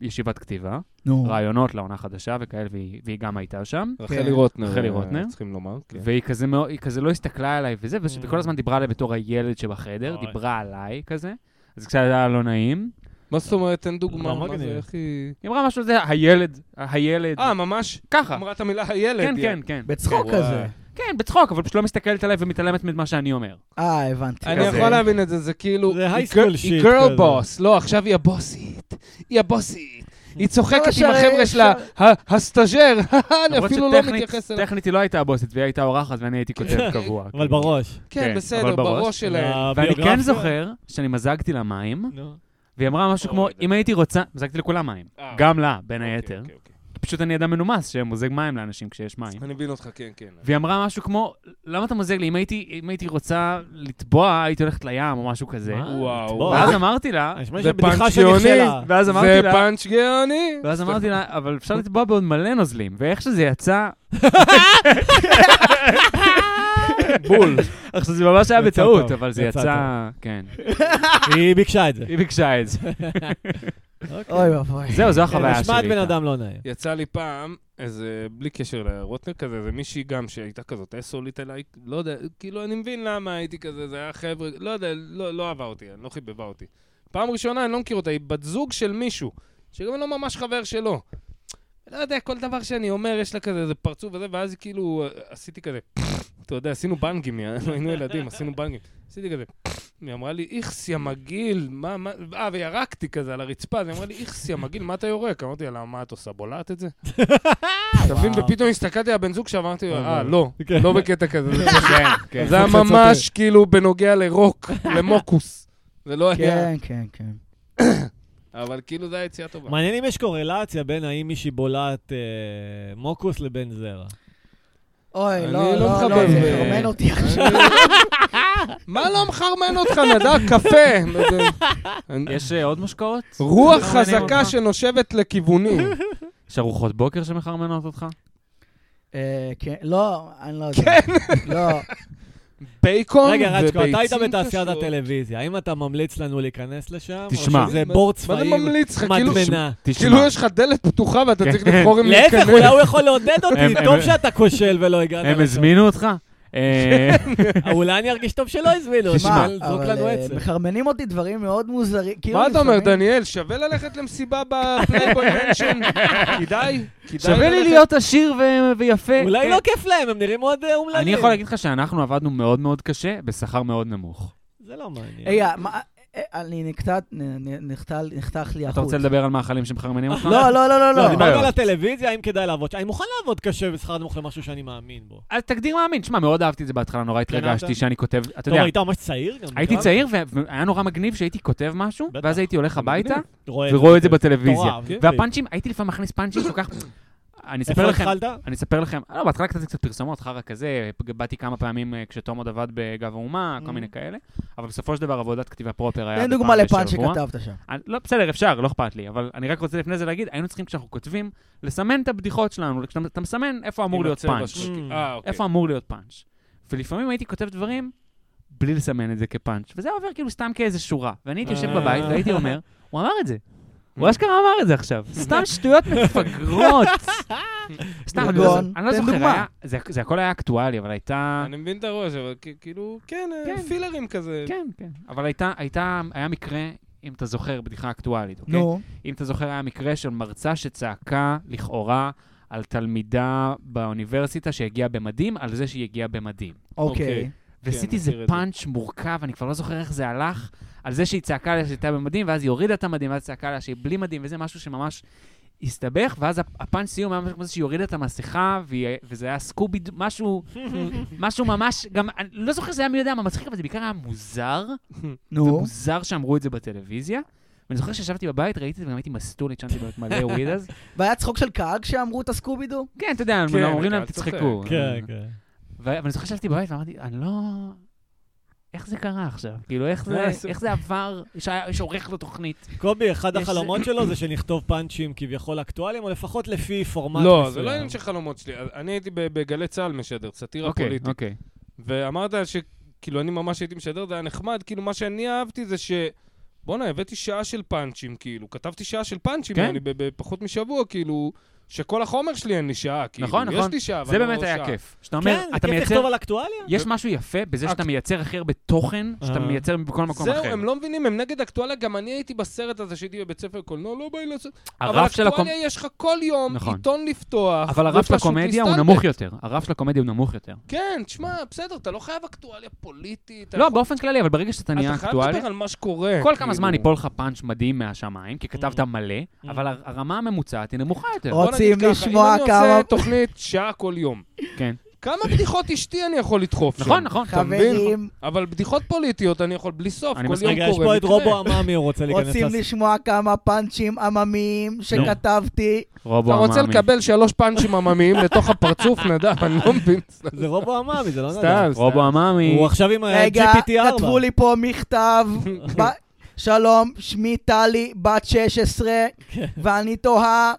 [SPEAKER 2] בישיבת כתיבה,
[SPEAKER 1] נו.
[SPEAKER 2] רעיונות לעונה חדשה וכאלה, והיא, והיא גם הייתה שם.
[SPEAKER 3] רחלי רוטנר.
[SPEAKER 2] רחלי
[SPEAKER 3] אה,
[SPEAKER 2] רוטנר.
[SPEAKER 3] צריכים לומר, כן.
[SPEAKER 2] והיא כזה, מאוד- היא כזה לא הסתכלה עליי וזה, וש-
[SPEAKER 4] Mm.
[SPEAKER 2] וכל הזמן דיברה עליי בתור הילד שבחדר,
[SPEAKER 4] אוי.
[SPEAKER 2] דיברה עליי כזה. אז כשזה היה לא נעים,
[SPEAKER 3] מה זאת אומרת, תן דוגמה,
[SPEAKER 4] לא
[SPEAKER 3] מה
[SPEAKER 4] מגניב.
[SPEAKER 3] זה, אחי...
[SPEAKER 2] היא אמרה משהו על זה, הילד, הילד,
[SPEAKER 3] אה, ממש?
[SPEAKER 2] ככה.
[SPEAKER 3] אמרה את המילה הילד.
[SPEAKER 2] כן,
[SPEAKER 3] יא.
[SPEAKER 2] כן, כן.
[SPEAKER 1] בצחוק
[SPEAKER 3] וואי.
[SPEAKER 1] כזה.
[SPEAKER 2] כן, בצחוק, אבל פשוט לא מסתכלת עליי ומתעלמת ממה שאני אומר.
[SPEAKER 1] אה, הבנתי.
[SPEAKER 3] אני
[SPEAKER 2] כזה.
[SPEAKER 3] יכול להבין את זה, זה כאילו...
[SPEAKER 4] זה
[SPEAKER 3] היא
[SPEAKER 4] high
[SPEAKER 3] גר-
[SPEAKER 4] school
[SPEAKER 3] היא
[SPEAKER 4] shit
[SPEAKER 3] גרל
[SPEAKER 4] כזה.
[SPEAKER 3] בוס, לא, עכשיו היא הבוסית. היא הבוסית. היא צוחקת עם
[SPEAKER 1] אפשר-
[SPEAKER 3] החבר'ה שלה, ה- הסטאז'ר, אני
[SPEAKER 2] לא למרות
[SPEAKER 3] אפילו לא
[SPEAKER 2] שטכנית-
[SPEAKER 3] מתייחס אליו.
[SPEAKER 2] טכנית היא לא הייתה הבוסית, והיא הייתה אורחת ואני הייתי כותב קבוע.
[SPEAKER 4] אבל בראש.
[SPEAKER 2] כן,
[SPEAKER 3] כן, בסדר,
[SPEAKER 2] אבל בראש.
[SPEAKER 3] בראש שלהם.
[SPEAKER 2] ואני
[SPEAKER 4] הביוגרפיה-
[SPEAKER 2] כן זוכר שאני מזגתי לה מים,
[SPEAKER 4] אה, נו.
[SPEAKER 2] והיא אמרה משהו כמו,
[SPEAKER 3] אוי,
[SPEAKER 2] אם הייתי רוצה, מזגתי לכולם מים.
[SPEAKER 3] אה,
[SPEAKER 2] גם לה, בין
[SPEAKER 3] אוקיי,
[SPEAKER 2] היתר.
[SPEAKER 3] אוקיי, אוקיי.
[SPEAKER 2] פשוט אני אדם מנומס שמוזג מים לאנשים כשיש מים.
[SPEAKER 3] אני מבין אותך, כן, כן.
[SPEAKER 2] והיא אמרה משהו כמו, למה אתה מוזג לי? אם הייתי, אם הייתי רוצה לטבוע, הייתי הולכת לים או משהו כזה.
[SPEAKER 4] מה?
[SPEAKER 3] וואו.
[SPEAKER 4] בוא.
[SPEAKER 2] ואז אמרתי לה,
[SPEAKER 4] נשמע
[SPEAKER 3] זה
[SPEAKER 4] שבדיחה
[SPEAKER 3] פאנץ' גאוני.
[SPEAKER 4] שנכשלה.
[SPEAKER 2] ואז
[SPEAKER 3] זה
[SPEAKER 2] אמרתי לה,
[SPEAKER 3] פאנץ' גאוני.
[SPEAKER 2] ואז אמרתי לה, אבל אפשר לטבוע בעוד מלא נוזלים. ואיך שזה יצא,
[SPEAKER 3] בול.
[SPEAKER 2] עכשיו זה ממש היה
[SPEAKER 4] יצא
[SPEAKER 2] בטעות,
[SPEAKER 4] טוב,
[SPEAKER 2] אבל זה
[SPEAKER 4] יצא
[SPEAKER 2] יצא... כן.
[SPEAKER 4] היא ביקשה את זה.
[SPEAKER 2] היא ביקשה את זה.
[SPEAKER 4] אוקיי.
[SPEAKER 1] אוי ואבוי.
[SPEAKER 2] זהו, זו החוויה שלי.
[SPEAKER 4] נשמעת בן
[SPEAKER 2] איתה.
[SPEAKER 4] אדם לא נעים.
[SPEAKER 3] יצא לי פעם, איזה, בלי קשר לרוטנר כזה, איזה מישהי גם שהייתה כזאת אסולית אליי, לא יודע, כאילו, אני מבין למה הייתי כזה, זה היה חבר'ה, לא יודע, לא, לא אהבה אותי, לא חיבבה אותי. פעם ראשונה, אני לא מכיר אותה, היא בת זוג של מישהו, שגם לא ממש חבר שלו. לא יודע, כל דבר שאני אומר, יש לה כזה איזה פרצוף וזה, ואז היא כאילו, אה, עשיתי כזה, אתה יודע, עשינו בנגים, יא- היינו ילדים, עשינו בנגים. עשיתי כזה, היא אמרה לי, איכס יא מגעיל, מה, מה, אה, וירקתי כזה על הרצפה, אז היא אמרה לי, איכס יא מגעיל, מה אתה יורק? אמרתי לה, מה את עושה, בולעת את זה? אתה מבין,
[SPEAKER 4] וואו.
[SPEAKER 3] ופתאום הסתכלתי על בן זוג שאמרתי לו, אה,
[SPEAKER 4] אבל-
[SPEAKER 3] לא,
[SPEAKER 4] כן.
[SPEAKER 3] לא בקטע כזה. זה-
[SPEAKER 2] כן, כן.
[SPEAKER 3] זה היה
[SPEAKER 4] פצצות
[SPEAKER 3] ממש
[SPEAKER 1] אה,
[SPEAKER 3] כאילו בנוגע לרוק, למוקוס. זה לא היה,
[SPEAKER 1] כן, כן, כן.
[SPEAKER 3] אבל כאילו זה היה יציאה טובה.
[SPEAKER 4] מעניין אם יש קורלציה בין האם מישהי בולעת אה, מוקוס לבין זרע.
[SPEAKER 1] אוי,
[SPEAKER 3] אני
[SPEAKER 1] לא,
[SPEAKER 3] לא
[SPEAKER 1] לא, לא,
[SPEAKER 3] מחבב,
[SPEAKER 1] זה
[SPEAKER 3] אה,
[SPEAKER 1] מחרמן אותי עכשיו.
[SPEAKER 3] מה לא מחרמן אותך, נדב? קפה.
[SPEAKER 2] יש אה, עוד משקאות?
[SPEAKER 3] רוח
[SPEAKER 2] מחרמנים אותך?
[SPEAKER 3] חזקה שנושבת לכיווני.
[SPEAKER 2] יש ארוחות בוקר שמחרמנות אותך?
[SPEAKER 1] אה, כן, לא, אני לא יודע. לא.
[SPEAKER 3] בייקון
[SPEAKER 4] רגע,
[SPEAKER 3] נכון. וביצים
[SPEAKER 4] רצ'קו, אתה היית בתעשיית
[SPEAKER 3] קשות.
[SPEAKER 4] הטלוויזיה, האם אתה ממליץ לנו להיכנס לשם?
[SPEAKER 2] תשמע.
[SPEAKER 4] או שזה
[SPEAKER 3] מה-
[SPEAKER 4] בור
[SPEAKER 3] מה זה
[SPEAKER 4] צבעים,
[SPEAKER 3] ממליץ לך? כאילו-
[SPEAKER 4] מדמנה?
[SPEAKER 2] תשמע.
[SPEAKER 3] כאילו יש לך דלת פתוחה ואתה
[SPEAKER 2] כן.
[SPEAKER 3] צריך לבחור אם
[SPEAKER 4] להפך, אולי הוא יכול לעודד אותי,
[SPEAKER 2] הם-
[SPEAKER 4] טוב
[SPEAKER 2] הם-
[SPEAKER 4] שאתה כושל ולא הגעת
[SPEAKER 2] הם
[SPEAKER 4] לשם.
[SPEAKER 2] הזמינו אותך? אה,
[SPEAKER 4] אולי אני ארגיש טוב שלא הזמינו, אותי,
[SPEAKER 2] תשמע,
[SPEAKER 4] אבל זרוק
[SPEAKER 1] אבל,
[SPEAKER 4] לנו
[SPEAKER 1] אה,
[SPEAKER 4] עצם.
[SPEAKER 1] מחרמנים אותי דברים מאוד מוזרים. כאילו
[SPEAKER 3] מה אתה אומר,
[SPEAKER 1] לפעמים-
[SPEAKER 3] דניאל? שווה ללכת למסיבה בפלייבוי מנשן? כדאי? כדאי
[SPEAKER 2] שווה לי
[SPEAKER 3] ללכת?
[SPEAKER 2] להיות עשיר ו- ויפה.
[SPEAKER 4] לא, אולי
[SPEAKER 2] כן.
[SPEAKER 4] לא כיף להם, הם נראים מאוד אה, אומללים.
[SPEAKER 2] אני יכול להגיד לך שאנחנו עבדנו מאוד מאוד קשה, בשכר מאוד נמוך.
[SPEAKER 4] זה לא מעניין.
[SPEAKER 1] רגע, מה- אה, אני נקטע, נ- נ- נחתל- נחתך לי החוץ.
[SPEAKER 2] אתה רוצה לדבר על מאכלים שמחרמנים אותך?
[SPEAKER 1] לא, לא, לא, לא,
[SPEAKER 3] אה,
[SPEAKER 4] לא,
[SPEAKER 1] לא.
[SPEAKER 4] דיברנו
[SPEAKER 2] בעיות.
[SPEAKER 4] על הטלוויזיה, האם כדאי לעבוד שם. אני מוכן לעבוד קשה בשכר נמוך למשהו שאני מאמין בו.
[SPEAKER 2] אז אה, תגדיר מאמין. שמע, מאוד אהבתי את זה בהתחלה, נורא התרגשתי
[SPEAKER 4] אהבת?
[SPEAKER 2] שאני כותב, אתה
[SPEAKER 4] טוב,
[SPEAKER 2] יודע,
[SPEAKER 4] היית ממש צעיר גם.
[SPEAKER 2] הייתי
[SPEAKER 4] נכון?
[SPEAKER 2] צעיר ו- והיה נורא מגניב שהייתי כותב משהו,
[SPEAKER 4] בטח.
[SPEAKER 2] ואז הייתי הולך הביתה
[SPEAKER 4] רואה
[SPEAKER 2] ורואה את זה בטלוויזיה.
[SPEAKER 4] מטורף, כן.
[SPEAKER 2] והפאנצ'ים, הייתי לפעמים מכניס פאנצ'ים כל כך... אני אספר
[SPEAKER 4] איפה
[SPEAKER 2] לכם,
[SPEAKER 4] התחלת?
[SPEAKER 2] אני אספר לכם, לא, בהתחלה קצת קצת פרסומות, חרא כזה, פג- באתי כמה פעמים אה, כשתום עוד עבד בגב האומה, כל
[SPEAKER 4] Mm.
[SPEAKER 2] מיני כאלה, אבל בסופו של דבר עבודת כתיבה פרופר היה
[SPEAKER 1] תן
[SPEAKER 2] בפעם
[SPEAKER 1] דוגמה לפאנץ'
[SPEAKER 2] בשבוע.
[SPEAKER 1] שכתבת שם.
[SPEAKER 2] אני- לא, בסדר, אפשר, לא אכפת לי, אבל אני רק רוצה לפני זה להגיד, היינו צריכים כשאנחנו כותבים, לסמן את הבדיחות שלנו, כשאתה אתה מסמן איפה אמור
[SPEAKER 3] עם
[SPEAKER 2] להיות
[SPEAKER 3] הצבע
[SPEAKER 2] פאנץ',
[SPEAKER 3] שלו.
[SPEAKER 4] Mm.
[SPEAKER 3] אה, אוקיי.
[SPEAKER 2] איפה אמור להיות פאנץ'. ולפעמים הייתי כותב דברים בלי לסמן את זה כפאנץ', וזה היה עובר כאילו סתם כאיזה שורה, ואני הייתי יושב
[SPEAKER 4] אה.
[SPEAKER 2] בבית והייתי אומר, הוא אמר את זה.
[SPEAKER 3] Mm.
[SPEAKER 2] הוא אשכרה אמר את זה עכשיו, סתם שטויות מפגרות. סתם, אני לא-
[SPEAKER 1] יגון,
[SPEAKER 2] אני לא
[SPEAKER 1] תן
[SPEAKER 2] זוכר,
[SPEAKER 1] דוגמה.
[SPEAKER 2] היה- זה- זה הכל היה אקטואלי, אבל הייתה...
[SPEAKER 3] אני מבין את הראש, אבל כ- כאילו, כן, אה,
[SPEAKER 2] כן.
[SPEAKER 3] פילרים כזה.
[SPEAKER 2] כן, כן. אבל הייתה, הייתה, היה מקרה, אם אתה זוכר, בדיחה אקטואלית, אוקיי?
[SPEAKER 1] נו,
[SPEAKER 2] אם אתה זוכר, היה מקרה של מרצה שצעקה לכאורה על תלמידה באוניברסיטה שהגיעה במדים, על זה שהיא הגיעה במדים.
[SPEAKER 1] אוקיי.
[SPEAKER 3] אוקיי.
[SPEAKER 2] ועשיתי
[SPEAKER 3] מכיר
[SPEAKER 2] איזה
[SPEAKER 3] את זה.
[SPEAKER 2] פאנץ' מורכב, אני כבר לא זוכר איך זה הלך, על זה שהיא צעקה לה שהיא הייתה במדים, ואז היא הורידה את המדים, ואז צעקה לה שהיא בלי מדים, וזה משהו שממש הסתבך, ואז הפ- הפאנץ' סיום היה משהו כמו זה שהיא הורידה את המסכה, והיא- וזה היה סקובי, דו- משהו, משהו ממש, גם, אני לא זוכר שזה היה מי יודע מה מצחיק, אבל זה בעיקר היה מוזר. זה
[SPEAKER 1] נו.
[SPEAKER 2] מוזר שאמרו את זה בטלוויזיה. ואני זוכר שישבתי בבית, ראיתי את זה, וגם הייתי מסטול, ישנתי בבית מלא וויד אז.
[SPEAKER 1] והיה צחוק של קהל כשאמרו את הסקובידו?
[SPEAKER 2] כן, אתה יודע,
[SPEAKER 3] כן,
[SPEAKER 2] אומרים להם,
[SPEAKER 3] אתה
[SPEAKER 2] תצחקו.
[SPEAKER 4] כן, כן.
[SPEAKER 2] ו- ואני זוכר שישבתי בבית ואמרתי, אני לא... איך זה קרה עכשיו? כאילו, איך זה,
[SPEAKER 3] מה עשו?
[SPEAKER 2] איך זה עבר, שהיה- שעורך לו תוכנית?
[SPEAKER 4] קובי, אחד
[SPEAKER 2] יש-
[SPEAKER 4] החלומות שלו זה שנכתוב פאנצ'ים כביכול אקטואליים, או לפחות לפי פורמט מסוים.
[SPEAKER 3] לא, זה לא עניין של חלומות שלי. אני הייתי ב- בגלי צה"ל משדר, סאטירה
[SPEAKER 2] אוקיי,
[SPEAKER 3] פוליטית.
[SPEAKER 2] אוקיי.
[SPEAKER 3] ואמרת שכאילו אני ממש הייתי משדר, זה היה נחמד, כאילו מה שאני אהבתי זה ש... בואנה, הבאתי שעה של פאנצ'ים, כאילו, כתבתי שעה של פאנצ'ים,
[SPEAKER 2] כן.
[SPEAKER 3] אני ב- בפחות משבוע, כאילו, שכל החומר שלי אין לי שעה, כאילו,
[SPEAKER 2] נכון,
[SPEAKER 3] יש
[SPEAKER 2] נכון.
[SPEAKER 3] לי שעה, אבל
[SPEAKER 2] זה
[SPEAKER 3] לא
[SPEAKER 2] באמת היה
[SPEAKER 3] שעה.
[SPEAKER 2] כיף. שאתה אומר,
[SPEAKER 4] כן,
[SPEAKER 2] אתה
[SPEAKER 4] זה כיף לכתוב
[SPEAKER 2] מייצר,
[SPEAKER 4] על אקטואליה.
[SPEAKER 2] יש משהו יפה בזה שאתה
[SPEAKER 3] אק-
[SPEAKER 2] מייצר הכי הרבה תוכן, שאתה
[SPEAKER 4] אה.
[SPEAKER 2] מייצר בכל מקום
[SPEAKER 3] זהו,
[SPEAKER 2] אחר.
[SPEAKER 3] הם לא מבינים, הם נגד אקטואליה, גם אני הייתי בסרט הזה שהייתי בבית ספר קולנוע, לא בא לי לעשות... אבל
[SPEAKER 2] הרף של הקומ-
[SPEAKER 3] אקטואליה יש לך כל יום
[SPEAKER 2] נכון.
[SPEAKER 3] עיתון לפתוח.
[SPEAKER 2] אבל הרף של
[SPEAKER 3] ופשוט
[SPEAKER 2] הקומדיה הוא
[SPEAKER 3] להסתלבט.
[SPEAKER 2] נמוך יותר. הרף של הקומדיה הוא נמוך יותר.
[SPEAKER 3] כן, תשמע, בסדר, אתה לא חייב אקטואליה פוליטית. אתה
[SPEAKER 2] לא,
[SPEAKER 3] יכול-
[SPEAKER 2] באופן כללי, אבל ברגע שאתה נהיה
[SPEAKER 3] אתה חייב
[SPEAKER 2] אקטואלי,
[SPEAKER 3] לדבר על מה שקורה.
[SPEAKER 2] כל כמה זמן
[SPEAKER 3] כאילו.
[SPEAKER 2] ייפול לך פאנץ' מדהים מהשמיים, כי כתבת מלא,
[SPEAKER 4] Mm.
[SPEAKER 2] אבל הר- הרמה הממוצעת היא נמוכה יותר.
[SPEAKER 1] או-
[SPEAKER 3] בוא נגיד
[SPEAKER 1] רוצים
[SPEAKER 3] ככה,
[SPEAKER 1] לשמוע
[SPEAKER 3] אם אני
[SPEAKER 1] כמה-
[SPEAKER 3] עושה תוכנית שעה כל יום,
[SPEAKER 2] כן.
[SPEAKER 3] כמה בדיחות אשתי אני יכול לדחוף שם?
[SPEAKER 2] נכון, נכון. אתה מבין?
[SPEAKER 1] חברים,
[SPEAKER 3] אבל בדיחות פוליטיות אני יכול בלי סוף,
[SPEAKER 2] אני
[SPEAKER 3] כל
[SPEAKER 2] מסכים.
[SPEAKER 3] יום
[SPEAKER 4] רגע, יש
[SPEAKER 3] קורה.
[SPEAKER 4] פה את
[SPEAKER 3] מקרה.
[SPEAKER 4] רובו עממי, הוא רוצה להיכנס
[SPEAKER 1] רוצים
[SPEAKER 4] לס-
[SPEAKER 1] לשמוע כמה פאנצ'ים עממיים שכתבתי?
[SPEAKER 2] רובו
[SPEAKER 3] אתה רוצה
[SPEAKER 2] אמר מי.
[SPEAKER 3] לקבל שלוש פאנצ'ים עממיים לתוך הפרצוף, נדב, אני לא מבין.
[SPEAKER 4] זה רובו עממי, זה לא נדע.
[SPEAKER 3] סתם,
[SPEAKER 2] רובו
[SPEAKER 3] סתם.
[SPEAKER 2] עממי.
[SPEAKER 4] הוא עכשיו עם
[SPEAKER 1] רגע,
[SPEAKER 4] ה-GPT4.
[SPEAKER 1] כתבו לי פה מכתב. ב- שלום, שמי טלי, בת 16,
[SPEAKER 2] כן.
[SPEAKER 1] ואני תוהה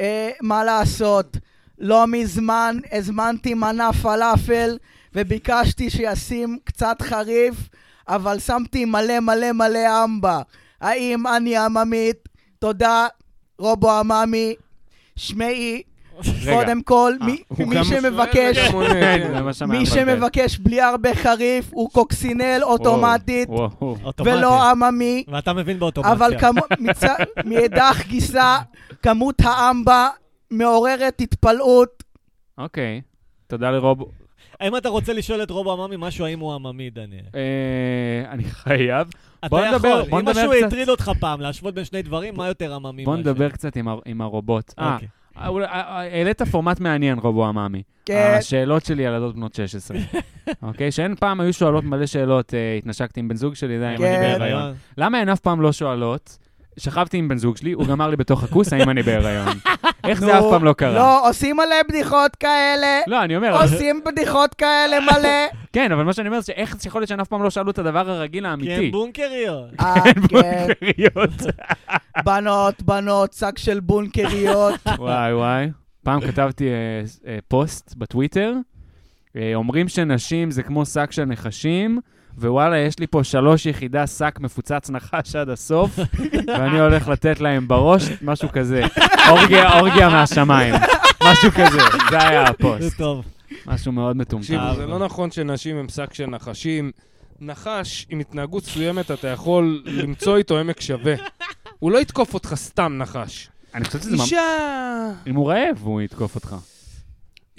[SPEAKER 1] אה, מה לעשות. לא מזמן הזמנתי מנה פלאפל וביקשתי שישים קצת חריף, אבל שמתי מלא מלא מלא אמבה. האם אני עממית? תודה, רובו עממי. שמעי,
[SPEAKER 2] רגע. אה,
[SPEAKER 1] קודם כל, מי-
[SPEAKER 2] הוא
[SPEAKER 1] מי
[SPEAKER 2] גם
[SPEAKER 1] שמבקש...
[SPEAKER 3] שואל וגם עונה,
[SPEAKER 2] כן,
[SPEAKER 3] כן.
[SPEAKER 2] זה מה שאמר
[SPEAKER 1] מי
[SPEAKER 2] מבלבל.
[SPEAKER 1] שמבקש בלי הרבה חריף הוא קוקסינל אוטומטית
[SPEAKER 2] וואו, וואו.
[SPEAKER 4] אוטומטי.
[SPEAKER 1] ולא עממי,
[SPEAKER 4] ואתה מבין באוטומציה.
[SPEAKER 1] אבל כמו- מצ- מאידך גיסה, כמות האמבה מעוררת התפלאות.
[SPEAKER 2] אוקיי, תודה לרוב.
[SPEAKER 4] האם אתה רוצה לשאול את רובו עממי משהו, האם הוא עממי, דניאל?
[SPEAKER 2] אה, אני חייב.
[SPEAKER 4] אתה
[SPEAKER 2] בוא נדבר-
[SPEAKER 4] יכול,
[SPEAKER 2] בוא
[SPEAKER 4] אם
[SPEAKER 2] נדבר
[SPEAKER 4] משהו
[SPEAKER 2] קצת-
[SPEAKER 4] הטריד אותך פעם, להשוות בין שני דברים, מה יותר עממי?
[SPEAKER 2] בוא
[SPEAKER 4] מהשני?
[SPEAKER 2] נדבר קצת עם ה- עם הרובוט. אה,
[SPEAKER 4] אוקיי.
[SPEAKER 2] אה, אולי- אה, אה, העלית פורמט מעניין, רובו עממי. אה,
[SPEAKER 1] כן.
[SPEAKER 2] השאלות של ילדות בנות 16. אוקיי? שהן פעם היו שואלות מלא שאלות, אה, התנשקתי עם בן זוג שלי, זה היה אם אני
[SPEAKER 1] כן.
[SPEAKER 2] בהיריון. למה הן אף פעם לא שואלות? שכבתי עם בן זוג שלי, הוא גמר לי בתוך הכוס, האם אני בהיריון? איך זה אף פעם לא קרה?
[SPEAKER 1] לא, עושים עליהם בדיחות כאלה.
[SPEAKER 2] לא, אני אומר,
[SPEAKER 1] עושים בדיחות כאלה מלא.
[SPEAKER 2] כן, אבל מה שאני אומר זה שאיך זה יכול להיות שהן אף פעם לא שאלו את הדבר הרגיל
[SPEAKER 4] כי הן
[SPEAKER 1] כן,
[SPEAKER 2] האמיתי.
[SPEAKER 4] בונקריות.
[SPEAKER 1] אה, כן.
[SPEAKER 2] בונקריות.
[SPEAKER 1] בנות, בנות, שק של בונקריות.
[SPEAKER 2] וואי וואי. פעם כתבתי אה, אה, פוסט בטוויטר, אה, אומרים שנשים זה כמו שק של נחשים, ווואלה, יש לי פה שלוש יחידה שק מפוצץ נחש עד הסוף, ואני הולך לתת להם בראש משהו כזה. אורגיה, אורגיה מהשמיים. משהו כזה, זה היה
[SPEAKER 4] זה
[SPEAKER 2] הפוסט.
[SPEAKER 4] טוב.
[SPEAKER 2] משהו מאוד מטומטם.
[SPEAKER 4] אה,
[SPEAKER 3] תקשיבו, זה לא נכון שנשים הם שק של נחשים. נחש, עם התנהגות מסוימת, אתה יכול למצוא איתו עמק שווה. הוא לא יתקוף אותך סתם נחש.
[SPEAKER 2] אני חושב שזה... ממש-
[SPEAKER 3] אישה...
[SPEAKER 2] אם הוא רעב, הוא יתקוף אותך.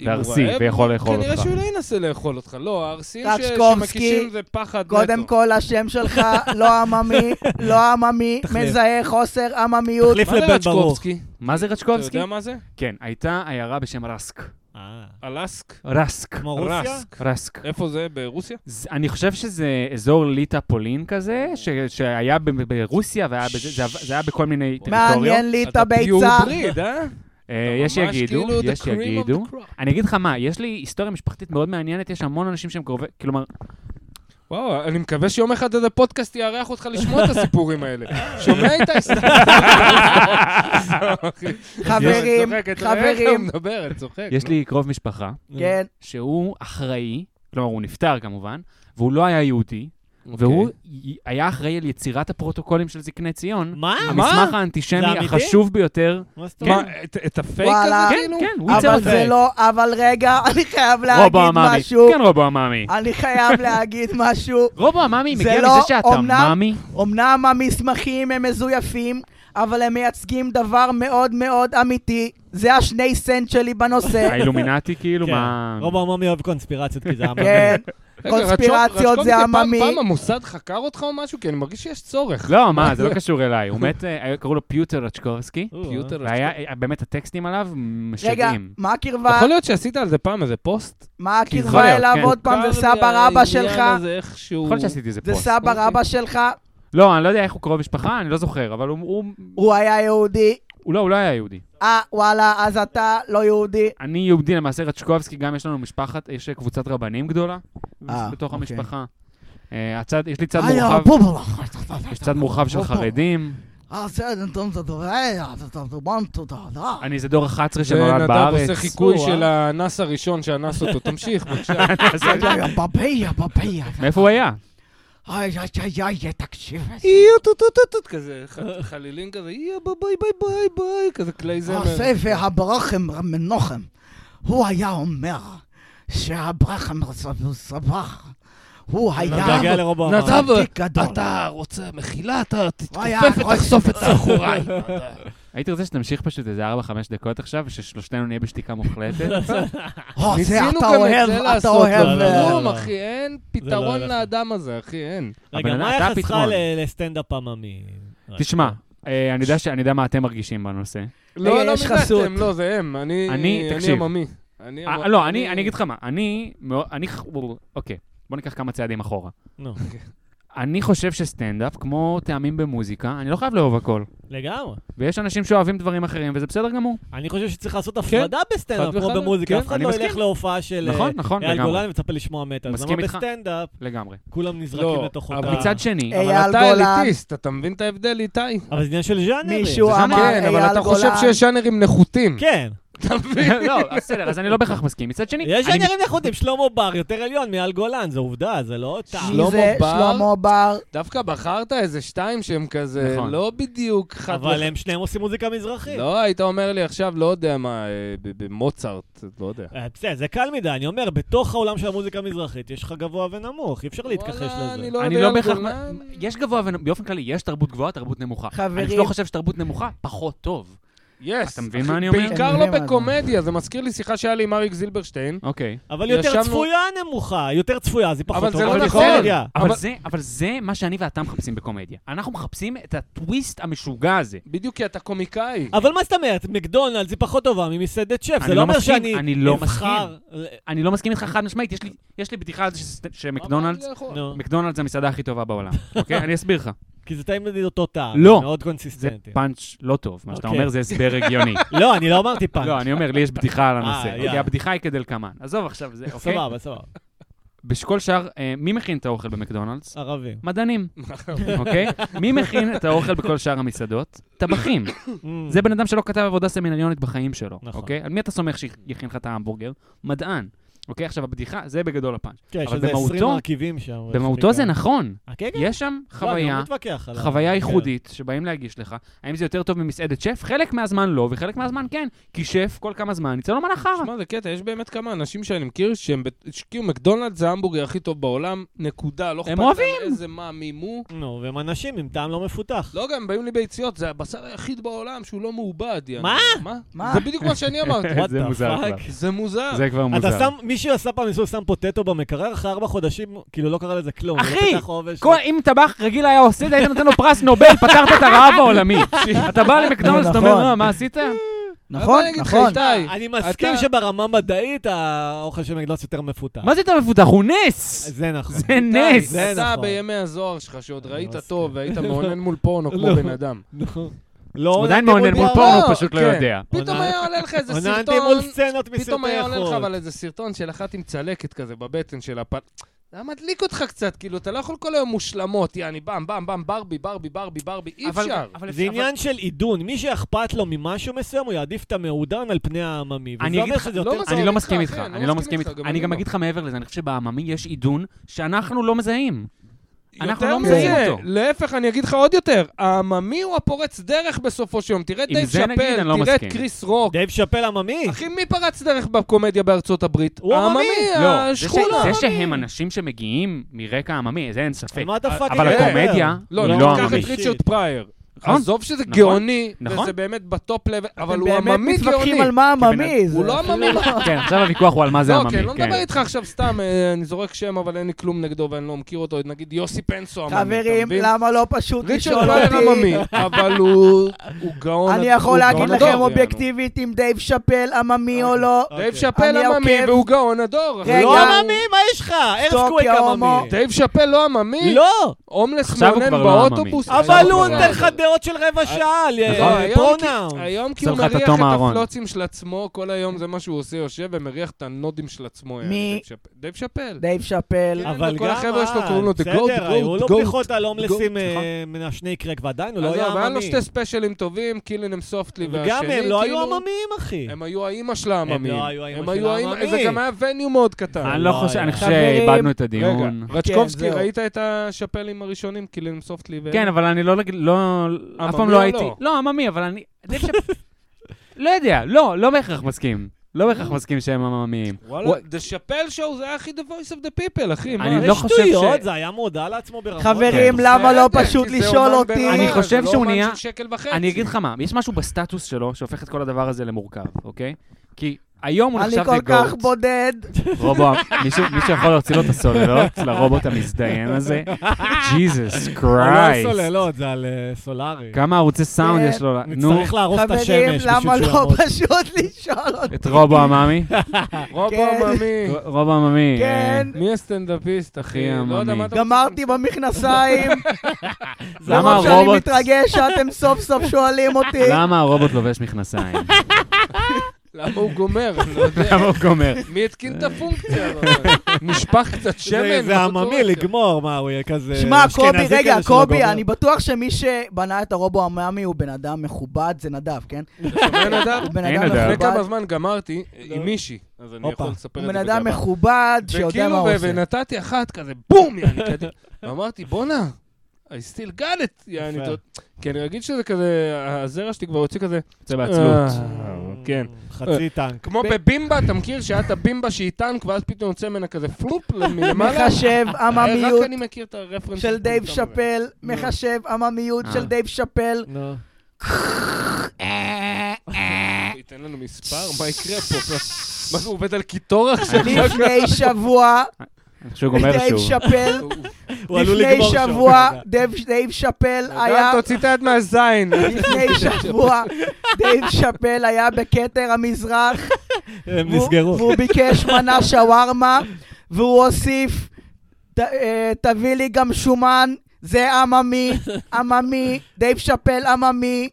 [SPEAKER 3] אם הוא
[SPEAKER 2] וארסי,
[SPEAKER 3] רעב,
[SPEAKER 2] ויכול לאכול
[SPEAKER 3] כנראה
[SPEAKER 2] אותך.
[SPEAKER 3] שהוא לא ינסה לאכול אותך. לא, הארסים ש-
[SPEAKER 1] טרצ'קובסקי,
[SPEAKER 3] שמקישים זה פחד
[SPEAKER 1] קודם
[SPEAKER 3] נטו.
[SPEAKER 1] כל, השם שלך לא עממי, לא עממי,
[SPEAKER 4] תחליף.
[SPEAKER 1] מזהה חוסר עממיות.
[SPEAKER 4] תחליף
[SPEAKER 3] מה זה
[SPEAKER 4] לבן ברוך.
[SPEAKER 3] רצ'קובסקי?
[SPEAKER 2] מה זה
[SPEAKER 3] אתה
[SPEAKER 2] רצ'קובסקי?
[SPEAKER 3] יודע מה זה?
[SPEAKER 2] כן, הייתה עיירה בשם רסק.
[SPEAKER 4] אה,
[SPEAKER 3] אלסק?
[SPEAKER 2] רסק.
[SPEAKER 4] כמו רוסיה?
[SPEAKER 3] רסק.
[SPEAKER 2] רסק.
[SPEAKER 3] איפה זה? ברוסיה?
[SPEAKER 2] זה- אני חושב שזה אזור ליטא-פולין כזה, ש- שהיה ב- ב- ברוסיה, והיה בזה- זה עב- זה היה בכל מיני טריטוריות.
[SPEAKER 1] מעניין לי את
[SPEAKER 3] אתה פיור
[SPEAKER 1] הביצה.
[SPEAKER 3] בריד, אה?
[SPEAKER 2] אה,
[SPEAKER 3] אתה
[SPEAKER 2] יש
[SPEAKER 3] ממש
[SPEAKER 2] יגידו,
[SPEAKER 3] כאילו the
[SPEAKER 2] יש
[SPEAKER 3] cream of the
[SPEAKER 2] יגידו.
[SPEAKER 3] crop.
[SPEAKER 2] אני אגיד לך מה, יש לי היסטוריה משפחתית מאוד מעניינת, יש המון אנשים שהם קרובי, כלומר,
[SPEAKER 4] כן,
[SPEAKER 3] וואו, אני מקווה שיום אחד איזה פודקאסט יארח אותך לשמוע את הסיפורים האלה. שומע את ההסתכלות?
[SPEAKER 1] חברים,
[SPEAKER 2] אה?
[SPEAKER 1] חברים,
[SPEAKER 3] מדבר, אני אה? צוחק.
[SPEAKER 2] יש לי קרוב משפחה,
[SPEAKER 1] כן,
[SPEAKER 2] שהוא אחראי, כלומר, הוא נפטר כמובן, והוא לא היה יהודי,
[SPEAKER 3] נו.
[SPEAKER 2] והוא
[SPEAKER 3] אוקיי.
[SPEAKER 2] י- היה אחראי על יצירת הפרוטוקולים של זקני ציון.
[SPEAKER 4] אה, מה?
[SPEAKER 2] המסמך האנטישמי
[SPEAKER 4] זה אמיתי?
[SPEAKER 2] החשוב ביותר.
[SPEAKER 4] מה כן. זאת אומרת?
[SPEAKER 3] מה, את- את הפייק
[SPEAKER 1] וואלה.
[SPEAKER 3] הזה
[SPEAKER 2] כן,
[SPEAKER 3] כאילו?
[SPEAKER 2] כן, הוא ייצר
[SPEAKER 1] אבל
[SPEAKER 2] את
[SPEAKER 1] זה
[SPEAKER 2] זה.
[SPEAKER 1] לא, אבל רגע, אני חייב
[SPEAKER 2] רובו
[SPEAKER 1] להגיד
[SPEAKER 2] עממי.
[SPEAKER 1] משהו.
[SPEAKER 2] כן, רובו עממי.
[SPEAKER 1] אני חייב להגיד משהו.
[SPEAKER 2] רובו עממי
[SPEAKER 1] זה
[SPEAKER 2] מגיע
[SPEAKER 1] לא-
[SPEAKER 2] מזה שאתה
[SPEAKER 1] אומנם-
[SPEAKER 2] ממי.
[SPEAKER 1] אמנם המסמכים הם מזויפים, אבל הם מייצגים דבר מאוד מאוד אמיתי. זה השני סנט שלי בנושא.
[SPEAKER 2] האילומינטי כאילו,
[SPEAKER 4] כן.
[SPEAKER 2] מה...
[SPEAKER 4] רוב העממי אוהב קונספירציות, כי זה עממי.
[SPEAKER 1] כן,
[SPEAKER 3] רגע,
[SPEAKER 1] קונספירציות
[SPEAKER 3] רצ'קובסקי,
[SPEAKER 1] זה
[SPEAKER 3] פעם-
[SPEAKER 1] עממי.
[SPEAKER 3] פעם המוסד חקר אותך או משהו? כי אני מרגיש שיש צורך.
[SPEAKER 2] לא, מה, זה לא קשור אליי. הוא מת, אה, קראו לו פיוטר רצ'קובסקי.
[SPEAKER 4] או, אה.
[SPEAKER 3] פיוטר
[SPEAKER 2] והיה, אה, באמת, הטקסטים עליו
[SPEAKER 1] רגע,
[SPEAKER 2] משגעים.
[SPEAKER 1] מה הקרבה?
[SPEAKER 3] יכול להיות שעשית על זה פעם איזה פוסט?
[SPEAKER 1] מה
[SPEAKER 2] יכול
[SPEAKER 1] הקרבה
[SPEAKER 2] להיות,
[SPEAKER 1] אליו
[SPEAKER 2] כן.
[SPEAKER 1] עוד פעם? זה סבא רבא שלך?
[SPEAKER 3] זה איכשהו...
[SPEAKER 2] יכול להיות שעשיתי איזה
[SPEAKER 1] זה
[SPEAKER 2] פוסט.
[SPEAKER 1] סבא
[SPEAKER 3] אוקיי.
[SPEAKER 1] רבא שלך?
[SPEAKER 2] לא, אני לא יודע איך הוא קרוב משפחה, אני לא זוכר, אבל הוא- הוא...
[SPEAKER 1] הוא היה יהודי.
[SPEAKER 2] הוא לא, הוא לא היה יהודי.
[SPEAKER 1] אה, וואלה, אז אתה לא יהודי.
[SPEAKER 2] אני יהודי למעשה רצ'קובסקי, גם יש לנו משפחת, יש קבוצת רבנים גדולה
[SPEAKER 1] אה,
[SPEAKER 2] בתוך
[SPEAKER 1] אוקיי.
[SPEAKER 2] המשפחה. אה, הצד, יש לי צד
[SPEAKER 1] אה,
[SPEAKER 2] מורחב,
[SPEAKER 1] בובלה.
[SPEAKER 2] יש צד מורחב של חרדים.
[SPEAKER 1] אה, בסדר, טוב, טוב, טוב, אה, טוב, טוב, טוב, טוב, טוב, טוב.
[SPEAKER 2] אני זה דור 11
[SPEAKER 3] זה
[SPEAKER 2] שנולד
[SPEAKER 3] נדב
[SPEAKER 2] בארץ.
[SPEAKER 3] עושה חיקוי
[SPEAKER 4] או,
[SPEAKER 3] של הנס הראשון שאנס אותו. תמשיך, בבקשה.
[SPEAKER 1] אה, פאפיה, פאפיה.
[SPEAKER 2] מאיפה הוא היה?
[SPEAKER 1] איי, איי, איי, איי, תקשיב.
[SPEAKER 3] יו טו טו טו טו כזה, ח- חלילים כזה, יו ביי ביי ביי ביי, כזה כלי
[SPEAKER 1] Ah,
[SPEAKER 3] זמר.
[SPEAKER 1] הספר הברחם מנוחם, הוא היה אומר שהברחם סבח, הוא
[SPEAKER 4] נתגעגע
[SPEAKER 1] היה
[SPEAKER 4] לרוב העממי.
[SPEAKER 3] נדב,
[SPEAKER 1] ותיק גדול.
[SPEAKER 3] אתה רוצה מחילה, אתה
[SPEAKER 1] היה
[SPEAKER 3] תתכופף
[SPEAKER 1] ראש-
[SPEAKER 3] ותחשוף אה, את סחוריי.
[SPEAKER 2] הייתי רוצה שתמשיך פשוט איזה 4-5 דקות עכשיו, וששלושתנו נהיה בשתיקה מוחלטת.
[SPEAKER 1] "או, זה
[SPEAKER 3] ניסינו
[SPEAKER 1] אתה
[SPEAKER 3] גם את
[SPEAKER 1] אוהב,
[SPEAKER 3] זה
[SPEAKER 1] אתה
[SPEAKER 3] לעשות,
[SPEAKER 1] אוהב.
[SPEAKER 4] לא,
[SPEAKER 3] אבל
[SPEAKER 1] אה,
[SPEAKER 4] לא,
[SPEAKER 3] כלום,
[SPEAKER 4] לא.
[SPEAKER 3] אחי, אין
[SPEAKER 4] לא
[SPEAKER 3] פתרון
[SPEAKER 4] הלך.
[SPEAKER 3] לאדם הזה, אחי, אין.
[SPEAKER 2] אבל
[SPEAKER 4] רגע, מה
[SPEAKER 2] אתה
[SPEAKER 4] יחסך
[SPEAKER 2] הפתרון.
[SPEAKER 4] ל- לסטנדאפ עממי?
[SPEAKER 2] תשמע, אה, אני יודע ש- אני יודע מה אתם מרגישים בנושא.
[SPEAKER 3] לא, לא
[SPEAKER 1] יש חסות.
[SPEAKER 3] מילאתם, לא, זה הם. אני
[SPEAKER 2] אני-
[SPEAKER 3] אני
[SPEAKER 2] תקשיב.
[SPEAKER 3] עממי. אני
[SPEAKER 2] אה,
[SPEAKER 3] עממי.
[SPEAKER 2] לא, אני אני אגיד לך מה, אני... מאו- אני ח- אוקיי, בוא ניקח כמה צעדים אחורה.
[SPEAKER 4] נו,
[SPEAKER 2] אני חושב שסטנדאפ, כמו טעמים במוזיקה, אני לא חייב לאהוב הכל.
[SPEAKER 4] לגמרי.
[SPEAKER 2] ויש אנשים שאוהבים דברים אחרים, וזה בסדר גמור.
[SPEAKER 4] אני חושב שצריך לעשות הפרדה בסטנדאפ,
[SPEAKER 3] חד
[SPEAKER 4] כמו
[SPEAKER 3] וחלק,
[SPEAKER 4] במוזיקה.
[SPEAKER 3] כן.
[SPEAKER 4] אף אחד
[SPEAKER 2] אני
[SPEAKER 4] לא
[SPEAKER 2] מסכים.
[SPEAKER 4] ילך להופעה של אה,
[SPEAKER 2] נכון, נכון,
[SPEAKER 4] אייל
[SPEAKER 2] לגמרי.
[SPEAKER 4] גולן ומצפה לשמוע מטאל.
[SPEAKER 2] מסכים
[SPEAKER 4] למה
[SPEAKER 2] איתך.
[SPEAKER 4] בסטנדאפ
[SPEAKER 2] לגמרי.
[SPEAKER 4] כולם נזרקים
[SPEAKER 3] לא,
[SPEAKER 4] לתוך
[SPEAKER 3] אבל
[SPEAKER 4] אותה...
[SPEAKER 2] מצד שני,
[SPEAKER 1] אייל
[SPEAKER 3] אבל אתה
[SPEAKER 1] גולן.
[SPEAKER 3] אליטיסט, אתה מבין את ההבדל, איתי?
[SPEAKER 4] אבל זה עניין של ז'אנרים.
[SPEAKER 1] מישהו
[SPEAKER 4] זה
[SPEAKER 1] אמר
[SPEAKER 4] ז'אנרים.
[SPEAKER 3] כן, אבל
[SPEAKER 1] אייל
[SPEAKER 3] אתה חושב
[SPEAKER 1] גולן.
[SPEAKER 3] שיש ז'אנרים נחותים.
[SPEAKER 4] כן.
[SPEAKER 3] אתה מבין?
[SPEAKER 2] לא, אז בסדר, אז אני לא בהכרח מסכים. מצד שני,
[SPEAKER 4] יש
[SPEAKER 2] אני-
[SPEAKER 4] עניינים נחותים, שלמה בר יותר עליון מאייל גולן, זו עובדה, זה לא טעם.
[SPEAKER 1] מי
[SPEAKER 3] שלמה
[SPEAKER 1] זה?
[SPEAKER 3] בר?
[SPEAKER 1] שלמה בר.
[SPEAKER 3] דווקא בחרת איזה שתיים שהם כזה,
[SPEAKER 2] נכון.
[SPEAKER 3] לא בדיוק חד...
[SPEAKER 4] אבל
[SPEAKER 3] וח-
[SPEAKER 4] הם שניהם עושים מוזיקה מזרחית.
[SPEAKER 3] לא, היית אומר לי עכשיו, לא יודע מה, אה, ב- במוצרט, לא יודע.
[SPEAKER 4] אה, בסדר, זה קל מדי, אני אומר, בתוך העולם של המוזיקה המזרחית יש לך גבוה ונמוך, אי אפשר להתכחש
[SPEAKER 3] וואלה,
[SPEAKER 4] לזה.
[SPEAKER 3] אני לא
[SPEAKER 2] אני
[SPEAKER 3] יודע
[SPEAKER 2] לא
[SPEAKER 3] על
[SPEAKER 2] בהכרח...
[SPEAKER 3] גולן.
[SPEAKER 2] יש גבוה, ונ- באופן כללי, יש תרבות גבוהה, תרבות נמוכה. אני פשוט
[SPEAKER 1] חברים.
[SPEAKER 2] לא חושב שתרבות נמוכה פחות טוב.
[SPEAKER 3] יס.
[SPEAKER 2] אתה מבין
[SPEAKER 3] אחי,
[SPEAKER 2] מה אני אומר?
[SPEAKER 1] אני
[SPEAKER 3] בעיקר לא
[SPEAKER 1] מבין מה זה.
[SPEAKER 3] בקומדיה, זה מזכיר לי שיחה שהיה לי עם אריק זילברשטיין.
[SPEAKER 2] אוקיי.
[SPEAKER 4] אבל יותר
[SPEAKER 3] ישבנו-
[SPEAKER 4] צפויה נמוכה, יותר צפויה, אז היא פחות
[SPEAKER 3] אבל זה
[SPEAKER 4] טובה.
[SPEAKER 3] לא
[SPEAKER 4] אבל
[SPEAKER 3] נכון.
[SPEAKER 4] בקומדיה.
[SPEAKER 2] אבל
[SPEAKER 3] אבל-
[SPEAKER 2] זה- אבל זה מה שאני ואתה מחפשים בקומדיה. אנחנו מחפשים את הטוויסט המשוגע הזה.
[SPEAKER 3] בדיוק כי אתה קומיקאי.
[SPEAKER 4] אבל מה זאת אומרת, מקדונלדס היא פחות טובה ממסעדת שף,
[SPEAKER 2] אני
[SPEAKER 4] זה
[SPEAKER 2] לא
[SPEAKER 4] לא אומר
[SPEAKER 2] מסכים,
[SPEAKER 4] שאני
[SPEAKER 2] אני לא
[SPEAKER 4] אבחר-
[SPEAKER 2] אני לא מסכים איתך חד משמעית, יש לי- יש לי בדיחה על זה ש-
[SPEAKER 3] לא,
[SPEAKER 2] שמקדונלדס...
[SPEAKER 4] נו,
[SPEAKER 2] מקדונלדס זה המסעדה הכי טובה בעולם, אוקיי? אני אסביר לך.
[SPEAKER 4] כי זה תמיד אותו טעם,
[SPEAKER 2] לא.
[SPEAKER 4] מאוד
[SPEAKER 2] זה
[SPEAKER 4] קונסיסטנטי.
[SPEAKER 2] פאנץ' לא טוב, מה שאתה
[SPEAKER 4] כן, אוקיי.
[SPEAKER 2] אומר זה הסבר הגיוני.
[SPEAKER 4] לא, אני לא אמרתי פאנץ'.
[SPEAKER 2] לא, אני אומר, לי יש בדיחה על הנושא.
[SPEAKER 4] אה,
[SPEAKER 2] אוקיי,
[SPEAKER 4] יאללה.
[SPEAKER 2] הבדיחה היא כדלקמן. עזוב עכשיו, זה, אוקיי?
[SPEAKER 4] סבבה, סבבה.
[SPEAKER 2] בכל שאר, אה, מי מכין את האוכל במקדונלדס?
[SPEAKER 4] ערבים.
[SPEAKER 2] מדענים, אוקיי? מי מכין את האוכל בכל שאר המסעדות? טבחים. זה
[SPEAKER 4] Mm.
[SPEAKER 2] בן אדם שלא כתב עבודה סמינריונית בחיים שלו,
[SPEAKER 4] נכון.
[SPEAKER 2] אוקיי? על מי אתה סומך שיכין לך את ההמבורגר? מדען. אוקיי, עכשיו הבדיחה, זה בגדול הפאנץ'.
[SPEAKER 4] כן, יש
[SPEAKER 2] אבל
[SPEAKER 4] איזה 20
[SPEAKER 2] במהותו-
[SPEAKER 4] מרכיבים שם.
[SPEAKER 2] במהותו זה נכון.
[SPEAKER 4] אה, כן, כן.
[SPEAKER 2] יש שם
[SPEAKER 4] לא, אני לא
[SPEAKER 2] חוויה,
[SPEAKER 4] מתווכח עליו.
[SPEAKER 2] חוויה
[SPEAKER 4] כן.
[SPEAKER 2] ייחודית שבאים להגיש לך. האם זה יותר טוב ממסעדת שף? חלק מהזמן לא, וחלק מהזמן כן. כי שף, כל כמה זמן, יצא לו מנה חרא.
[SPEAKER 3] שמע, זה קטע, יש באמת כמה אנשים שאני מכיר שהם, בת- כאילו, מקדונלדס זה ההמבורגר הכי טוב בעולם, נקודה, לא אכפת
[SPEAKER 2] אוהבים.
[SPEAKER 3] להם איזה מה, מי, מו.
[SPEAKER 4] נו, והם אנשים עם טעם לא מפותח.
[SPEAKER 3] לא, גם הם באים לי ביציאות, זה הבשר היחיד בעולם שהוא לא מעובד. יעני.
[SPEAKER 4] מה?
[SPEAKER 1] מה?
[SPEAKER 3] מה? זה בדיוק מה שאני אמרתי.
[SPEAKER 4] What
[SPEAKER 2] זה
[SPEAKER 4] the
[SPEAKER 2] מוזר
[SPEAKER 4] fuck?
[SPEAKER 2] כבר.
[SPEAKER 3] זה מוזר.
[SPEAKER 2] זה כבר מוזר.
[SPEAKER 4] אתה שם, מישהו עשה פעם ניסוי, שם פוטטו במקרר, אחרי ארבע חודשים, כאילו לא קרה לזה כלום.
[SPEAKER 2] אחי,
[SPEAKER 4] זה פתח עובש.
[SPEAKER 2] כל- אם טבח רגיל היה עושה את זה, היית נותן לו פרס נובל, פתרת את הרעב העולמי. אתה בא למקדונלדס, אתה אומר,
[SPEAKER 1] נכון.
[SPEAKER 2] "אה, מה עשית?
[SPEAKER 3] אבל
[SPEAKER 1] נכון,
[SPEAKER 3] אני אגיד לך,
[SPEAKER 1] נכון.
[SPEAKER 3] איתי,
[SPEAKER 4] אני מסכים
[SPEAKER 3] אתה-
[SPEAKER 4] שברמה מדעית האוכל של מקדונלדס יותר מפותח.
[SPEAKER 2] מה זה יותר מפותח? הוא נס!
[SPEAKER 4] זה נכון.
[SPEAKER 2] זה
[SPEAKER 3] איתי,
[SPEAKER 2] נס!
[SPEAKER 4] זה
[SPEAKER 3] אתה
[SPEAKER 4] נכון.
[SPEAKER 3] בימי הזוהר שלך, שעוד
[SPEAKER 4] אני
[SPEAKER 3] ראית
[SPEAKER 4] מסכים.
[SPEAKER 3] טוב והיית מאונן מול פורנו כמו
[SPEAKER 4] לא.
[SPEAKER 3] בן אדם.
[SPEAKER 4] נו. לא
[SPEAKER 2] הוא עדיין
[SPEAKER 4] עוננתי
[SPEAKER 2] מעונן מול
[SPEAKER 4] בר-
[SPEAKER 2] פורנו,
[SPEAKER 3] לא,
[SPEAKER 2] הוא פשוט לא
[SPEAKER 3] כן.
[SPEAKER 2] יודע.
[SPEAKER 3] פתאום
[SPEAKER 4] עונה-
[SPEAKER 3] היה עולה לך איזה
[SPEAKER 4] עוננתי
[SPEAKER 3] סרטון,
[SPEAKER 4] מול סצנות
[SPEAKER 3] פתאום
[SPEAKER 4] מסרטי
[SPEAKER 3] היה עולה לך
[SPEAKER 4] איכות.
[SPEAKER 3] אבל איזה סרטון של אחת עם צלקת כזה בבטן של הפ... זה היה מדליק אותך קצת, כאילו, אתה לא יכול כל היום מושלמות, יעני, במ, במ, במ, ברבי, ברבי, ברבי, ברבי, אי
[SPEAKER 2] אבל-
[SPEAKER 3] אפשר.
[SPEAKER 2] אבל
[SPEAKER 4] זה
[SPEAKER 2] אפשר-
[SPEAKER 4] עניין של עידון, מי שאכפת לו ממשהו מסוים, הוא יעדיף את המעודן על פני העממי.
[SPEAKER 2] אני
[SPEAKER 4] וזה
[SPEAKER 2] אגיד
[SPEAKER 4] אומר
[SPEAKER 2] לך-
[SPEAKER 4] שזה
[SPEAKER 3] לא
[SPEAKER 4] יותר...
[SPEAKER 3] מסכים.
[SPEAKER 2] אני לא
[SPEAKER 3] איתך,
[SPEAKER 2] מסכים
[SPEAKER 3] כן,
[SPEAKER 2] איתך,
[SPEAKER 3] לא
[SPEAKER 2] אני לא מסכים איתך. אני
[SPEAKER 3] אני
[SPEAKER 2] גם
[SPEAKER 3] לא.
[SPEAKER 2] אגיד לך מעבר לזה, אני חושב שבעממי יש עידון שאנחנו לא מזהים. אנחנו
[SPEAKER 3] יותר
[SPEAKER 2] לא
[SPEAKER 3] מזה,
[SPEAKER 2] מזהים אותו.
[SPEAKER 3] להפך, אני אגיד לך עוד יותר, העממי הוא הפורץ דרך בסופו של יום. תראה את
[SPEAKER 2] עם
[SPEAKER 3] דייב
[SPEAKER 2] זה נגיד
[SPEAKER 3] שאפל,
[SPEAKER 2] אני לא
[SPEAKER 3] תראה את
[SPEAKER 2] מסכים.
[SPEAKER 3] קריס רוק.
[SPEAKER 4] דייב שאפל עממי?
[SPEAKER 3] אחי, מי פרץ דרך בקומדיה בארצות הברית?
[SPEAKER 4] הוא עממי.
[SPEAKER 2] לא, זה ש-
[SPEAKER 3] השכונה.
[SPEAKER 2] זה שהם אנשים שמגיעים מרקע עממי, זה אין ספק.
[SPEAKER 4] על מה אתה
[SPEAKER 2] אבל-
[SPEAKER 4] פאקינג
[SPEAKER 2] אבל
[SPEAKER 3] מדבר?
[SPEAKER 2] הקומדיה
[SPEAKER 3] לא,
[SPEAKER 2] היא
[SPEAKER 4] לא,
[SPEAKER 2] לא
[SPEAKER 3] קח
[SPEAKER 2] עממית.
[SPEAKER 3] את ריצ'רד פרייר.
[SPEAKER 2] נכון.
[SPEAKER 3] עזוב שזה
[SPEAKER 2] נכון.
[SPEAKER 3] גאוני,
[SPEAKER 2] נכון.
[SPEAKER 3] וזה באמת בטופ לבל, אבל
[SPEAKER 1] אתם
[SPEAKER 3] הוא
[SPEAKER 1] באמת
[SPEAKER 3] עממי גאוני.
[SPEAKER 1] מתווכחים על מה עממי.
[SPEAKER 3] הוא
[SPEAKER 1] זה
[SPEAKER 3] לא
[SPEAKER 1] אפילו
[SPEAKER 3] עממי.
[SPEAKER 2] כן, עכשיו הוויכוח הוא על מה זה
[SPEAKER 3] לא,
[SPEAKER 2] עממי.
[SPEAKER 3] כן, לא מדבר
[SPEAKER 2] כן.
[SPEAKER 3] איתך עכשיו סתם, אה, אני זורק שם, אבל אין לי כלום נגדו ואני לא מכיר אותו, נגיד יוסי פנסו עממי, אתה
[SPEAKER 1] חברים,
[SPEAKER 3] מבין?
[SPEAKER 1] למה לא פשוט
[SPEAKER 3] ריצ'רד
[SPEAKER 1] לשאול
[SPEAKER 3] פרייר
[SPEAKER 1] אותי?
[SPEAKER 3] עממי, אבל הוא הוא גאון.
[SPEAKER 1] אני
[SPEAKER 3] הוא
[SPEAKER 1] יכול
[SPEAKER 3] גאון
[SPEAKER 1] להגיד
[SPEAKER 4] לא,
[SPEAKER 3] הדור,
[SPEAKER 1] לכם
[SPEAKER 3] יענו.
[SPEAKER 1] אובייקטיבית אם דייב שאפל עממי או לא.
[SPEAKER 3] דייב
[SPEAKER 4] אוקיי.
[SPEAKER 3] שאפל
[SPEAKER 1] אני
[SPEAKER 3] עממי
[SPEAKER 1] עוקב.
[SPEAKER 3] והוא גאון הדור.
[SPEAKER 1] רגע.
[SPEAKER 4] לא
[SPEAKER 3] לא עממי.
[SPEAKER 4] עממי, מה יש לך? ארסקוויק
[SPEAKER 1] סטוקי
[SPEAKER 4] עממי.
[SPEAKER 1] ההומו.
[SPEAKER 3] דייב שאפל לא עממי?
[SPEAKER 4] לא,
[SPEAKER 3] הומלס
[SPEAKER 2] עכשיו הוא
[SPEAKER 3] מעונן
[SPEAKER 2] כבר לא עממי.
[SPEAKER 3] באוטובוס?
[SPEAKER 4] אבל
[SPEAKER 3] עכשיו
[SPEAKER 4] הוא
[SPEAKER 3] כבר
[SPEAKER 4] נותן לך
[SPEAKER 3] לא.
[SPEAKER 4] דעות של רבע שעה על
[SPEAKER 3] לא,
[SPEAKER 4] אה,
[SPEAKER 3] היום כי-
[SPEAKER 4] פרונאונס.
[SPEAKER 3] היום כי הוא
[SPEAKER 2] שם לך את
[SPEAKER 3] מריח את
[SPEAKER 2] התום אהרון.
[SPEAKER 3] הפלוצים של עצמו, כל היום זה מה שהוא עושה, יושב ומריח את הנודים של עצמו. יעני,
[SPEAKER 1] מי?
[SPEAKER 3] דייב שאפל. דייב שאפל.
[SPEAKER 1] דייב שאפל.
[SPEAKER 3] כן,
[SPEAKER 4] אבל
[SPEAKER 3] וכל
[SPEAKER 4] גם
[SPEAKER 3] החבר'ה שלו
[SPEAKER 4] אז,
[SPEAKER 3] קוראים לו The Goat,
[SPEAKER 4] בסדר,
[SPEAKER 3] Goat,
[SPEAKER 4] היו לו
[SPEAKER 3] Goat,
[SPEAKER 4] בדיחות על הומלסים
[SPEAKER 3] Goat,
[SPEAKER 4] אה,
[SPEAKER 2] נכון.
[SPEAKER 4] מהשני קרק, ועדיין הוא לא
[SPEAKER 3] עזוב,
[SPEAKER 4] היה
[SPEAKER 3] היה לו
[SPEAKER 4] עממי.
[SPEAKER 3] שתי ספיישלים טובים, קילן הם סופטלי והשני,
[SPEAKER 4] וגם הם לא היו
[SPEAKER 3] כאילו,
[SPEAKER 4] עממיים, אחי.
[SPEAKER 3] הם היו האימא של העממים.
[SPEAKER 4] לא היו האימא
[SPEAKER 3] הם
[SPEAKER 4] של
[SPEAKER 3] היו האימא-
[SPEAKER 4] העממי.
[SPEAKER 3] זה גם היה וניו מאוד קטן.
[SPEAKER 2] אני לא
[SPEAKER 4] לא
[SPEAKER 2] חושב,
[SPEAKER 4] היה.
[SPEAKER 2] אני חושב
[SPEAKER 1] חברים,
[SPEAKER 2] שאיבדנו את
[SPEAKER 3] רגע,
[SPEAKER 2] הדיון.
[SPEAKER 4] כן,
[SPEAKER 3] רצ'קובסקי,
[SPEAKER 1] זהו.
[SPEAKER 3] ראית את השאפלים הראשונים? קילן הם סופטלי ו...
[SPEAKER 2] כן, אבל אני לא, לא, אף פעם
[SPEAKER 3] עממי
[SPEAKER 2] לא
[SPEAKER 3] או
[SPEAKER 2] הייתי.
[SPEAKER 3] לא?
[SPEAKER 2] לא, עממי, אבל אני... דייב שאפ- לא יודע, לא, לא בהכרח מסכים. לא בהכרח מסכים שהם עממיים.
[SPEAKER 3] וואלה, דה שאפל שואו זה היה הכי The Voice of the People, אחי. מה?
[SPEAKER 2] אני
[SPEAKER 4] זה
[SPEAKER 2] לא חושב
[SPEAKER 4] שטויות,
[SPEAKER 2] ש-
[SPEAKER 4] זה היה מודע לעצמו ברמות.
[SPEAKER 1] חברים,
[SPEAKER 4] כן.
[SPEAKER 1] למה לא
[SPEAKER 3] בסדר,
[SPEAKER 1] פשוט
[SPEAKER 3] כי זה
[SPEAKER 1] לשאול
[SPEAKER 3] אומן
[SPEAKER 1] אותי?
[SPEAKER 3] ברמה,
[SPEAKER 2] אני
[SPEAKER 3] זה
[SPEAKER 2] חושב
[SPEAKER 3] לא
[SPEAKER 2] שהוא
[SPEAKER 3] אומן
[SPEAKER 2] נהיה-
[SPEAKER 3] של שקל וחצי.
[SPEAKER 2] אני אגיד לך מה, יש משהו בסטטוס שלו שהופך את כל הדבר הזה למורכב, אוקיי? כי היום הוא
[SPEAKER 1] אני
[SPEAKER 2] נחשב
[SPEAKER 1] כל כך
[SPEAKER 2] לגוט.
[SPEAKER 1] בודד.
[SPEAKER 2] רובו, מישהו מישהו יכול להוציא לו את הסוללות לרובוט המזדיין הזה? ג'יזוס
[SPEAKER 4] אבל לא על
[SPEAKER 2] קרייסט.
[SPEAKER 4] סוללות, זה על אה, סולארי.
[SPEAKER 2] כמה ערוצי סאונד
[SPEAKER 1] כן.
[SPEAKER 2] יש לו? ל- נו,
[SPEAKER 4] נצטרך להרוס את השמש
[SPEAKER 1] חברים,
[SPEAKER 4] בשביל שהוא
[SPEAKER 1] למה לא
[SPEAKER 4] יעמוד.
[SPEAKER 1] פשוט לשאול אותי?
[SPEAKER 2] את רובו עממי?
[SPEAKER 3] רובו
[SPEAKER 1] כן.
[SPEAKER 3] עממי.
[SPEAKER 2] רובו עממי. אה,
[SPEAKER 1] כן,
[SPEAKER 3] מי הסטנדאפיסט, אחי?
[SPEAKER 2] הכי
[SPEAKER 3] לא יודע
[SPEAKER 2] עממי.
[SPEAKER 3] מה אתה...
[SPEAKER 1] גמרתי במכנסיים.
[SPEAKER 2] למה
[SPEAKER 1] למה הרובוט? לא שאני
[SPEAKER 2] הרובוט-
[SPEAKER 1] מתרגש שאתם סוף סוף שואלים אותי.
[SPEAKER 2] למה הרובוט לובש מכנסיים?
[SPEAKER 3] למה הוא גומר? אני לא יודע.
[SPEAKER 2] למה הוא גומר?
[SPEAKER 3] מי התקין את הפונקציה הזאת? נשפך קצת שמן?
[SPEAKER 4] זה- זה עממי לגמור, מה, הוא יהיה כזה...
[SPEAKER 1] שמע,
[SPEAKER 4] אה, אשכנזי
[SPEAKER 1] קובי,
[SPEAKER 4] כזה
[SPEAKER 1] רגע,
[SPEAKER 4] שלא
[SPEAKER 1] קובי,
[SPEAKER 4] גומר.
[SPEAKER 1] אני בטוח שמי שבנה את הרובו המאמי הוא בן אדם מכובד, זה נדב, כן?
[SPEAKER 3] בן אדם,
[SPEAKER 1] הוא בן
[SPEAKER 2] אין
[SPEAKER 1] אדם
[SPEAKER 2] נדב.
[SPEAKER 3] לפני
[SPEAKER 1] מכובד, לא.
[SPEAKER 3] כמה זמן גמרתי עם מישהי, אז אני
[SPEAKER 4] הופה.
[SPEAKER 3] יכול לספר את
[SPEAKER 1] הוא
[SPEAKER 3] זה.
[SPEAKER 1] בן אדם
[SPEAKER 3] בגאווה.
[SPEAKER 1] מכובד שיודע מה
[SPEAKER 3] וכאילו,
[SPEAKER 1] הוא
[SPEAKER 3] ו-
[SPEAKER 1] עושה.
[SPEAKER 3] ונתתי אחת כזה, בום, יעני, קדימה. ואמרתי, בואנה, I still got it, יעני.
[SPEAKER 4] יפה.
[SPEAKER 3] זאת- כי אני רגיל שזה כזה, הזרע שלי כבר הוציא כזה,
[SPEAKER 2] זה בעצלות.
[SPEAKER 3] אה, כן.
[SPEAKER 4] חצי טנק.
[SPEAKER 3] כמו בבימבה, אתה מכיר שהיה את הבימבה שהיא טנק, ואז פתאום יוצא ממנה כזה פלופ מלמעלה? אה,
[SPEAKER 1] מחשב
[SPEAKER 3] לא? רק
[SPEAKER 1] עממיות
[SPEAKER 3] אני מכיר את הרפרנס.
[SPEAKER 1] של
[SPEAKER 3] הזה.
[SPEAKER 1] דייב שאפל,
[SPEAKER 4] לא.
[SPEAKER 1] מחשב עממיות
[SPEAKER 2] אה.
[SPEAKER 1] של דייב שאפל.
[SPEAKER 4] נו.
[SPEAKER 3] הוא ייתן אה, לנו מספר? מה יקרה פה? מה זה, הוא עובד על קיטור עכשיו?
[SPEAKER 1] לפני שבוע,
[SPEAKER 2] אני חושב שהוא גומר
[SPEAKER 1] דייב
[SPEAKER 2] שוב.
[SPEAKER 1] שאפל,
[SPEAKER 4] הוא עלול
[SPEAKER 1] לפני
[SPEAKER 4] לגמור שם.
[SPEAKER 1] שבוע, דייב- דייב שאפל היה...
[SPEAKER 3] גם תוציא את היד מהזין.
[SPEAKER 1] לפני שבוע דייב שאפל היה בכתר המזרח,
[SPEAKER 4] הם
[SPEAKER 1] והוא-
[SPEAKER 4] נסגרו.
[SPEAKER 1] והוא ביקש מנה שווארמה, והוא הוסיף, "ת- אה, תביא לי גם שומן, זה עממי, עממי, דייב שאפל עממי,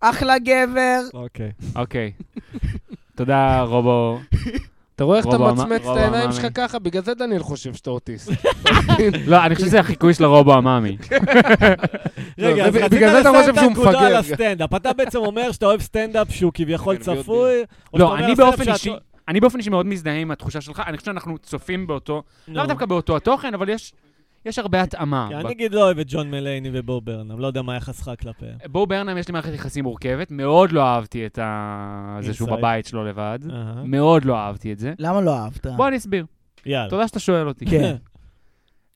[SPEAKER 1] אחלה גבר.
[SPEAKER 4] אוקיי.
[SPEAKER 2] אוקיי. תודה, רובו.
[SPEAKER 3] אתה רואה איך אתה
[SPEAKER 2] רובו אמר-
[SPEAKER 3] מצמץ את
[SPEAKER 2] רובו
[SPEAKER 3] העיניים
[SPEAKER 2] אמר
[SPEAKER 3] שלך
[SPEAKER 2] לי.
[SPEAKER 3] ככה? בגלל זה דניאל חושב שאתה אוטיסט.
[SPEAKER 2] לא, אני חושב שזה החיקוי של הרובו המאמי.
[SPEAKER 4] רגע,
[SPEAKER 3] לא,
[SPEAKER 4] אז
[SPEAKER 3] זה-
[SPEAKER 4] רצית
[SPEAKER 3] בגלל זה אתה
[SPEAKER 4] לסיים
[SPEAKER 3] חושב
[SPEAKER 4] את
[SPEAKER 3] שהוא מפגר.
[SPEAKER 4] הנקודה לא על הסטנדאפ. אתה בעצם אומר שאתה אוהב סטנדאפ שהוא כביכול
[SPEAKER 3] כן, אני יודע.
[SPEAKER 4] צפוי, או שאתה
[SPEAKER 2] לא,
[SPEAKER 4] אומר
[SPEAKER 2] אני
[SPEAKER 4] על
[SPEAKER 2] באופן
[SPEAKER 4] סטנדאפ
[SPEAKER 2] אישי...
[SPEAKER 4] שאתה-
[SPEAKER 2] אני באופן אישי מאוד מזדהה עם התחושה שלך, אני חושב שאנחנו צופים באותו,
[SPEAKER 4] נו.
[SPEAKER 2] לאו לא, דווקא באותו התוכן, אבל יש- יש הרבה התאמה.
[SPEAKER 4] כי
[SPEAKER 2] ב-
[SPEAKER 4] אני נגיד לא אוהב את ג'ון מלייני ובוב ברנם, לא יודע מה יחסך כלפיהם.
[SPEAKER 2] בואו ברנם, יש לי מערכת יחסים מורכבת, מאוד לא אהבתי את ה- זה שהוא
[SPEAKER 4] Inside. אה,
[SPEAKER 2] בבית שלו לבד,
[SPEAKER 4] אהה.
[SPEAKER 2] מאוד לא אהבתי את זה.
[SPEAKER 1] למה לא אהבת?
[SPEAKER 2] בוא אני אסביר,
[SPEAKER 4] יאללה.
[SPEAKER 2] תודה שאתה שואל אותי.
[SPEAKER 1] כן.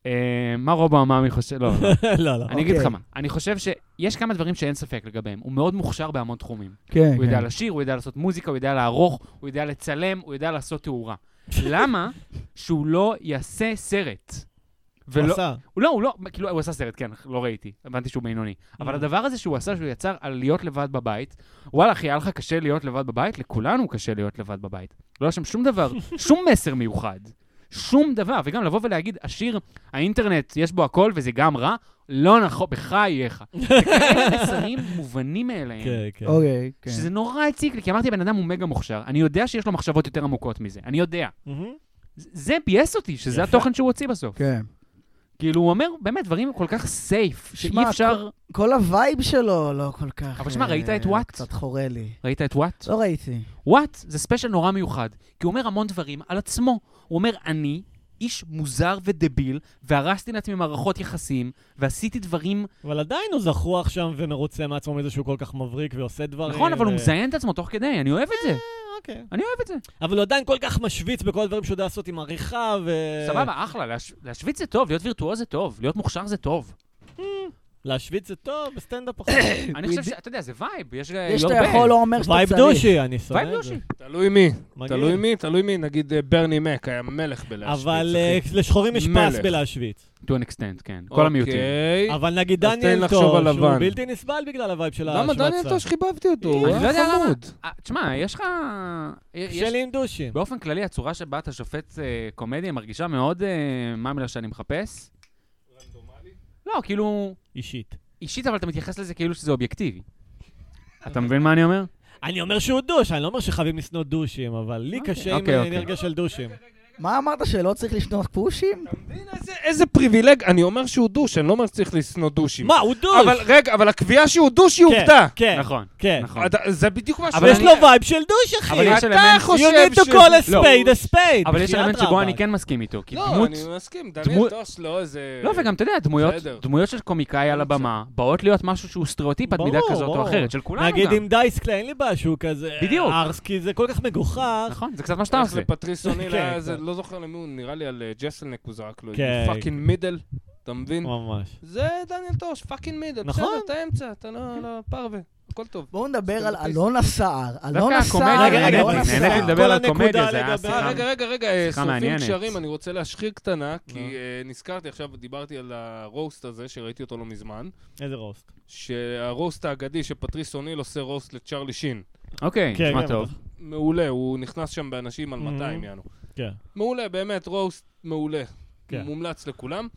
[SPEAKER 2] אה, מה רובו המאמי חושב? לא, לא.
[SPEAKER 4] לא, לא.
[SPEAKER 2] אני אגיד לך
[SPEAKER 1] אוקיי.
[SPEAKER 2] מה, אני חושב שיש כמה דברים שאין ספק לגביהם. הוא מאוד מוכשר בהמון תחומים.
[SPEAKER 1] כן,
[SPEAKER 2] הוא יודע לשיר, הוא יודע לעשות מוזיקה, הוא יודע לערוך, הוא יודע לצלם, הוא יודע לעשות תאורה. למה שהוא לא יעשה סרט?
[SPEAKER 4] הוא
[SPEAKER 2] ולא,
[SPEAKER 4] עשה.
[SPEAKER 2] הוא לא, הוא לא, כאילו, הוא עשה סרט, כן, לא ראיתי, הבנתי שהוא בינוני. אבל הדבר הזה שהוא עשה, שהוא יצר על להיות לבד בבית, וואלה, אחי, היה לך קשה להיות לבד בבית? לכולנו קשה להיות לבד בבית. לא היה שם שום דבר, שום מסר מיוחד. שום דבר, וגם לבוא ולהגיד, השיר, האינטרנט, יש בו הכל וזה גם רע, לא נכון, בחייך. זה כאלה מסרים מובנים מאליהם.
[SPEAKER 4] כן, כן.
[SPEAKER 1] אוקיי, כן.
[SPEAKER 2] שזה נורא הציק לי, כי אמרתי, הבן אדם הוא מגה מוכשר. אני יודע שיש לו מחשבות יותר עמוקות מזה, אני יודע.
[SPEAKER 4] מהמם.
[SPEAKER 2] זה- זה ביאס אותי, שזה
[SPEAKER 4] יפה.
[SPEAKER 2] התוכן שהוא הוציא בסוף.
[SPEAKER 1] כן.
[SPEAKER 2] כאילו, הוא אומר באמת דברים כל כך סייף, שאי
[SPEAKER 1] שמע,
[SPEAKER 2] אפשר...
[SPEAKER 1] כל הווייב שלו לא כל כך...
[SPEAKER 2] אבל שמע,
[SPEAKER 1] אה,
[SPEAKER 2] ראית את וואט?
[SPEAKER 1] קצת חורה לי.
[SPEAKER 2] ראית את וואט?
[SPEAKER 1] לא ראיתי.
[SPEAKER 2] וואט זה ספיישל נורא מיוחד, כי הוא אומר המון דברים על עצמו. הוא אומר, אני איש מוזר ודביל, והרסתי לעצמי מערכות יחסים, ועשיתי דברים...
[SPEAKER 4] אבל עדיין הוא זחוח שם ומרוצה מעצמו מזה שהוא כל כך מבריק ועושה דברים.
[SPEAKER 2] נכון, אבל הוא
[SPEAKER 4] ו-
[SPEAKER 2] מזיין את עצמו תוך כדי, אני אוהב את זה.
[SPEAKER 4] אוקיי.
[SPEAKER 2] אני אוהב את זה.
[SPEAKER 4] אבל הוא עדיין כל כך משוויץ בכל הדברים שהוא יודע לעשות עם עריכה ו...
[SPEAKER 2] סבבה, אחלה, להש- להשוויץ זה טוב, להיות וירטואוז זה טוב, להיות מוכשר זה טוב.
[SPEAKER 4] להשוויץ זה טוב, בסטנדאפ פחות.
[SPEAKER 2] אני חושב שאתה יודע, זה וייב, יש אה,
[SPEAKER 1] יש
[SPEAKER 2] your
[SPEAKER 1] שאתה
[SPEAKER 2] band.
[SPEAKER 1] יכול לא אומר שאתה
[SPEAKER 4] וייב
[SPEAKER 1] צריך.
[SPEAKER 4] דושי, אני שונא
[SPEAKER 2] וייב
[SPEAKER 4] את זה.
[SPEAKER 2] לא יושי.
[SPEAKER 3] תלוי מי.
[SPEAKER 4] מגעיל.
[SPEAKER 3] תלוי מי, תלוי מי. נגיד אה, ברני מק היה מלך בלהשוויץ.
[SPEAKER 4] אבל
[SPEAKER 3] אחי.
[SPEAKER 4] אה, לשחורים יש פס
[SPEAKER 3] מלך.
[SPEAKER 4] בלהשוויץ.
[SPEAKER 2] To an extent, כן. כל המיעוטים.
[SPEAKER 3] אוקיי.
[SPEAKER 4] אבל נגיד
[SPEAKER 3] אז תן
[SPEAKER 4] דניאל
[SPEAKER 3] לחשוב על
[SPEAKER 4] טור, שהוא
[SPEAKER 3] לבן.
[SPEAKER 4] בלתי נסבל בגלל הווייב של
[SPEAKER 3] למה
[SPEAKER 4] ההשווצה.
[SPEAKER 3] דניאל טוש חיבבתי אותו? הוא
[SPEAKER 2] אני לא
[SPEAKER 3] היה
[SPEAKER 2] יודע למה.
[SPEAKER 3] חמוד.
[SPEAKER 2] אה, תשמע, יש לך...
[SPEAKER 4] קשה
[SPEAKER 2] יש...
[SPEAKER 4] לי עם דושים.
[SPEAKER 2] באופן כללי, הצורה שבה אתה שופט אה, קומדיה מרגישה מאוד אה, מה המילה שאני מחפש. לא, כאילו,
[SPEAKER 4] אישית.
[SPEAKER 2] אישית, אבל אתה מתייחס לזה כאילו שזה אובייקטיבי. אתה מבין מה אני אומר?
[SPEAKER 4] אני אומר שהוא דוש, אני לא אומר שחייבים לשנוא דושים, אבל לי
[SPEAKER 2] אוקיי.
[SPEAKER 4] קשה עם
[SPEAKER 2] אוקיי,
[SPEAKER 4] אה,
[SPEAKER 2] אוקיי.
[SPEAKER 4] אנרגיה של דושים.
[SPEAKER 1] מה אמרת, שלא צריך לשנות פושים?
[SPEAKER 3] הנה, איזה- איזה פריבילג. אני אומר שהוא דוש, אני לא אומר שצריך לשנוא דושים.
[SPEAKER 4] מה, הוא דוש!
[SPEAKER 3] אבל רגע, אבל הקביעה שהוא דוש היא
[SPEAKER 4] כן,
[SPEAKER 3] עובדה.
[SPEAKER 4] כן,
[SPEAKER 2] נכון.
[SPEAKER 4] כן.
[SPEAKER 2] נכון.
[SPEAKER 3] אתה- זה בדיוק מה ש...
[SPEAKER 2] אבל
[SPEAKER 4] אבל יש
[SPEAKER 2] אני-
[SPEAKER 4] לו וייב של דוש, אחי!
[SPEAKER 2] אבל יש
[SPEAKER 3] אתה
[SPEAKER 2] אלמנט-
[SPEAKER 3] לא חושב
[SPEAKER 4] You need to
[SPEAKER 3] ש-
[SPEAKER 4] call a
[SPEAKER 2] לא.
[SPEAKER 4] spade a spade!
[SPEAKER 2] אבל יש
[SPEAKER 4] בחייאת
[SPEAKER 2] אלמנט שבו
[SPEAKER 4] רבאק.
[SPEAKER 2] אני כן מסכים איתו, כי
[SPEAKER 3] לא,
[SPEAKER 2] דמות...
[SPEAKER 3] אני מסכים,
[SPEAKER 2] דמות-
[SPEAKER 3] דניאל טוס לא איזה...
[SPEAKER 2] לא, וגם אתה יודע, דמויות-
[SPEAKER 3] בסדר.
[SPEAKER 2] דמויות של קומיקאי על הבמה באות להיות משהו שהוא סטריאוטיפ עד מידה
[SPEAKER 4] ברור,
[SPEAKER 2] כזאת או
[SPEAKER 4] ברור.
[SPEAKER 2] אחרת, של
[SPEAKER 3] לא
[SPEAKER 2] כולנו
[SPEAKER 4] נגיד
[SPEAKER 2] גם.
[SPEAKER 4] עם דייסקלי, אין לי בעיה שהוא כזה...
[SPEAKER 2] בדיוק.
[SPEAKER 4] ארס, כי זה כל כך מגוחך.
[SPEAKER 2] נכון, זה קצת מה שאתה
[SPEAKER 3] איך
[SPEAKER 2] עושה.
[SPEAKER 3] זה פטריס אוניל
[SPEAKER 4] כן,
[SPEAKER 3] היה, זה
[SPEAKER 4] כן.
[SPEAKER 3] לא זוכר למי הוא, נראה לי על אה, ג'סלנק הוא זרק לו,
[SPEAKER 4] כן.
[SPEAKER 3] פאקינג מידל, אתה מבין?
[SPEAKER 4] ממש.
[SPEAKER 3] זה דניאל טוש, פאקינג מידל,
[SPEAKER 4] נכון. כן.
[SPEAKER 3] בסדר, אתה אמצע, אתה לא, לא, פרווה, הכל טוב.
[SPEAKER 1] בואו נדבר על
[SPEAKER 3] סטנדאפיסט.
[SPEAKER 1] אלונה סער. אלונה
[SPEAKER 2] הקומדיה,
[SPEAKER 1] סער,
[SPEAKER 4] לא רגע, רגע,
[SPEAKER 1] אלונה
[SPEAKER 4] נהניתי
[SPEAKER 1] סער.
[SPEAKER 4] לדבר.
[SPEAKER 2] לדבר על
[SPEAKER 4] כל הנקודה
[SPEAKER 2] קומדיה, זה היה
[SPEAKER 4] לגבי-
[SPEAKER 2] שיחה.
[SPEAKER 3] אה, רגע, רגע, רגע, אה,
[SPEAKER 2] שיחה
[SPEAKER 3] שורפים
[SPEAKER 2] מעניינת.
[SPEAKER 3] קשרים, אני רוצה להשחיר קטנה, כי
[SPEAKER 4] נו.
[SPEAKER 3] אה, נזכרתי עכשיו, דיברתי על הרוסט הזה, שראיתי אותו לא מזמן,
[SPEAKER 4] איזה רוסט.
[SPEAKER 3] שהרוסט האגדי שפטריס אוניל עושה רוסט לצ'רלי שין.
[SPEAKER 2] אוקיי,
[SPEAKER 4] כן,
[SPEAKER 2] נשמע
[SPEAKER 4] כן,
[SPEAKER 2] טוב.
[SPEAKER 4] בטח.
[SPEAKER 3] מעולה, הוא נכנס שם באנשים על 200,
[SPEAKER 4] Mhm.
[SPEAKER 3] יענו.
[SPEAKER 4] כן.
[SPEAKER 3] מעולה, באמת, רוסט מעולה.
[SPEAKER 4] כן.
[SPEAKER 3] מומלץ לכולם.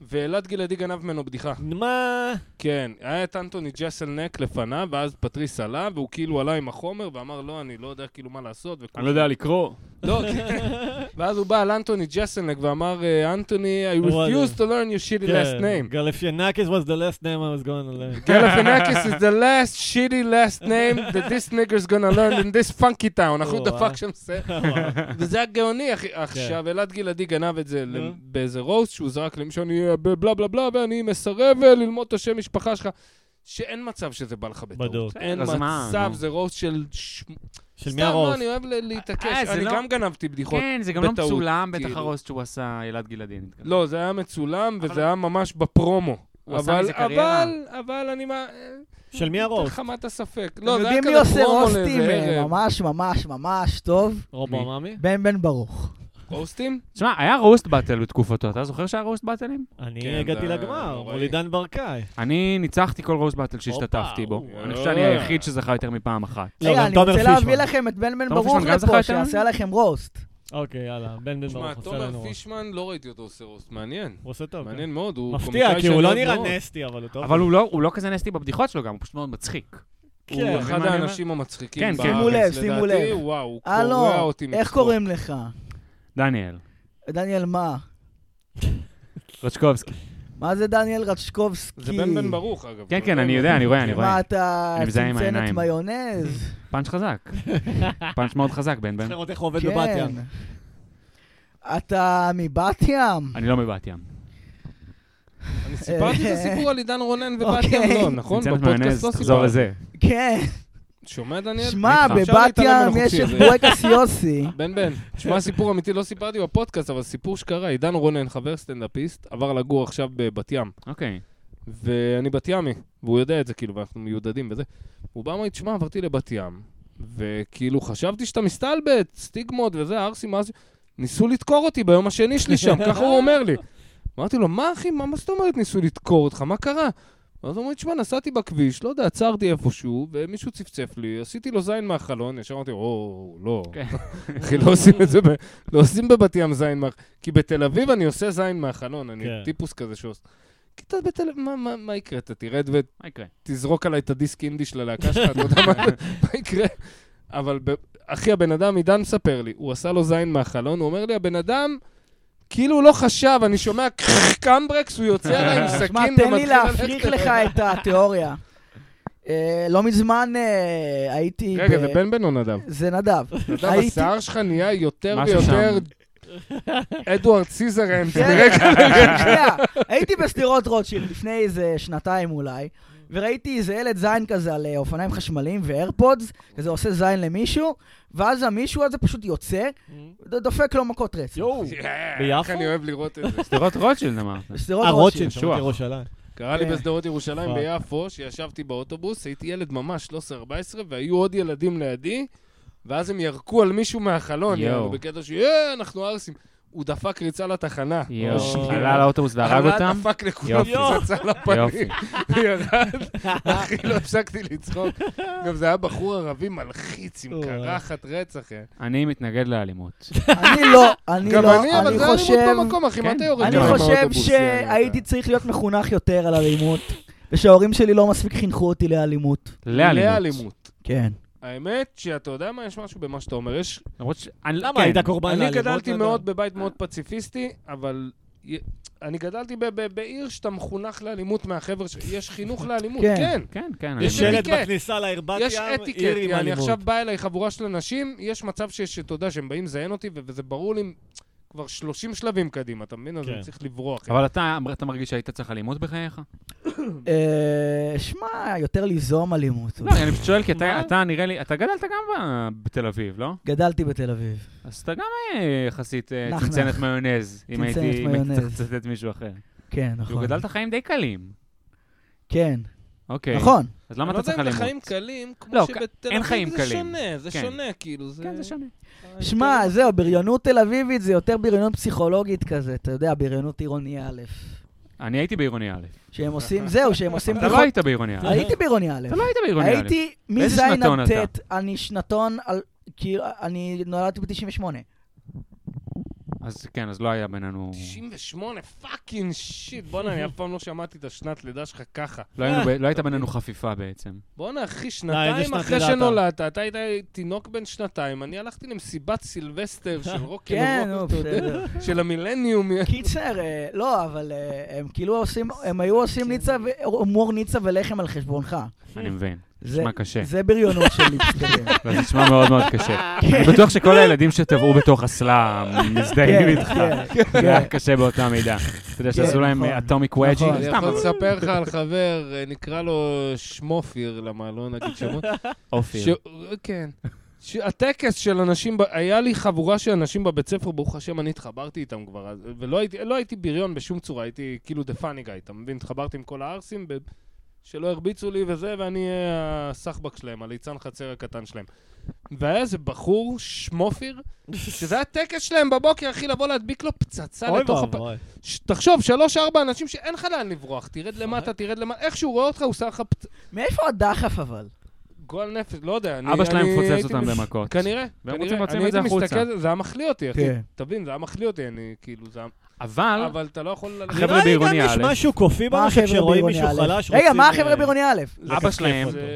[SPEAKER 3] ואלעד גלעדי גנב ממנו בדיחה.
[SPEAKER 4] מה?
[SPEAKER 3] כן, היה את אנטוני ג'סלנק לפניו, ואז פטריס עלה, והוא כאילו עלה עם החומר ואמר, לא, אני לא יודע כאילו מה לעשות. וכו'.
[SPEAKER 2] אני לא יודע לקרוא.
[SPEAKER 3] לא, כן. ואז הוא בא על אנטוני ג'סלנק ואמר, אה, אנטוני,
[SPEAKER 2] לא
[SPEAKER 3] I
[SPEAKER 4] וואלה.
[SPEAKER 3] refuse to learn your shitty
[SPEAKER 2] כן.
[SPEAKER 4] כן.
[SPEAKER 3] last name.
[SPEAKER 4] גלפיאנקיס was the last name I was going to learn.
[SPEAKER 3] גלפינקס is the last shitty last name that this nigger's gonna learn in this funky town. אנחנו
[SPEAKER 4] וואו.
[SPEAKER 3] דפק שם סט. וזה היה גאוני, אחי. עכשיו, אלעד גלעדי גנב את זה ל-
[SPEAKER 4] כן. נו.
[SPEAKER 3] באיזה רוסט שהוא זרק למישהו, אני אה, בלה בלה בלה, ואני מסרב אה, ללמוד את השם משפחה שלך. שאין מצב שזה בא לך בטעות.
[SPEAKER 4] בדוק.
[SPEAKER 3] אין
[SPEAKER 2] אז מה,
[SPEAKER 3] מצב,
[SPEAKER 2] נו.
[SPEAKER 3] זה רוסט של... ש-
[SPEAKER 4] של
[SPEAKER 3] סתם,
[SPEAKER 4] מי
[SPEAKER 3] לא,
[SPEAKER 4] הרוסט?
[SPEAKER 3] אני אוהב ל- להתעקש.
[SPEAKER 2] אה, זה
[SPEAKER 3] אני
[SPEAKER 2] לא-
[SPEAKER 3] גם גנבתי בדיחות.
[SPEAKER 2] כן, זה גם לא
[SPEAKER 3] בטעות,
[SPEAKER 2] מצולם, בטח
[SPEAKER 3] כאילו.
[SPEAKER 2] הרוסט שהוא עשה ילד גלעדי. אני מתכוון.
[SPEAKER 3] לא, זה היה מצולם,
[SPEAKER 2] אבל-
[SPEAKER 3] וזה היה ממש בפרומו.
[SPEAKER 2] הוא עשה
[SPEAKER 3] אבל,
[SPEAKER 2] מזה קריירה.
[SPEAKER 3] אבל, אבל אני מה...
[SPEAKER 4] של מי
[SPEAKER 3] אתן
[SPEAKER 4] הרוסט?
[SPEAKER 3] לך מה אתה ספק. לא,
[SPEAKER 1] אתם
[SPEAKER 3] זה היה
[SPEAKER 1] יודעים מי
[SPEAKER 3] כזה
[SPEAKER 1] עושה
[SPEAKER 3] פרומו
[SPEAKER 1] רוסטים?
[SPEAKER 3] לאיזה
[SPEAKER 1] אה,
[SPEAKER 3] ערב.
[SPEAKER 1] ממש ממש ממש טוב.
[SPEAKER 4] רובו עממי?
[SPEAKER 1] בן בן ברוך.
[SPEAKER 3] רוסטים?
[SPEAKER 2] תשמע, היה רוסט באטל בתקופתו, אתה זוכר שהיה רוסט באטלים?
[SPEAKER 4] אני
[SPEAKER 3] כן,
[SPEAKER 4] הגעתי
[SPEAKER 3] זה היה
[SPEAKER 4] לגמר,
[SPEAKER 3] נוראי.
[SPEAKER 4] מול עידן ברקאי.
[SPEAKER 2] אני ניצחתי כל רוסט באטל שהשתתפתי בו.
[SPEAKER 3] הופה,
[SPEAKER 2] אני חושב שאני
[SPEAKER 3] אה.
[SPEAKER 2] היחיד שזכה יותר מפעם אחת.
[SPEAKER 4] לא,
[SPEAKER 1] רגע,
[SPEAKER 4] גם
[SPEAKER 1] אני
[SPEAKER 4] תומר
[SPEAKER 1] רוצה להביא
[SPEAKER 4] פישמן.
[SPEAKER 1] לכם את בן בן
[SPEAKER 2] תומר
[SPEAKER 1] ברוך
[SPEAKER 2] פישמן גם
[SPEAKER 1] לפה,
[SPEAKER 2] זכה את ה-
[SPEAKER 1] שיעשה לכם רוסט.
[SPEAKER 4] אוקיי, יאללה, בן בן
[SPEAKER 3] תשמע,
[SPEAKER 4] ברוך עושה לנו
[SPEAKER 3] תומר
[SPEAKER 4] רוסט.
[SPEAKER 3] פישמן, לא ראיתי אותו עושה רוסט. מעניין.
[SPEAKER 4] הוא עושה טוב. כן.
[SPEAKER 3] מעניין מאוד, הוא
[SPEAKER 4] מפתיע, כי
[SPEAKER 3] שאני
[SPEAKER 4] הוא לא
[SPEAKER 3] אוהב
[SPEAKER 4] נראה
[SPEAKER 3] מאוד.
[SPEAKER 4] נסטי, אבל הוא טוב.
[SPEAKER 2] אבל הוא לא- הוא לא כזה נסטי בבדיחות שלו גם, הוא פשוט מאוד מצחיק.
[SPEAKER 3] הוא
[SPEAKER 4] כן.
[SPEAKER 3] אחד
[SPEAKER 2] מה אני אומר?
[SPEAKER 3] האנשים המצחיקים
[SPEAKER 2] כן,
[SPEAKER 3] בארץ,
[SPEAKER 2] כן.
[SPEAKER 3] לדעתי.
[SPEAKER 2] שימו
[SPEAKER 1] לב, שימו לב.
[SPEAKER 3] וואו, הוא קורע
[SPEAKER 1] הלו,
[SPEAKER 3] אותי
[SPEAKER 1] אה, לא. איך
[SPEAKER 3] מצחוק.
[SPEAKER 1] קוראים לך?
[SPEAKER 2] דניאל,
[SPEAKER 1] דניאל מה?
[SPEAKER 2] רצ'קובסקי.
[SPEAKER 1] מה זה דניאל רצ'קובסקי?
[SPEAKER 3] זה בן בן ברוך, אגב.
[SPEAKER 2] כן, כן, אני יודע, אני רואה, אני רואה.
[SPEAKER 1] מה אתה
[SPEAKER 2] אני מזהה עם
[SPEAKER 1] צנצנת
[SPEAKER 2] העיניים.
[SPEAKER 1] מיונז?
[SPEAKER 2] פאנץ' חזק. פאנץ' מאוד חזק, בן בן.
[SPEAKER 4] צריך לראות איך הוא עובד בבת
[SPEAKER 1] כן.
[SPEAKER 4] ים.
[SPEAKER 1] אתה מבת ים?
[SPEAKER 2] אני לא מבת ים.
[SPEAKER 3] אני סיפרתי את הסיפור על עידן רונן ובת
[SPEAKER 1] אוקיי.
[SPEAKER 3] ים לא, נכון?
[SPEAKER 2] צנצנת
[SPEAKER 3] בפודקאסט
[SPEAKER 2] מיונז,
[SPEAKER 3] לא
[SPEAKER 2] תחזור
[SPEAKER 3] סיפרתי.
[SPEAKER 2] לזה.
[SPEAKER 1] כן.
[SPEAKER 3] שומע, דניאל?
[SPEAKER 1] שמע,
[SPEAKER 2] אני איתך.
[SPEAKER 3] אפשר
[SPEAKER 1] בבת
[SPEAKER 3] להתעלם
[SPEAKER 1] ים
[SPEAKER 3] ממנו
[SPEAKER 1] יש
[SPEAKER 3] חופשי,
[SPEAKER 1] את
[SPEAKER 3] זה-
[SPEAKER 1] בורקס יוסי.
[SPEAKER 3] בן בן, תשמע סיפור אמיתי, לא סיפרתי בפודקאסט, אבל סיפור שקרה, עידן רונן, חבר סטנדאפיסט, עבר לגור עכשיו בבת ים.
[SPEAKER 2] אוקיי.
[SPEAKER 3] ואני בת ימי, והוא יודע את זה, כאילו, ואנחנו מיודדים וזה. הוא בא, אמר לי, תשמע, עברתי לבת ים, וכאילו, חשבתי שאתה מסתלבט, סטיגמות וזה, ערסים, ערסים. ניסו לדקור אותי ביום השני שלי שם, ככה הוא אומר לי. אמרתי לו, מה אחי, מה מה זאת אומרת ניסו לדקור אותך, מה קרה? אז הוא אומר, תשמע, נסעתי בכביש, לא יודע, עצרתי איפשהו, ומישהו צפצף לי, עשיתי לו זין מהחלון, ישר אמרתי, או, לא.
[SPEAKER 2] כן.
[SPEAKER 3] אחי, לא עושים את זה, ב- לא עושים בבת ים זין מה... כי בתל אביב אני עושה זין מהחלון, אני
[SPEAKER 4] כן.
[SPEAKER 3] טיפוס כזה שעושה... כי אתה בתל אביב, מה- מה- מה יקרה? אתה תרד ו...
[SPEAKER 2] מה יקרה?
[SPEAKER 3] תזרוק עליי את הדיסק אינדי של הלהקה שלך, אתה יודע מה, מה יקרה? אבל ב... אחי, הבן אדם, עידן מספר לי, הוא עשה לו זין מהחלון, הוא אומר לי, הבן אדם, כאילו הוא לא חשב, אני שומע קמברקס, הוא יוצא עליי עם סכין
[SPEAKER 1] שמע, תן לי
[SPEAKER 3] ומתחיל
[SPEAKER 1] להפריך
[SPEAKER 3] ללכת
[SPEAKER 1] לך
[SPEAKER 3] עליי.
[SPEAKER 1] את התיאוריה. אה, לא מזמן אה, הייתי...
[SPEAKER 3] רגע,
[SPEAKER 1] ב-
[SPEAKER 3] זה בן בן או נדב?
[SPEAKER 1] זה נדב.
[SPEAKER 3] נדב,
[SPEAKER 1] הייתי-
[SPEAKER 3] השיער שלך נהיה יותר
[SPEAKER 2] משהו
[SPEAKER 3] ויותר אדוארד סיזרנד.
[SPEAKER 1] כן, רגע, שנייה. הייתי בשדרות רוטשילד לפני איזה שנתיים אולי, וראיתי איזה ילד זין כזה על אה, אופניים חשמליים ואיירפודס, כזה עושה זין למישהו, ואז המישהו הזה פשוט יוצא,
[SPEAKER 3] כן.
[SPEAKER 1] ד- דופק לו מכות רצח.
[SPEAKER 4] יואו. ביפו?
[SPEAKER 3] איך אני אוהב לראות את זה.
[SPEAKER 2] שדרות רוטשילד אמרת.
[SPEAKER 1] בשדרות
[SPEAKER 4] אה,
[SPEAKER 1] רוטשילד.
[SPEAKER 4] רוטשילד, שמעתי ירושלים.
[SPEAKER 3] קרה לי
[SPEAKER 1] כן.
[SPEAKER 3] בשדרות ירושלים
[SPEAKER 4] וואו.
[SPEAKER 3] ביפו, שישבתי באוטובוס, הייתי ילד ממש לא 13-14, והיו עוד ילדים לידי, ואז הם ירקו על מישהו מהחלון,
[SPEAKER 2] יואו.
[SPEAKER 3] יאללה, בקטע ש... "אה, אנחנו ערסים. הוא דפק ריצה לתחנה.
[SPEAKER 2] יואו.
[SPEAKER 4] אוי.
[SPEAKER 2] עלה לאוטובוס והרג
[SPEAKER 3] עלה,
[SPEAKER 2] אותם?
[SPEAKER 3] דפק לכולם
[SPEAKER 2] יופי.
[SPEAKER 3] פצצה לפנים.
[SPEAKER 2] יופי.
[SPEAKER 3] ירד, אחי, לא הפסקתי לצחוק. גם זה היה בחור ערבי מלחיץ עם
[SPEAKER 4] וואי.
[SPEAKER 3] קרחת רצח. אה.
[SPEAKER 2] אני מתנגד לאלימות.
[SPEAKER 1] אני לא, אני
[SPEAKER 3] גם
[SPEAKER 1] לא,
[SPEAKER 3] אני, אבל
[SPEAKER 1] אני
[SPEAKER 3] זה
[SPEAKER 1] חושב...
[SPEAKER 3] אלימות במקום, אחי, מה
[SPEAKER 2] כן.
[SPEAKER 3] אתה יורד?
[SPEAKER 1] אני
[SPEAKER 3] עליי
[SPEAKER 1] חושב
[SPEAKER 3] מהאוטובוס, יאללה,
[SPEAKER 1] שהייתי צריך להיות מחונך יותר על אלימות, ושההורים שלי לא מספיק חינכו אותי לאלימות.
[SPEAKER 3] אתה?
[SPEAKER 2] לאלימות.
[SPEAKER 3] לאלימות.
[SPEAKER 1] כן.
[SPEAKER 3] האמת שאתה יודע מה, יש משהו במה שאתה אומר. יש
[SPEAKER 2] למרות ש... אני-
[SPEAKER 4] למה
[SPEAKER 2] כן.
[SPEAKER 4] היית קורבן
[SPEAKER 3] אני
[SPEAKER 4] לאלימות? לא
[SPEAKER 3] גדלתי
[SPEAKER 4] נדב?
[SPEAKER 3] מאוד בבית מאוד פציפיסטי, אבל י- אני גדלתי ב- ב- בעיר שאתה מחונך לאלימות מהחבר'ה, ש- יש חינוך לאלימות,
[SPEAKER 1] כן.
[SPEAKER 3] כן.
[SPEAKER 2] כן, כן.
[SPEAKER 3] יש
[SPEAKER 4] יש
[SPEAKER 2] אני-
[SPEAKER 3] אתיקט.
[SPEAKER 4] שלט בכניסה לעיר בת
[SPEAKER 3] יש
[SPEAKER 4] ים,
[SPEAKER 3] אתיקט,
[SPEAKER 4] עיר עם
[SPEAKER 3] יעני,
[SPEAKER 4] אלימות.
[SPEAKER 3] עכשיו באה אליי חבורה של אנשים, יש מצב ש- שאתה יודע שהם באים לזיין אותי, ו- וזה ברור לי כבר 30 שלבים קדימה, אתה מבין? אז
[SPEAKER 4] כן.
[SPEAKER 3] אני צריך לברוח.
[SPEAKER 2] אבל אתה אתה מרגיש שהיית צריך אלימות בחייך?
[SPEAKER 1] אה, שמע, יותר ליזום אלימות.
[SPEAKER 2] לא, אני פשוט שואל, כי אתה-
[SPEAKER 4] מה?
[SPEAKER 2] אתה נראה לי... אתה גדלת גם ב- בתל אביב, לא?
[SPEAKER 1] גדלתי בתל אביב.
[SPEAKER 2] אז אתה גם אה, יחסית אה,
[SPEAKER 1] נח,
[SPEAKER 2] צנצנת
[SPEAKER 1] נח.
[SPEAKER 2] מיונז, אם
[SPEAKER 1] צנצנת
[SPEAKER 2] הייתי אם הייתי
[SPEAKER 1] מיונז.
[SPEAKER 2] צריך לצטט מישהו אחר.
[SPEAKER 1] כן,
[SPEAKER 2] הוא
[SPEAKER 1] נכון.
[SPEAKER 2] גדל את החיים די קלים.
[SPEAKER 1] כן,
[SPEAKER 2] אוקיי.
[SPEAKER 1] נכון.
[SPEAKER 2] אז למה אתה צריך
[SPEAKER 3] אני לא יודע אם זה חיים
[SPEAKER 2] אלימות?
[SPEAKER 3] קלים, כמו
[SPEAKER 2] לא,
[SPEAKER 3] שבתל
[SPEAKER 2] אין חיים
[SPEAKER 3] אביב זה
[SPEAKER 2] קלים.
[SPEAKER 3] שונה, זה
[SPEAKER 2] כן.
[SPEAKER 3] שונה, כאילו, זה...
[SPEAKER 2] כן, זה שונה.
[SPEAKER 1] שמע, זהו, בריונות תל אביבית זה יותר בריונות פסיכולוגית כזה, אתה יודע, בריונות עירוני א'.
[SPEAKER 2] אני הייתי בעירוני א'.
[SPEAKER 1] שהם עושים, זהו, שהם עושים...
[SPEAKER 2] אתה לא
[SPEAKER 1] בדיחות-
[SPEAKER 2] היית בעירוני א'.
[SPEAKER 1] נכון. הייתי בעירוני א'.
[SPEAKER 2] אתה לא היית בעירוני א'.
[SPEAKER 1] הייתי
[SPEAKER 2] באיזה
[SPEAKER 1] מז'
[SPEAKER 2] שנתון
[SPEAKER 1] עד
[SPEAKER 2] אתה?
[SPEAKER 1] כן, ט', אני שנתון, על- כאילו, אני נולדתי ב-98.
[SPEAKER 2] אז כן, אז לא היה בינינו...
[SPEAKER 3] 98, פאקינג שיט. בואנה, אני אף פעם לא שמעתי את השנת לידה שלך ככה.
[SPEAKER 2] לא היינו ב- לא הייתה בינינו חפיפה בעצם.
[SPEAKER 3] בואנה, אחי,
[SPEAKER 4] איזה
[SPEAKER 3] שנתיים
[SPEAKER 4] שנת
[SPEAKER 3] אחרי
[SPEAKER 4] לידה אתה?
[SPEAKER 3] שנולדת, אתה היית תינוק בן שנתיים, אני הלכתי למסיבת סילבסטר של רוקי
[SPEAKER 1] כן,
[SPEAKER 3] רוק,
[SPEAKER 1] נו,
[SPEAKER 3] אתה יודע,
[SPEAKER 1] בסדר.
[SPEAKER 3] של המילניום.
[SPEAKER 1] קיצר, אה, לא, אבל אה, הם כאילו עושים, הם היו עושים ניצה, ו- הומור ניצה ולחם על חשבונך.
[SPEAKER 2] אני מבין.
[SPEAKER 1] זה-
[SPEAKER 2] נשמע קשה.
[SPEAKER 1] זה בריונות של ליפסטרים.
[SPEAKER 2] זה נשמע מאוד מאוד קשה.
[SPEAKER 1] כן.
[SPEAKER 2] אני בטוח שכל הילדים שטבעו בתוך אסלה מזדהים
[SPEAKER 1] כן,
[SPEAKER 2] איתך.
[SPEAKER 1] כן,
[SPEAKER 2] זה היה
[SPEAKER 1] כן.
[SPEAKER 2] קשה באותה מידה. אתה יודע שעשו
[SPEAKER 1] כן,
[SPEAKER 2] להם אה,
[SPEAKER 1] נכון.
[SPEAKER 2] אטומיק וג'י,
[SPEAKER 1] נכון.
[SPEAKER 3] אני
[SPEAKER 2] סתם,
[SPEAKER 3] יכול לספר לך על חבר, אה, נקרא לו שמופיר, למה לא נגיד שמות.
[SPEAKER 2] אופיר.
[SPEAKER 3] ש- כן. ש- הטקס של אנשים, ב- היה לי חבורה של אנשים בבית ספר, ברוך השם, אני התחברתי איתם כבר, אז- ולא הייתי, לא הייתי בריון בשום צורה, הייתי כאילו דה פאני גיא, אתה מבין? התחברתי עם כל הערסים, ב- שלא הרביצו לי וזה, ואני אה, הסחבק שלהם, הליצן חצר הקטן שלהם. והיה איזה בחור, שמופיר, שזה היה טקס שלהם בבוקר, אחי, לבוא להדביק לו פצצה
[SPEAKER 4] אוי
[SPEAKER 3] לתוך הפ...
[SPEAKER 4] ואבוי.
[SPEAKER 3] ש- תחשוב, שלוש-ארבע אנשים שאין לך לאן לברוח, תרד למטה, תרד למטה, איך שהוא רואה אותך, הוא שם לך פצ...
[SPEAKER 1] מאיפה הדחף אבל?
[SPEAKER 3] גול נפש, לא יודע. אני-
[SPEAKER 2] אבא שלהם
[SPEAKER 3] אני
[SPEAKER 2] מפוצץ
[SPEAKER 3] הייתי
[SPEAKER 2] אותם
[SPEAKER 3] מס-
[SPEAKER 2] במכות.
[SPEAKER 3] כנראה,
[SPEAKER 2] והם
[SPEAKER 3] כנראה.
[SPEAKER 2] רוצים להוציא
[SPEAKER 3] אני
[SPEAKER 2] את זה
[SPEAKER 3] הייתי
[SPEAKER 2] החוצה.
[SPEAKER 3] מסתכל, זה היה מחלי אותי, אחי.
[SPEAKER 1] כן.
[SPEAKER 3] תבין, זה היה מחלי אותי, אני כאילו, זה היה...
[SPEAKER 2] אבל,
[SPEAKER 3] אבל אתה לא יכול... ללכת-
[SPEAKER 2] חבר'ה
[SPEAKER 4] נראה לי גם
[SPEAKER 2] בעירוני
[SPEAKER 4] יש
[SPEAKER 2] א'.
[SPEAKER 4] משהו קופי
[SPEAKER 1] מה
[SPEAKER 4] בנו
[SPEAKER 1] החבר'ה
[SPEAKER 4] שכשרואים
[SPEAKER 1] בעירוני
[SPEAKER 4] מישהו
[SPEAKER 1] א'?
[SPEAKER 4] חלש
[SPEAKER 1] רגע,
[SPEAKER 4] רוצים,
[SPEAKER 1] מה
[SPEAKER 4] אה,
[SPEAKER 1] החבר'ה בעירוני א'?
[SPEAKER 2] אבא שלהם
[SPEAKER 3] זה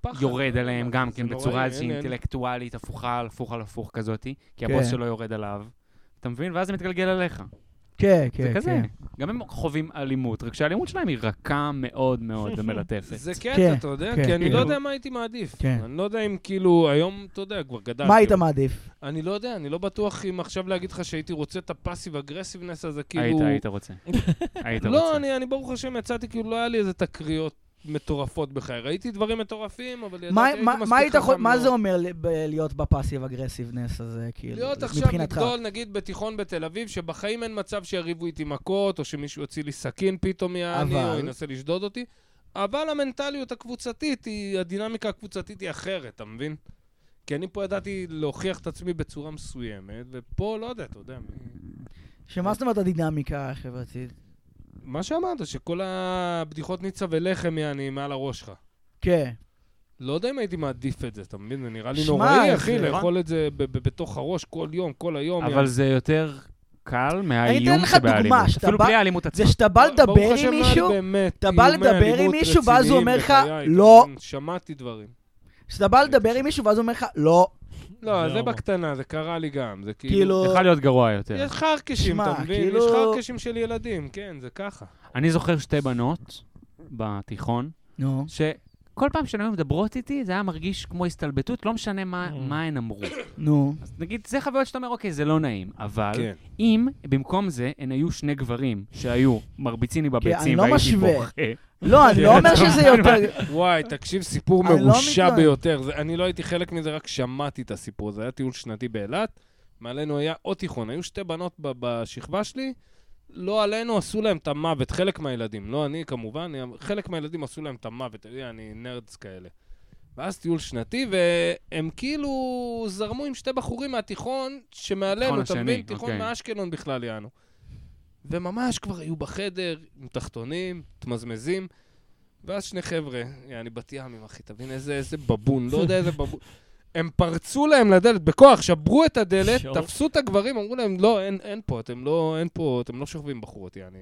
[SPEAKER 3] פחד.
[SPEAKER 2] יורד עליהם גם
[SPEAKER 3] זה
[SPEAKER 2] כן
[SPEAKER 3] נוראי,
[SPEAKER 2] בצורה איזושהי
[SPEAKER 3] אין, אין.
[SPEAKER 2] אינטלקטואלית, הפוכה על הפוך על הפוך כזאתי, כי
[SPEAKER 1] כן.
[SPEAKER 2] הבוס שלו יורד עליו. אתה מבין? ואז זה מתגלגל עליך.
[SPEAKER 1] כן,
[SPEAKER 2] זה
[SPEAKER 1] כן,
[SPEAKER 2] כזה.
[SPEAKER 1] כן.
[SPEAKER 2] גם הם חווים אלימות, רק שהאלימות שלהם היא רכה מאוד מאוד ומלטפת.
[SPEAKER 3] זה
[SPEAKER 1] כן,
[SPEAKER 3] קטע, אתה יודע?
[SPEAKER 1] כן,
[SPEAKER 3] כי אני
[SPEAKER 1] כן.
[SPEAKER 3] לא יודע מה הייתי מעדיף.
[SPEAKER 1] כן.
[SPEAKER 3] אני לא יודע אם כאילו, היום, אתה יודע, כבר גדלתי.
[SPEAKER 1] מה היית
[SPEAKER 2] כאילו.
[SPEAKER 1] מעדיף?
[SPEAKER 3] אני לא יודע, אני לא בטוח אם עכשיו להגיד לך שהייתי רוצה את הפאסיב אגרסיבנס הזה, כאילו...
[SPEAKER 2] היית, היית רוצה. היית רוצה.
[SPEAKER 3] לא, אני, אני ברוך השם יצאתי, כאילו לא היה לי איזה תקריות מטורפות בחיי. ראיתי דברים מטורפים, אבל ידעתי,
[SPEAKER 1] מה-
[SPEAKER 3] הייתי
[SPEAKER 1] מה-
[SPEAKER 3] מספיק
[SPEAKER 1] מה היית
[SPEAKER 3] חכם
[SPEAKER 1] יכול- מה
[SPEAKER 3] מאוד.
[SPEAKER 1] זה אומר ל- ב- להיות בפאסיב אגרסיבנס הזה, כאילו,
[SPEAKER 3] להיות עכשיו
[SPEAKER 1] מבחינתך?
[SPEAKER 3] לגדול, נגיד, בתיכון בתל אביב, שבחיים אין מצב שיריבו איתי מכות, או שמישהו יוציא לי סכין פתאום מיעני,
[SPEAKER 1] אבל-
[SPEAKER 3] או ינסה לשדוד אותי, אבל המנטליות הקבוצתית, היא, הדינמיקה הקבוצתית היא אחרת, אתה מבין? כי אני פה ידעתי להוכיח את עצמי בצורה מסוימת, ופה, לא יודע, אתה יודע,
[SPEAKER 1] שמה זאת אומרת הדינמיקה החברתית?
[SPEAKER 3] מה שאמרת, שכל הבדיחות ניצה ולחם, יעני, מעל הראש שלך.
[SPEAKER 1] כן.
[SPEAKER 3] לא יודע אם הייתי מעדיף את זה, אתה מבין? זה נראה לי
[SPEAKER 1] שמע,
[SPEAKER 3] נוראי,
[SPEAKER 1] זה-
[SPEAKER 3] אחי,
[SPEAKER 1] נכון.
[SPEAKER 3] לאכול את זה ב- ב- בתוך הראש כל יום, כל היום.
[SPEAKER 2] אבל
[SPEAKER 3] יעני.
[SPEAKER 2] זה יותר קל
[SPEAKER 1] אני אתן
[SPEAKER 2] מהאיום
[SPEAKER 1] לך
[SPEAKER 2] שבאלימות.
[SPEAKER 1] דוגמה, שאתה
[SPEAKER 2] אפילו
[SPEAKER 1] בא-
[SPEAKER 2] בלי האלימות עצמה.
[SPEAKER 1] זה שאתה בא
[SPEAKER 3] ברוך
[SPEAKER 1] לדבר
[SPEAKER 3] השם,
[SPEAKER 1] עם
[SPEAKER 3] לא היה
[SPEAKER 1] מישהו,
[SPEAKER 3] באמת
[SPEAKER 1] אתה בא
[SPEAKER 3] איומי
[SPEAKER 1] לדבר עם
[SPEAKER 3] אלימות
[SPEAKER 1] מישהו, ואז הוא
[SPEAKER 3] רציניים
[SPEAKER 1] אומר לך,
[SPEAKER 3] בחיי, אתה
[SPEAKER 1] "לא".
[SPEAKER 3] מבין? שמעתי דברים.
[SPEAKER 1] שאתה בא לדבר עם מישהו ואז הוא אומר לך, לא,
[SPEAKER 3] לא, זה
[SPEAKER 4] לא.
[SPEAKER 3] בקטנה, זה קרה לי גם. זה כאילו...
[SPEAKER 1] כאילו...
[SPEAKER 2] יכול להיות גרוע יותר.
[SPEAKER 3] יש חרקשים,
[SPEAKER 1] שמע,
[SPEAKER 3] אתה מבין?
[SPEAKER 1] כאילו-
[SPEAKER 3] יש חרקשים של ילדים, כן, זה ככה.
[SPEAKER 2] אני זוכר שתי בנות בתיכון,
[SPEAKER 1] נו.
[SPEAKER 2] שכל פעם שהן היו מדברות איתי, זה היה מרגיש כמו הסתלבטות, לא משנה מה
[SPEAKER 4] Mm.
[SPEAKER 2] מה הן אמרו.
[SPEAKER 1] נו.
[SPEAKER 2] אז נגיד, זה חוויות שאתה אומר, אוקיי, זה לא נעים, אבל
[SPEAKER 3] כן.
[SPEAKER 2] אם במקום זה הן היו שני גברים שהיו מרביצים לי
[SPEAKER 1] אני
[SPEAKER 2] בביצים
[SPEAKER 1] לא
[SPEAKER 2] והייתי
[SPEAKER 1] משווה.
[SPEAKER 2] בוכה,
[SPEAKER 1] לא, אני לא אומר שזה יותר...
[SPEAKER 3] וואי, תקשיב, סיפור
[SPEAKER 1] אני לא
[SPEAKER 3] מרושע
[SPEAKER 1] מתלונן.
[SPEAKER 3] ביותר. זה- אני לא הייתי חלק מזה, רק שמעתי את הסיפור. זה היה טיול שנתי באילת, מעלינו היה עוד תיכון. היו שתי בנות ב- בשכבה שלי, לא עלינו עשו להם את המוות, חלק מהילדים. לא אני, כמובן, אני- חלק מהילדים עשו להם את המוות. אתה יודע, אני נרדס כאלה. ואז טיול שנתי, והם כאילו זרמו עם שתי בחורים מהתיכון שמעלינו,
[SPEAKER 2] התיכון
[SPEAKER 3] אתה
[SPEAKER 2] השני,
[SPEAKER 3] מבין? תיכון
[SPEAKER 2] אוקיי.
[SPEAKER 3] מאשקלון בכלל, יענו. וממש כבר היו בחדר, עם תחתונים, מתמזמזים, ואז שני חבר'ה, יעני בת ימים, אחי, תבין איזה, איזה בבון, לא יודע איזה בבון. הם פרצו להם לדלת בכוח, שברו את הדלת,
[SPEAKER 4] שוב.
[SPEAKER 3] תפסו את הגברים, אמרו להם, לא, אין, אין פה, אתם לא, אין פה, אתם לא שוכבים בחורות, יעני...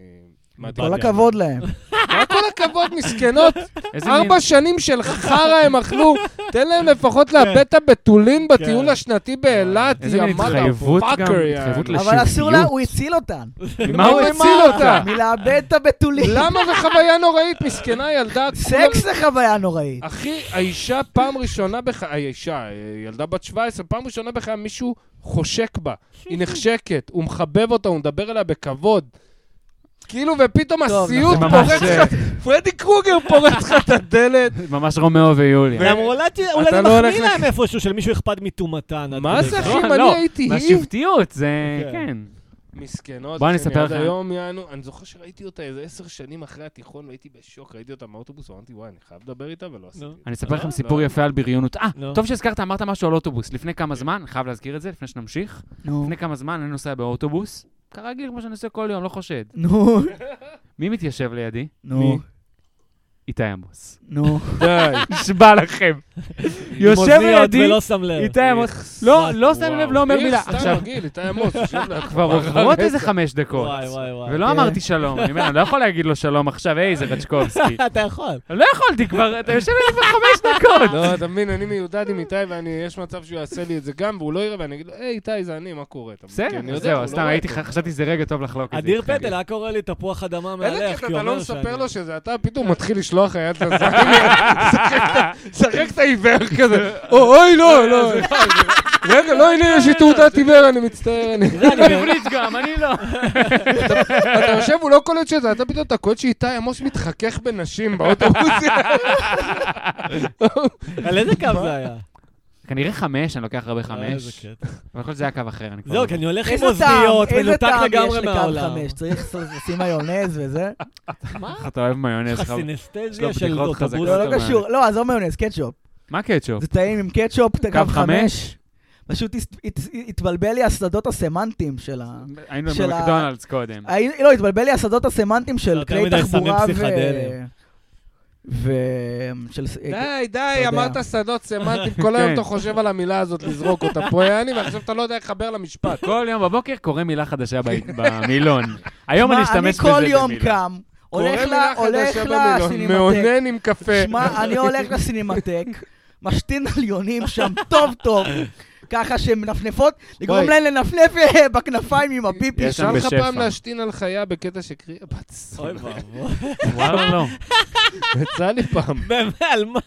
[SPEAKER 3] מה אתם-
[SPEAKER 1] כל הכבוד להם.
[SPEAKER 3] מה כל הכבוד, מסכנות,
[SPEAKER 2] איזה מין-
[SPEAKER 3] ארבע שנים של חרא הם אכלו, תן להם לפחות לאבד את הבתולין בטיול
[SPEAKER 4] כן.
[SPEAKER 3] השנתי באילת,
[SPEAKER 2] איזה
[SPEAKER 3] יא
[SPEAKER 2] מין התחייבות גם,
[SPEAKER 3] motherfucker, יא.
[SPEAKER 2] התחייבות לש-
[SPEAKER 1] אבל אסור לה,
[SPEAKER 2] לשבטיות.
[SPEAKER 1] הוא הציל לא, אותן.
[SPEAKER 2] ממה הוא
[SPEAKER 3] הוא
[SPEAKER 2] הציל
[SPEAKER 3] אמר?
[SPEAKER 2] אותה?
[SPEAKER 1] מלאבד את הבתולים.
[SPEAKER 3] למה זה חוויה נוראית, מסכנה ילדה, כולם-
[SPEAKER 1] סקס זה חוויה נוראית.
[SPEAKER 3] אחי, האישה פעם ראשונה בחיי, האישה, אה, ילדה בת 17, פעם ראשונה בחיי מישהו חושק בה. היא נחשקת, הוא מחבב אותה, הוא מדבר אליה בכבוד. כאילו, ופתאום
[SPEAKER 1] טוב,
[SPEAKER 3] הסיוט
[SPEAKER 2] נכון.
[SPEAKER 3] פורץ
[SPEAKER 2] ממש,
[SPEAKER 3] לך, פרדי קרוגר פורץ לך את הדלת.
[SPEAKER 2] ממש רומאו ויוליה.
[SPEAKER 4] והם אולי ת- אולי
[SPEAKER 3] אתה
[SPEAKER 4] זה
[SPEAKER 3] לא הולך
[SPEAKER 4] מחמיא להם איפשהו, שלמישהו אכפת מטומאתן. עד
[SPEAKER 3] מה
[SPEAKER 4] כדי
[SPEAKER 3] זה,
[SPEAKER 4] כך.
[SPEAKER 3] אחי? אם
[SPEAKER 2] לא,
[SPEAKER 3] אני
[SPEAKER 2] לא,
[SPEAKER 3] הייתי היא-
[SPEAKER 2] מהשבטיות, זה...
[SPEAKER 4] כן.
[SPEAKER 2] כן.
[SPEAKER 3] מסכנות,
[SPEAKER 2] בוא אני
[SPEAKER 3] שאני
[SPEAKER 2] אספר
[SPEAKER 3] עד
[SPEAKER 2] לך.
[SPEAKER 3] היום, יענו, אני זוכר שראיתי אותה איזה עשר שנים אחרי התיכון, והייתי בשוק, ראיתי אותה מהאוטובוס, אמרתי, וואי, אני חייב לדבר איתה, ולא עשיתי.
[SPEAKER 4] נו.
[SPEAKER 3] את זה."
[SPEAKER 2] אני אספר
[SPEAKER 3] לא,
[SPEAKER 2] לכם
[SPEAKER 3] לא.
[SPEAKER 2] סיפור יפה על בריונות. אה,
[SPEAKER 4] נו.
[SPEAKER 2] טוב שהזכרת, אמרת משהו על אוטובוס. לפני
[SPEAKER 3] כן.
[SPEAKER 2] כמה זמן, אני חייב להזכיר את זה, לפני שנמשיך.
[SPEAKER 1] נו.
[SPEAKER 2] לפני כמה זמן אני נוסע באוטובוס, כרגיל, כמו שאני עושה כל יום, לא חושד.
[SPEAKER 1] נו.
[SPEAKER 2] מי מתיישב לידי?
[SPEAKER 1] נו.
[SPEAKER 2] איתי עמוס.
[SPEAKER 1] נו.
[SPEAKER 3] די.
[SPEAKER 2] נשבע לכם.
[SPEAKER 4] עם
[SPEAKER 2] יושב
[SPEAKER 4] אוזניות
[SPEAKER 2] לידי,
[SPEAKER 4] ולא שם לב.
[SPEAKER 2] איתי עמוס.
[SPEAKER 3] איך
[SPEAKER 2] לא,
[SPEAKER 4] סמארט,
[SPEAKER 2] לא שם לב, לא אומר מילה. עכשיו,
[SPEAKER 3] רגיל, איתי עמוס, יושב לידך.
[SPEAKER 2] כבר עוברות איזה חמש דקות.
[SPEAKER 4] וואי, וואי, וואי.
[SPEAKER 2] ולא
[SPEAKER 1] כן.
[SPEAKER 2] אמרתי שלום, אני אומר, אני לא יכול להגיד לו שלום עכשיו, היי, זה רצ'קובסקי.
[SPEAKER 4] אתה יכול.
[SPEAKER 2] אני לא יכולתי כבר, אתה יושב לי כבר חמש דקות.
[SPEAKER 3] לא, אתה מבין, אני מיודד עם איתי, ויש מצב שהוא יעשה לי את זה גם, והוא לא יראה, ואני אגיד לו, היי, איתי, זה אני, מה קורה? אתה מבין? כי אני
[SPEAKER 2] בסדר,
[SPEAKER 3] יודע, הוא
[SPEAKER 2] זהו,
[SPEAKER 3] לא
[SPEAKER 2] סתם
[SPEAKER 3] רואה
[SPEAKER 2] הייתי,
[SPEAKER 3] אותו.
[SPEAKER 2] חשבתי שזה רגע טוב לחלוק את זה.
[SPEAKER 4] אדיר
[SPEAKER 2] איתכם.
[SPEAKER 4] פטל היה קורא לי תפוח אדמה
[SPEAKER 3] אלא
[SPEAKER 4] מהלך,
[SPEAKER 3] כי
[SPEAKER 4] כי הוא
[SPEAKER 3] אתה לא
[SPEAKER 4] אומר
[SPEAKER 3] מספר
[SPEAKER 4] שאני-
[SPEAKER 3] לו שזה אתה, פתאום מתחיל לשלוח היד לזין, שחק את העיוור כזה, "או, אוי, לא, לא, רגע, לא, הנה, יש לי תעודת עיוור, אני מצטער, אני...
[SPEAKER 2] הוא עברית גם, אני לא.
[SPEAKER 3] אתה יושב, הוא לא קולט שזה, אתה פתאום, אתה קולט שאיתי עמוס מתחכך בנשים באוטובוס.
[SPEAKER 4] על איזה קו זה היה?
[SPEAKER 2] כנראה חמש, אני לוקח הרבה חמש.
[SPEAKER 4] אה, איזה קטע.
[SPEAKER 2] אבל יכול להיות שזה היה קו אחר, אני כבר...
[SPEAKER 4] זהו,
[SPEAKER 2] לא
[SPEAKER 4] כי אני הולך עם
[SPEAKER 1] איזה
[SPEAKER 4] אוזניות,
[SPEAKER 1] טעם, איזה
[SPEAKER 4] מנותק
[SPEAKER 1] טעם יש
[SPEAKER 4] לגמרי
[SPEAKER 1] לקו
[SPEAKER 4] מהעולם.
[SPEAKER 1] חמש? צריך לשים מיונז וזה?
[SPEAKER 2] זוכר. אתה אוהב מיונז.
[SPEAKER 4] יש לך
[SPEAKER 2] חב-
[SPEAKER 4] סינסטזיה
[SPEAKER 2] יש לו
[SPEAKER 4] של
[SPEAKER 2] בדיחות חזקות.
[SPEAKER 4] אוטובוס.
[SPEAKER 1] לא,
[SPEAKER 2] זאת
[SPEAKER 1] לא
[SPEAKER 2] אומרת.
[SPEAKER 3] אה.
[SPEAKER 1] קשור. לא, עזוב מיונז, קטשופ.
[SPEAKER 2] מה קטשופ?
[SPEAKER 1] זה טעים עם קטשופ, אתה קו
[SPEAKER 2] קו
[SPEAKER 1] חמש. פשוט הס- הת- התבלבל לי השדות הסמנטיים של ה...
[SPEAKER 2] היינו
[SPEAKER 1] של ה-
[SPEAKER 2] במקדונלדס קודם.
[SPEAKER 1] הי- לא, התבלבל לי השדות הסמנטיים של
[SPEAKER 4] יותר
[SPEAKER 1] כלי
[SPEAKER 4] מדי סמים
[SPEAKER 1] תחבורה ו...
[SPEAKER 4] פסיכדליים.
[SPEAKER 1] ו... של... ס-
[SPEAKER 3] די, די,
[SPEAKER 1] יודע.
[SPEAKER 3] אמרת שדות סמנטיים, כל היום
[SPEAKER 2] כן.
[SPEAKER 3] אתה חושב על המילה הזאת לזרוק אותה פה, יעני, ועכשיו אתה לא יודע איך לחבר למשפט.
[SPEAKER 2] כל יום בבוקר קורא מילה חדשה ב- במילון. היום
[SPEAKER 1] שמע,
[SPEAKER 2] אני אשתמש בזה
[SPEAKER 1] כן. אני כל יום
[SPEAKER 2] במילה.
[SPEAKER 1] קם, הולך
[SPEAKER 3] קורא
[SPEAKER 1] ל-
[SPEAKER 3] מילה
[SPEAKER 1] הולך
[SPEAKER 3] חדשה במילון,
[SPEAKER 1] לסינמטק.
[SPEAKER 3] מאונן עם קפה.
[SPEAKER 1] שמע, אני הולך לסינמטק, משתין על יונים שם טוב טוב, ככה שהן מנפנפות, לגרום
[SPEAKER 3] וואי.
[SPEAKER 1] להן לנפנף אה, בכנפיים עם הפיפי.
[SPEAKER 2] יש שם
[SPEAKER 3] ישר לך
[SPEAKER 2] בשפע.
[SPEAKER 3] פעם להשתין על חיה בקטע שקריא, בת
[SPEAKER 4] אוי
[SPEAKER 3] סול.
[SPEAKER 4] ואבוי.
[SPEAKER 2] וואלה, לא.
[SPEAKER 3] יצא לי פעם.
[SPEAKER 4] באמת, על מה?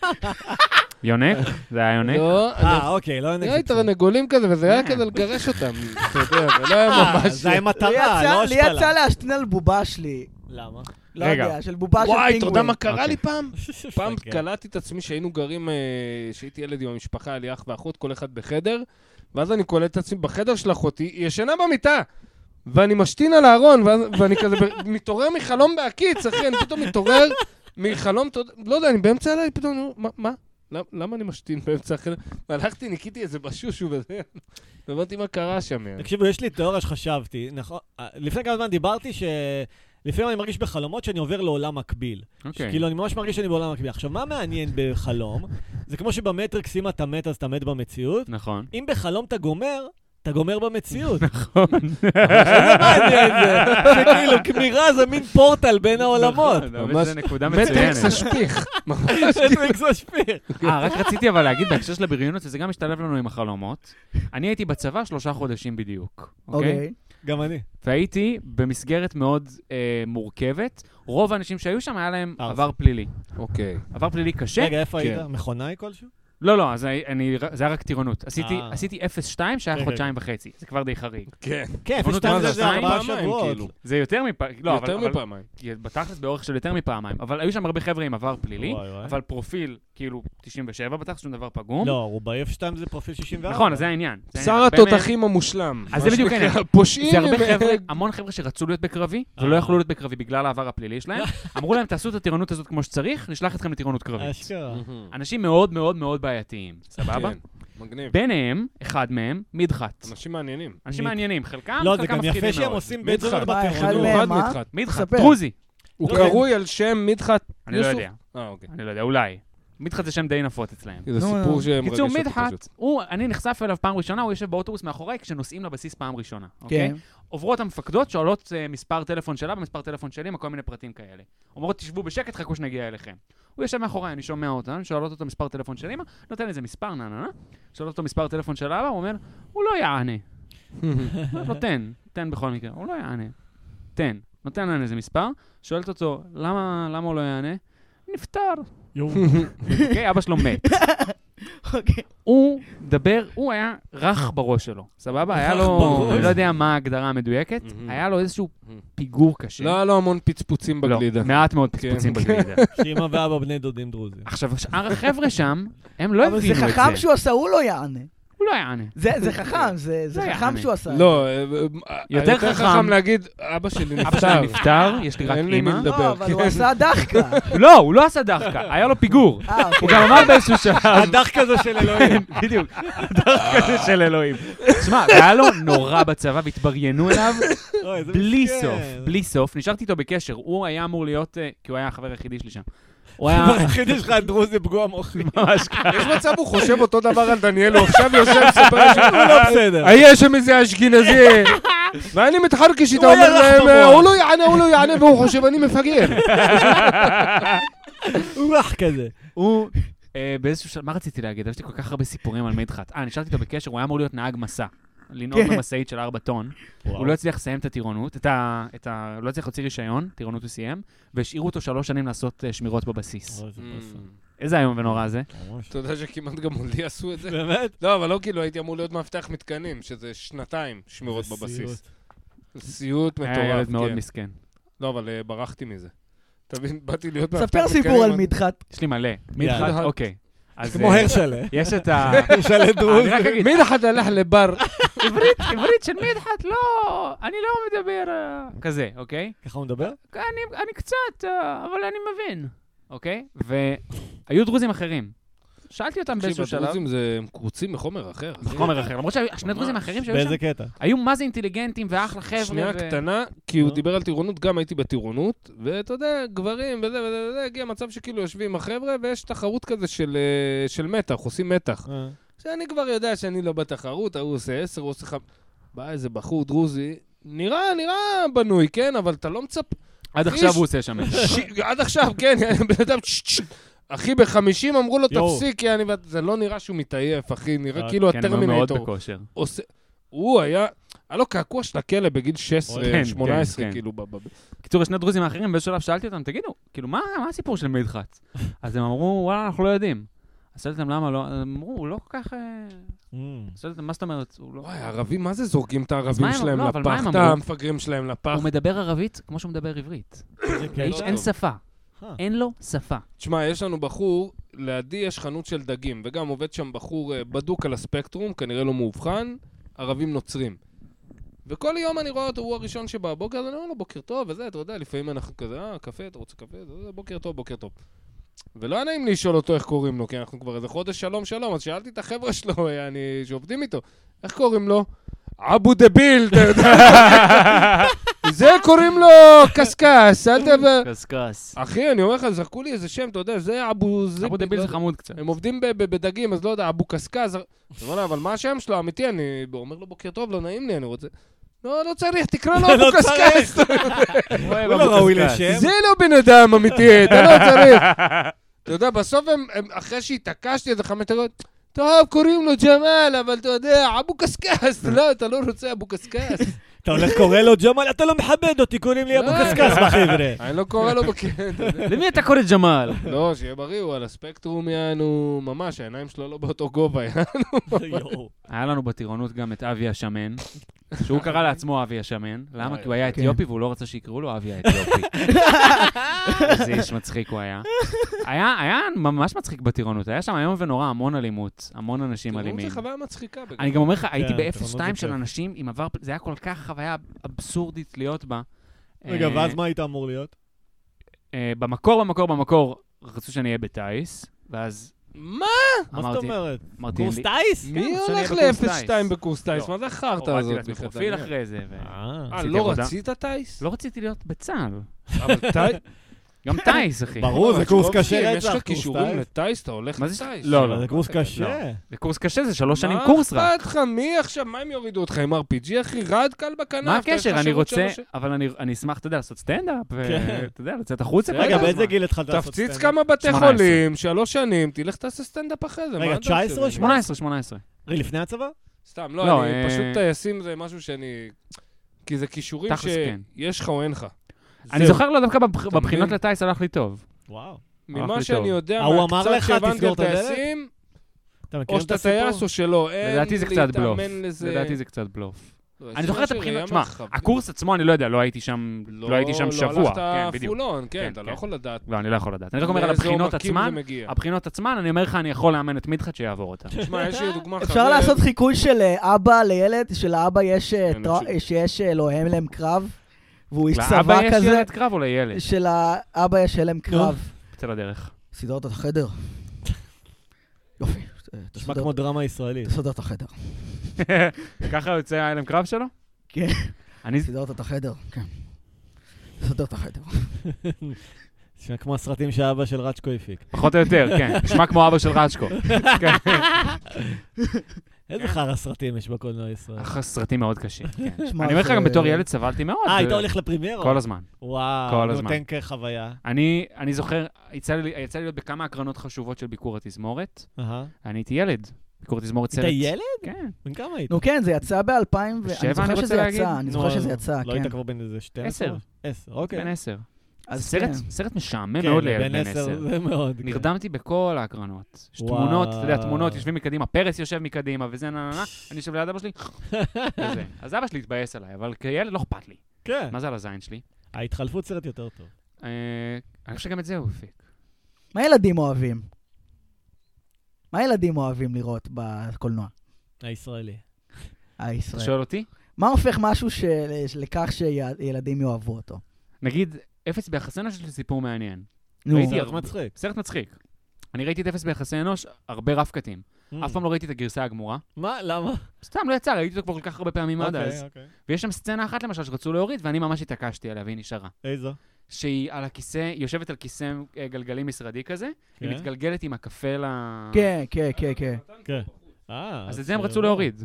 [SPEAKER 2] יונק? זה היה יונק?
[SPEAKER 3] לא,
[SPEAKER 4] אה, אוקיי, לא
[SPEAKER 3] היה
[SPEAKER 4] נגיד.
[SPEAKER 3] תרנגולים כזה, וזה היה כזה לגרש אותם, אתה יודע, זה לא היה ממש...
[SPEAKER 4] אה, זה היה
[SPEAKER 1] לי
[SPEAKER 4] מטרה,
[SPEAKER 1] יצא-
[SPEAKER 4] לא
[SPEAKER 1] לי יצא
[SPEAKER 4] השפלה.
[SPEAKER 1] להשתין על בובה שלי.
[SPEAKER 4] למה?
[SPEAKER 1] לא
[SPEAKER 2] רגע.
[SPEAKER 1] יודע, של בובה של פינגווין.
[SPEAKER 3] וואי, אתה יודע מה קרה לי פעם? פעם
[SPEAKER 2] כן.
[SPEAKER 4] פאקר.
[SPEAKER 3] קלטתי את עצמי שהיינו גרים, אה, שהייתי ילד עם המשפחה, היה לי אח ואחות, כל אחד בחדר, ואז אני קולט את עצמי בחדר של אחותי, היא ישנה במיטה. ואני משתין על הארון, ואז, ואני כזה ב- מתעורר מחלום בהקיץ, אחי, אני פתאום מתעורר מחלום, אתה יודע- לא יודע, אני באמצע הלילה, פתאום אני אומר, "מה- מה? למ- למה אני משתין באמצע החדר? והלכתי, ניקיתי איזה בשושו וזה, והבנתי מה קרה שם. יעני.
[SPEAKER 4] תקשיבו, יש לי תיאוריה שחשבתי, נכון? אה, לפני כמה זמן דיברתי ש... לפעמים אני מרגיש בחלומות שאני עובר לעולם מקביל.
[SPEAKER 2] אוקיי.
[SPEAKER 4] כאילו, אני ממש מרגיש שאני בעולם מקביל. עכשיו, מה מעניין בחלום? זה כמו שבמטריקס, אם אתה מת, אז אתה מת במציאות.
[SPEAKER 2] נכון.
[SPEAKER 4] אם בחלום אתה גומר, אתה גומר במציאות.
[SPEAKER 2] נכון.
[SPEAKER 4] איזה מעניין זה. שכאילו, כמירה זה מין פורטל בין
[SPEAKER 2] נכון.
[SPEAKER 4] העולמות.
[SPEAKER 2] ממש. זו נקודה מצוינת.
[SPEAKER 3] מטריקס השפיך.
[SPEAKER 4] מטריקס השפיר.
[SPEAKER 2] אה, רק רציתי אבל להגיד בהקשר של הבריונות, וזה גם משתלב לנו עם החלומות. אני הייתי בצבא שלושה חודשים בדיוק, אוקיי?
[SPEAKER 1] אוקיי.
[SPEAKER 4] גם אני.
[SPEAKER 2] והייתי במסגרת מאוד אה, מורכבת. רוב האנשים שהיו שם, היה להם
[SPEAKER 4] אה,
[SPEAKER 2] עבר פלילי.
[SPEAKER 3] אוקיי.
[SPEAKER 2] עבר פלילי קשה.
[SPEAKER 4] רגע, איפה היית?
[SPEAKER 3] כן.
[SPEAKER 4] מכונאי כלשהו?
[SPEAKER 2] לא, לא, אז אני- אני- זה היה רק טירונות. עשיתי-
[SPEAKER 4] אה.
[SPEAKER 2] עשיתי 0-2 שהיה
[SPEAKER 4] כן,
[SPEAKER 2] חודשיים וחצי, זה כבר די חריג.
[SPEAKER 3] כן.
[SPEAKER 4] כן,
[SPEAKER 2] מכונות
[SPEAKER 4] ושתיים
[SPEAKER 2] מה זה,
[SPEAKER 4] זה- זה
[SPEAKER 2] שתיים?
[SPEAKER 4] ארבעה
[SPEAKER 3] פעמיים,
[SPEAKER 4] שבועות.
[SPEAKER 3] כאילו.
[SPEAKER 2] זה יותר מפעם, לא, אבל...
[SPEAKER 3] יותר
[SPEAKER 2] אבל-
[SPEAKER 3] מפעמיים.
[SPEAKER 2] בתכלס באורך של יותר מפעמיים, אבל היו שם הרבה חבר'ה עם עבר פלילי,
[SPEAKER 4] וואי, וואי.
[SPEAKER 2] אבל פרופיל, כאילו, 97 בתכלס, שום דבר פגום.
[SPEAKER 4] לא, רובעי F2 זה פרופיל 64.
[SPEAKER 2] נכון, אז זה העניין. זה העניין.
[SPEAKER 3] שר
[SPEAKER 2] הרבה מהם-
[SPEAKER 3] התותחים המושלם.
[SPEAKER 2] אז זה בדיוק העניין.
[SPEAKER 3] פושעים.
[SPEAKER 2] זה הרבה חבר'ה, המון חבר'ה שרצו להיות בקרבי, ולא
[SPEAKER 4] אה.
[SPEAKER 2] יכלו להיות בקרבי בגלל העבר הפלילי שלהם. אמרו להם, תעשו את הטירונות הזאת כמו שצריך, נשלח אתכם לטירונות
[SPEAKER 4] אה.
[SPEAKER 2] קרבית.
[SPEAKER 4] אשכרה.
[SPEAKER 2] אנשים מאוד מאוד מאוד בעייתיים,
[SPEAKER 4] כן.
[SPEAKER 2] סבבה?
[SPEAKER 3] כן. מגניב.
[SPEAKER 2] ביניהם, אחד מהם, מדחת.
[SPEAKER 3] אנשים מעניינים.
[SPEAKER 2] אנשים
[SPEAKER 4] מד-
[SPEAKER 2] מעניינים, חלקם,
[SPEAKER 4] לא, זה
[SPEAKER 2] חלקם
[SPEAKER 4] גם
[SPEAKER 2] מפחידים
[SPEAKER 4] יפה שהם
[SPEAKER 2] אה, מאוד.
[SPEAKER 4] עושים בית
[SPEAKER 3] מדחת.
[SPEAKER 4] זונות
[SPEAKER 1] מה, אחד
[SPEAKER 4] בטרנור.
[SPEAKER 1] מהם?
[SPEAKER 3] במיוחד
[SPEAKER 1] מה?
[SPEAKER 3] מדחת.
[SPEAKER 2] מדחת,
[SPEAKER 1] ספר.
[SPEAKER 2] דרוזי.
[SPEAKER 3] הוא
[SPEAKER 1] לא, כן.
[SPEAKER 3] קרוי על שם מדחת
[SPEAKER 2] אני לא
[SPEAKER 3] יוסוף.
[SPEAKER 2] יודע,
[SPEAKER 3] אה, אוקיי.
[SPEAKER 2] אני לא יודע, אולי. מדחת זה שם די נפוץ אצלהם.
[SPEAKER 3] זה
[SPEAKER 1] נו,
[SPEAKER 3] סיפור
[SPEAKER 1] נו.
[SPEAKER 3] שמרגש
[SPEAKER 2] קיצור,
[SPEAKER 3] אותי פשוט.
[SPEAKER 2] מדחת, הוא- אני נחשף אליו פעם ראשונה, הוא יושב באוטובוס מאחוריי כשנוסעים לבסיס פעם ראשונה, אוקיי?
[SPEAKER 1] כן.
[SPEAKER 2] עוברות המפקדות, שואלות אה, מספר טלפון שלה ומספר טלפון שלי, עם כל מיני פרטים כאלה. אומרות, תשבו בשקט, חכו שנגיע אליכם. הוא יושב מאחוריי, אני שומע אותן, שואלות אותו מספר טלפון של אמא, נותן איזה מספר, נה נה נה, שואלות אותו מספר טלפון של אבא, הוא אומר, הוא לא יענה. נותן, תן בכל מקרה, הוא לא יענה. תן. נותן להם איזה מספר, שואלת אותו, למה, למה הוא לא יענה? נפטר. אוקיי, אבא שלו מת.
[SPEAKER 1] אוקיי.
[SPEAKER 2] הוא מדבר, הוא היה רך בראש שלו, סבבה? היה
[SPEAKER 4] רך
[SPEAKER 2] לו,
[SPEAKER 4] בראש.
[SPEAKER 2] אני לא יודע מה ההגדרה המדויקת,
[SPEAKER 3] מהמם.
[SPEAKER 2] היה לו איזשהו
[SPEAKER 3] מהמם.
[SPEAKER 2] פיגור קשה.
[SPEAKER 3] לא היה לו המון פצפוצים
[SPEAKER 2] לא,
[SPEAKER 3] בגלידה.
[SPEAKER 2] מעט מאוד
[SPEAKER 3] כן.
[SPEAKER 2] פצפוצים
[SPEAKER 3] כן.
[SPEAKER 2] בגלידה.
[SPEAKER 4] שאמא ואבא בני דודים דרוזים.
[SPEAKER 2] עכשיו, שאר החבר'ה שם, הם לא הבינו
[SPEAKER 1] אבל
[SPEAKER 2] את
[SPEAKER 1] זה
[SPEAKER 2] זה.
[SPEAKER 1] חכם שהוא עשה, הוא לא יענה.
[SPEAKER 2] הוא לא יענה.
[SPEAKER 1] זה זה חכם, זה זה
[SPEAKER 2] לא
[SPEAKER 1] חכם
[SPEAKER 2] יענה.
[SPEAKER 1] שהוא עשה.
[SPEAKER 3] לא, אה, אה,
[SPEAKER 2] יותר
[SPEAKER 3] יותר
[SPEAKER 2] חכם
[SPEAKER 3] חכם להגיד, אבא שלי
[SPEAKER 2] אבא שלי
[SPEAKER 3] נפטר.
[SPEAKER 2] נפטר, יש לי רק
[SPEAKER 3] אין לי מי
[SPEAKER 2] אימא.
[SPEAKER 3] לדבר.
[SPEAKER 1] לא, אבל הוא
[SPEAKER 3] כן.
[SPEAKER 1] עשה דחקה.
[SPEAKER 2] לא, הוא לא עשה דחקה, היה לו פיגור.
[SPEAKER 1] אה,
[SPEAKER 2] הוא
[SPEAKER 1] אוקיי.
[SPEAKER 2] גם אמר באיזשהו שלב,
[SPEAKER 4] הדחקה הזו של אלוהים.
[SPEAKER 2] בדיוק, הדחקה זה של אלוהים. שמע, והיה לו נורא בצבא והתבריינו אליו
[SPEAKER 4] אוי, איזה
[SPEAKER 2] בלי
[SPEAKER 4] מסכן.
[SPEAKER 2] סוף, בלי סוף. נשארתי איתו בקשר, הוא היה אמור להיות, אה, כי הוא היה החבר היחידי שלי שם. הוא היה...
[SPEAKER 4] היחיד יש לך דרוזי פגוע מוחי.
[SPEAKER 2] ממש ככה.
[SPEAKER 3] יש מצב הוא חושב אותו דבר על דניאל, הוא עכשיו יושב ומספר על
[SPEAKER 4] הוא לא בסדר.
[SPEAKER 3] היה שם איזה אשכנזי, ואני מתחרקש איתו,
[SPEAKER 2] לא
[SPEAKER 4] הוא היה
[SPEAKER 3] אומר
[SPEAKER 4] לך
[SPEAKER 3] להם,
[SPEAKER 4] טובה.
[SPEAKER 3] הוא לא יענה, הוא לא יענה, והוא חושב, אני מפגר.
[SPEAKER 4] הוא אח כזה.
[SPEAKER 2] הוא... אה, באיזשהו שלב, מה רציתי להגיד? יש לי כל כך הרבה סיפורים על מדחת. אה, נשארתי איתו בקשר, הוא היה אמור להיות נהג מסע. לנהוג
[SPEAKER 1] כן.
[SPEAKER 2] במשאית של ארבע טון. הוא לא הצליח לסיים את הטירונות, את ה... את ה... הוא לא הצליח להוציא רישיון, טירונות הוא סיים, והשאירו אותו שלוש שנים לעשות אה, שמירות בבסיס.
[SPEAKER 4] אוי, זה פסה.
[SPEAKER 2] איזה איום ונורא זה.
[SPEAKER 4] ממש.
[SPEAKER 3] אתה יודע שכמעט גם מולי עשו את זה?
[SPEAKER 4] באמת?
[SPEAKER 3] לא, אבל לא כאילו, הייתי אמור להיות מאבטח מתקנים, שזה שנתיים שמירות בבסיס. סיוט
[SPEAKER 2] היה
[SPEAKER 3] מטורף,
[SPEAKER 2] אה, ילד מאוד
[SPEAKER 3] כן.
[SPEAKER 2] מסכן.
[SPEAKER 3] לא, אבל אה, ברחתי מזה. אתה מבין? באתי להיות מאבטח מתקנים.
[SPEAKER 1] ספר סיפור על
[SPEAKER 3] אז-
[SPEAKER 1] מדחת.
[SPEAKER 2] יש לי מלא. מדחת,
[SPEAKER 3] יאללה.
[SPEAKER 2] אוקיי. אז
[SPEAKER 4] כמו
[SPEAKER 2] אה,
[SPEAKER 4] הרשלה.
[SPEAKER 2] יש את ה...
[SPEAKER 3] אה,
[SPEAKER 4] הרשלה
[SPEAKER 2] אני
[SPEAKER 4] דרוזי.
[SPEAKER 2] רק אגיד,
[SPEAKER 3] מדחת הלך לבר.
[SPEAKER 2] עברית, עברית של מדחת, לא, אני לא מדבר אה, כזה, אוקיי?
[SPEAKER 4] ככה הוא מדבר?
[SPEAKER 2] אני, אני קצת, אה, אבל אני מבין, אוקיי? והיו דרוזים אחרים. שאלתי אותם באיזשהו
[SPEAKER 3] תקשיב, לא
[SPEAKER 2] שלב,
[SPEAKER 3] הדרוזים זה, הם קרוצים מחומר אחר. אחי.
[SPEAKER 2] חומר אחר, למרות שהיו שני דרוזים
[SPEAKER 3] ממש.
[SPEAKER 2] אחרים שהיו שם,
[SPEAKER 4] באיזה קטע?
[SPEAKER 2] היו מה זה אינטליגנטים ואחלה חבר'ה.
[SPEAKER 3] שנייה
[SPEAKER 2] ו-
[SPEAKER 3] קטנה, כי הוא
[SPEAKER 4] נו.
[SPEAKER 3] דיבר על טירונות, גם הייתי בטירונות, ואתה יודע, גברים וזה וזה וזה, הגיע מצב שכאילו יושבים עם החבר'ה, ויש תחרות כזה של, אה, של מתח, עושים מתח.
[SPEAKER 4] אה.
[SPEAKER 3] שאני כבר יודע שאני לא בתחרות, ההוא עושה עשר, הוא עושה חמ... בא איזה בחור דרוזי, נראה, נראה בנוי, כן, אבל אתה לא מצפ...
[SPEAKER 2] עד
[SPEAKER 3] איש-
[SPEAKER 2] עכשיו הוא עושה שם.
[SPEAKER 3] ש- עד עכשיו, כן, בן אדם... צ', צ', צ'. אחי, בחמישים אמרו לו,
[SPEAKER 4] יואו.
[SPEAKER 3] תפסיק, יעני, ואת- זה לא נראה שהוא מתעייף, אחי, נראה
[SPEAKER 4] אה,
[SPEAKER 3] כאילו
[SPEAKER 2] כן, הם היו מאוד
[SPEAKER 3] הטרמינטור.
[SPEAKER 2] בכושר.
[SPEAKER 3] עושה... הוא היה... היה לו קעקוע של הכלא בגיל 16,
[SPEAKER 4] כן,
[SPEAKER 2] כן,
[SPEAKER 3] 18,
[SPEAKER 2] כן.
[SPEAKER 3] כאילו, ב- ב- ב-
[SPEAKER 2] קיצור, יש שני דרוזים האחרים, באיזשהו שלב שאלתי אותם, תגידו, כאילו, מה מה הסיפור של מדחת? אז הם אמרו, וואלה, אנחנו לא יודעים. אז שאלתי אותם למה לא, אז הם אמרו, הוא לא כל כך... אה,
[SPEAKER 4] אמ.
[SPEAKER 2] שאלתי אותם, מה זאת אומרת? הוא לא...
[SPEAKER 3] וואי, הערבים, מה זה זורקים את הערבים
[SPEAKER 2] מה הם-
[SPEAKER 3] שלהם
[SPEAKER 2] לא, אבל מה
[SPEAKER 3] לפח,
[SPEAKER 2] הם
[SPEAKER 3] את
[SPEAKER 2] אמרו?
[SPEAKER 3] המפגרים שלהם לפח?
[SPEAKER 2] הוא מדבר ערבית כמו שהוא מדבר עברית.
[SPEAKER 4] איזה
[SPEAKER 3] כן,
[SPEAKER 4] קטע.
[SPEAKER 3] לא
[SPEAKER 2] לאיש אין שפה.
[SPEAKER 4] אה.
[SPEAKER 2] אין לו שפה.
[SPEAKER 3] תשמע, יש לנו בחור, לידי יש חנות של דגים, וגם עובד שם בחור אה, בדוק על הספקטרום, כנראה לא מאובחן, ערבים נוצרים. וכל יום אני רואה אותו, הוא הראשון שבא בבוקר, אז אני אומר לו, בוקר טוב, וזה, אתה יודע, לפעמים אנחנו כזה, אה, קפה, אתה רוצה קפה? זה, זה, בוקר טוב, בוקר טוב. ולא היה נעים לשאול אותו איך קוראים לו, כי אנחנו כבר איזה חודש שלום שלום, אז שאלתי את החבר'ה שלו, אה, אני, שעובדים איתו, איך קוראים לו? אבו דביל, אתה יודע. זה קוראים לו קשקש, אל תדבר.
[SPEAKER 2] קסקס.
[SPEAKER 3] אחי, אני אומר לך, זרקו לי איזה שם, אתה יודע, זה אבו... זה-
[SPEAKER 2] אבו דביל
[SPEAKER 3] לא
[SPEAKER 2] זה
[SPEAKER 3] יודע,
[SPEAKER 2] חמוד קצת.
[SPEAKER 3] הם עובדים ב- ב- בדגים, אז לא יודע, אבו קסקז. אני אומר לה, אבל מה השם שלו? אמיתי, אני אומר לו, בוקר טוב, לא נעים לי, אני רוצה... לא, לא צריך, תקרא לו
[SPEAKER 4] לא
[SPEAKER 3] אבו
[SPEAKER 4] צריך.
[SPEAKER 3] קסקז.
[SPEAKER 4] הוא לא ראוי
[SPEAKER 2] כן.
[SPEAKER 4] לשם.
[SPEAKER 3] זה לא בן אדם אמיתי, אתה לא צריך. אתה יודע, בסוף הם, הם- אחרי שהתעקשתי איזה חמש דקות, טוב, קוראים לו ג'מאל, אבל אתה יודע, אבו קסקס, לא, אתה לא רוצה אבו קסקס.
[SPEAKER 4] אתה הולך קורא לו ג'מאל, אתה לא מכבד אותי, קוראים לי אבו
[SPEAKER 3] לא.
[SPEAKER 4] קסקס בחבר'ה.
[SPEAKER 3] אני לא קורא לו בקטע.
[SPEAKER 2] למי אתה קורא ג'מאל?
[SPEAKER 3] לא, שיהיה בריא, הוא על הספקטרום, יענו, ממש, העיניים שלו לא באותו גובה,
[SPEAKER 4] יואו.
[SPEAKER 2] היה לנו בטירונות גם את אבי השמן, שהוא קרא לעצמו אבי השמן.
[SPEAKER 3] אוי,
[SPEAKER 2] למה?
[SPEAKER 4] אה,
[SPEAKER 2] כי הוא היה
[SPEAKER 1] כן.
[SPEAKER 2] אתיופי והוא לא רצה שיקראו לו אבי האתיופי. איזה איש מצחיק הוא היה. היה היה ממש מצחיק בטירונות. היה שם איום ונורא, המון אלימות. המון אנשים אלימים.
[SPEAKER 3] זה חוויה מצחיקה. בגלל.
[SPEAKER 2] אני גם אומר לך, הייתי
[SPEAKER 4] כן,
[SPEAKER 2] ב-0-2
[SPEAKER 4] טירונות זה
[SPEAKER 2] של
[SPEAKER 4] כיף.
[SPEAKER 2] אנשים עם עבר... פ- זה היה כל כך חוויה אבסורדית להיות בה.
[SPEAKER 4] רגע,
[SPEAKER 2] אה,
[SPEAKER 4] ואז מה היית אמור להיות?
[SPEAKER 2] אה, במקור, במקור, במקור, רצו שאני אהיה בטיס, ואז
[SPEAKER 3] מה?
[SPEAKER 4] מה זאת
[SPEAKER 2] אמרתי,
[SPEAKER 4] אומרת?
[SPEAKER 2] אמרתי,
[SPEAKER 4] קורס
[SPEAKER 2] לי-
[SPEAKER 4] טיס?
[SPEAKER 3] מי
[SPEAKER 2] שאני
[SPEAKER 3] הולך
[SPEAKER 2] אהיה בקורס טיס.
[SPEAKER 3] ל-0-2 בקורס טיס?
[SPEAKER 2] לא.
[SPEAKER 3] מה זה החרטא
[SPEAKER 2] הורדתי
[SPEAKER 3] הזאת?
[SPEAKER 2] לעצמי
[SPEAKER 3] בכלל?
[SPEAKER 2] פרופיל
[SPEAKER 3] אני-
[SPEAKER 2] אחרי זה, ו...
[SPEAKER 4] אה,
[SPEAKER 3] אה,
[SPEAKER 2] עשיתי
[SPEAKER 3] לא
[SPEAKER 2] עבודה.
[SPEAKER 3] רצית טיס?
[SPEAKER 2] לא רציתי להיות בצה"ל.
[SPEAKER 3] אבל טיס...
[SPEAKER 2] גם טיס, אחי.
[SPEAKER 4] ברור, זה
[SPEAKER 3] אבל
[SPEAKER 2] לא
[SPEAKER 4] קורס
[SPEAKER 3] שוב,
[SPEAKER 4] קשה
[SPEAKER 3] אם
[SPEAKER 4] רצח.
[SPEAKER 3] יש לך
[SPEAKER 4] קורס
[SPEAKER 3] כישורים
[SPEAKER 4] טיס.
[SPEAKER 3] לטיס, אתה הולך
[SPEAKER 2] מה זה-
[SPEAKER 3] לטיס.
[SPEAKER 2] לא, לא.
[SPEAKER 4] אבל זה קורס
[SPEAKER 2] לא.
[SPEAKER 4] קשה.
[SPEAKER 2] זה קורס קשה, זה שלוש שנים קורס
[SPEAKER 3] לא מה אה,
[SPEAKER 2] רק.
[SPEAKER 3] אכפת לך? מי עכשיו? מה הם יורידו אותך עם RPG, אחי? רד קל בכנף.
[SPEAKER 2] מה
[SPEAKER 3] אתה, יש לך
[SPEAKER 2] הקשר? אני
[SPEAKER 3] שירות
[SPEAKER 2] רוצה,
[SPEAKER 3] שלוש-
[SPEAKER 2] אבל אני- אני אשמח, אתה יודע, לעשות סטנדאפ,
[SPEAKER 4] כן.
[SPEAKER 2] ואתה יודע, לצאת החוצה. כל
[SPEAKER 4] רגע,
[SPEAKER 2] הזמן.
[SPEAKER 4] באיזה גיל התחלת לעשות
[SPEAKER 3] תפציץ
[SPEAKER 4] סטנדאפ?
[SPEAKER 3] כמה בתי
[SPEAKER 2] 18.
[SPEAKER 3] חולים, שלוש שנים, תלך תעשה סטנדאפ אחרי זה.
[SPEAKER 4] רגע,
[SPEAKER 3] מה אתה
[SPEAKER 4] 19 או
[SPEAKER 3] עושה?
[SPEAKER 2] 18, 18.
[SPEAKER 4] רגע, לפני הצבא?
[SPEAKER 3] סתם, לא,
[SPEAKER 2] לא,
[SPEAKER 3] אני
[SPEAKER 2] אה,
[SPEAKER 3] פשוט טייסים זה משהו שאני... כי זה כישורים
[SPEAKER 2] תכלס, כן.
[SPEAKER 3] שיש לך או אין לך.
[SPEAKER 2] אני
[SPEAKER 4] זהו.
[SPEAKER 2] זוכר, לא, דווקא בבח-
[SPEAKER 3] אתה
[SPEAKER 2] בבחינות
[SPEAKER 3] מבין?
[SPEAKER 2] לטיס הלך לי טוב.
[SPEAKER 4] וואו.
[SPEAKER 2] הלך לי
[SPEAKER 3] ממה שאני
[SPEAKER 2] טוב.
[SPEAKER 3] יודע,
[SPEAKER 4] ההוא אמר
[SPEAKER 3] מהקצת
[SPEAKER 4] לך,
[SPEAKER 3] שהבנתי
[SPEAKER 4] תסגור
[SPEAKER 3] על
[SPEAKER 4] את הדלת?
[SPEAKER 3] טייסים,
[SPEAKER 4] אתה מכיר
[SPEAKER 3] או
[SPEAKER 4] את
[SPEAKER 3] שאתה
[SPEAKER 4] הסיפור?
[SPEAKER 3] טייס או שלא, אין
[SPEAKER 2] לדעתי זה קצת בלוף.
[SPEAKER 3] להתאמן לזה.
[SPEAKER 2] לדעתי זה קצת בלוף.
[SPEAKER 3] לא,
[SPEAKER 2] אני זוכר את
[SPEAKER 3] אשכרה
[SPEAKER 2] הבחינות,
[SPEAKER 3] שראייה
[SPEAKER 2] שמע,
[SPEAKER 3] מרחבית.
[SPEAKER 2] הקורס עצמו, אני לא יודע, לא הייתי שם, לא הייתי שם שבוע.
[SPEAKER 3] לא
[SPEAKER 2] כן,
[SPEAKER 3] הלכת
[SPEAKER 2] בדיוק.
[SPEAKER 3] פולון, כן,
[SPEAKER 2] כן,
[SPEAKER 3] אתה לא
[SPEAKER 2] כן.
[SPEAKER 3] יכול לדעת.
[SPEAKER 2] לא, אני לא יכול לדעת. אני רק אומר על
[SPEAKER 3] לאיזה
[SPEAKER 2] הבחינות
[SPEAKER 3] עומקים
[SPEAKER 2] עצמן,
[SPEAKER 3] זה מגיע.
[SPEAKER 2] הבחינות עצמן, אני אומר לך, אני יכול לאמן את מדחת שיעבור אותה.
[SPEAKER 3] תשמע, יש לי דוגמה
[SPEAKER 1] אפשר לעשות חיקוי של אה, אבא לילד, שלאבא יש, אה,
[SPEAKER 3] אין
[SPEAKER 1] טרא-
[SPEAKER 3] אפשרות.
[SPEAKER 1] שיש אה, לו הלם קרב, והוא איש צבא
[SPEAKER 2] כן, לאבא יש
[SPEAKER 1] כזה,
[SPEAKER 2] ילד קרב או לילד?
[SPEAKER 1] שלאבא יש הלם קרב.
[SPEAKER 2] יוצא לדרך.
[SPEAKER 1] סידרת את החדר? יופי. אה,
[SPEAKER 4] נשמע
[SPEAKER 1] תסדר-
[SPEAKER 4] כמו דרמה ישראלית.
[SPEAKER 1] תסדר את החדר.
[SPEAKER 2] ככה יוצא ההלם קרב שלו?
[SPEAKER 1] כן.
[SPEAKER 2] אני...
[SPEAKER 1] סידרת את החדר? כן. תסדר את החדר.
[SPEAKER 4] נשמע כמו הסרטים שאבא של רצ'קו הפיק.
[SPEAKER 2] פחות או יותר, כן. נשמע כמו אבא של רצ'קו.
[SPEAKER 4] איזה
[SPEAKER 2] כן.
[SPEAKER 4] חרא סרטים יש בקולנוע הישראלי.
[SPEAKER 2] אך סרטים מאוד קשים, כן.
[SPEAKER 1] שמע,
[SPEAKER 2] אני אומר לך,
[SPEAKER 1] זה-
[SPEAKER 2] גם בתור ילד סבלתי מאוד.
[SPEAKER 4] אה, היית
[SPEAKER 2] זה-
[SPEAKER 4] הולך לפרימיירו?
[SPEAKER 2] כל הזמן.
[SPEAKER 4] וואו,
[SPEAKER 2] כל
[SPEAKER 4] נו,
[SPEAKER 2] הזמן.
[SPEAKER 4] תן כחוויה.
[SPEAKER 2] אני אני זוכר, יצא לי יצא לי להיות בכמה הקרנות חשובות של ביקור התזמורת.
[SPEAKER 4] אהה.
[SPEAKER 2] אני הייתי ילד. ביקור התזמורת סרט.
[SPEAKER 4] היית ילד?
[SPEAKER 2] כן.
[SPEAKER 4] בן כמה היית?
[SPEAKER 1] נו כן, זה יצא ב-2000,
[SPEAKER 2] בשבע,
[SPEAKER 1] אני
[SPEAKER 2] אני
[SPEAKER 1] זוכר
[SPEAKER 2] רוצה
[SPEAKER 1] שזה
[SPEAKER 2] להגיד.
[SPEAKER 1] יצא, אני זוכר
[SPEAKER 4] נו,
[SPEAKER 1] שזה
[SPEAKER 4] אז
[SPEAKER 1] יצא,
[SPEAKER 4] לא
[SPEAKER 1] כן.
[SPEAKER 4] היית כבר בן איזה 12?
[SPEAKER 2] עשר.
[SPEAKER 4] 10, אוקיי.
[SPEAKER 2] בן עשר.
[SPEAKER 1] אז
[SPEAKER 2] סרט
[SPEAKER 1] כן.
[SPEAKER 2] סרט משעמם
[SPEAKER 4] כן,
[SPEAKER 2] מאוד לילד
[SPEAKER 4] בן עשר זה מאוד. כן.
[SPEAKER 2] נרדמתי בכל ההקרנות. יש
[SPEAKER 4] וואו.
[SPEAKER 2] תמונות, אתה יודע, תמונות, יושבים מקדימה, פרץ יושב מקדימה, וזה נה נה נה, אני יושב ליד אבא שלי, וזה. אז אבא שלי התבאס עליי, אבל כילד לא אכפת לי.
[SPEAKER 4] כן.
[SPEAKER 2] מה זה על הזין שלי?
[SPEAKER 4] ההתחלפות סרט יותר טוב.
[SPEAKER 2] אה, אני חושב שגם את זה הוא הפיק.
[SPEAKER 1] מה ילדים אוהבים? מה ילדים אוהבים לראות בקולנוע
[SPEAKER 4] הישראלי.
[SPEAKER 2] אתה
[SPEAKER 1] הישראלי?
[SPEAKER 2] שואל אותי?
[SPEAKER 1] מה הופך משהו של- לכך שילדים יאהבו אותו?
[SPEAKER 2] נגיד, אפס ביחסי אנוש יש לי סיפור מעניין.
[SPEAKER 1] נו,
[SPEAKER 2] ראיתי
[SPEAKER 4] סרט
[SPEAKER 2] הרבה-
[SPEAKER 4] מצחיק.
[SPEAKER 2] סרט מצחיק. אני ראיתי את אפס ביחסי אנוש הרבה רפקטים.
[SPEAKER 4] Mm.
[SPEAKER 2] אף פעם לא ראיתי את הגרסה הגמורה.
[SPEAKER 4] מה? למה?
[SPEAKER 2] סתם, לא יצא, ראיתי אותו כבר כל כך הרבה פעמים עד
[SPEAKER 4] אוקיי,
[SPEAKER 2] אז.
[SPEAKER 4] אוקיי.
[SPEAKER 2] ויש שם סצנה אחת למשל שרצו להוריד, ואני ממש התעקשתי עליה, והיא נשארה.
[SPEAKER 4] איזו?
[SPEAKER 2] שהיא על הכיסא, היא יושבת על כיסא אה, גלגלי משרדי כזה, היא
[SPEAKER 4] כן.
[SPEAKER 2] מתגלגלת עם הקפה ל...
[SPEAKER 1] כן, כן, כן, כן.
[SPEAKER 4] כן. אה,
[SPEAKER 2] אז את זה הם
[SPEAKER 4] בסדר.
[SPEAKER 2] רצו להוריד.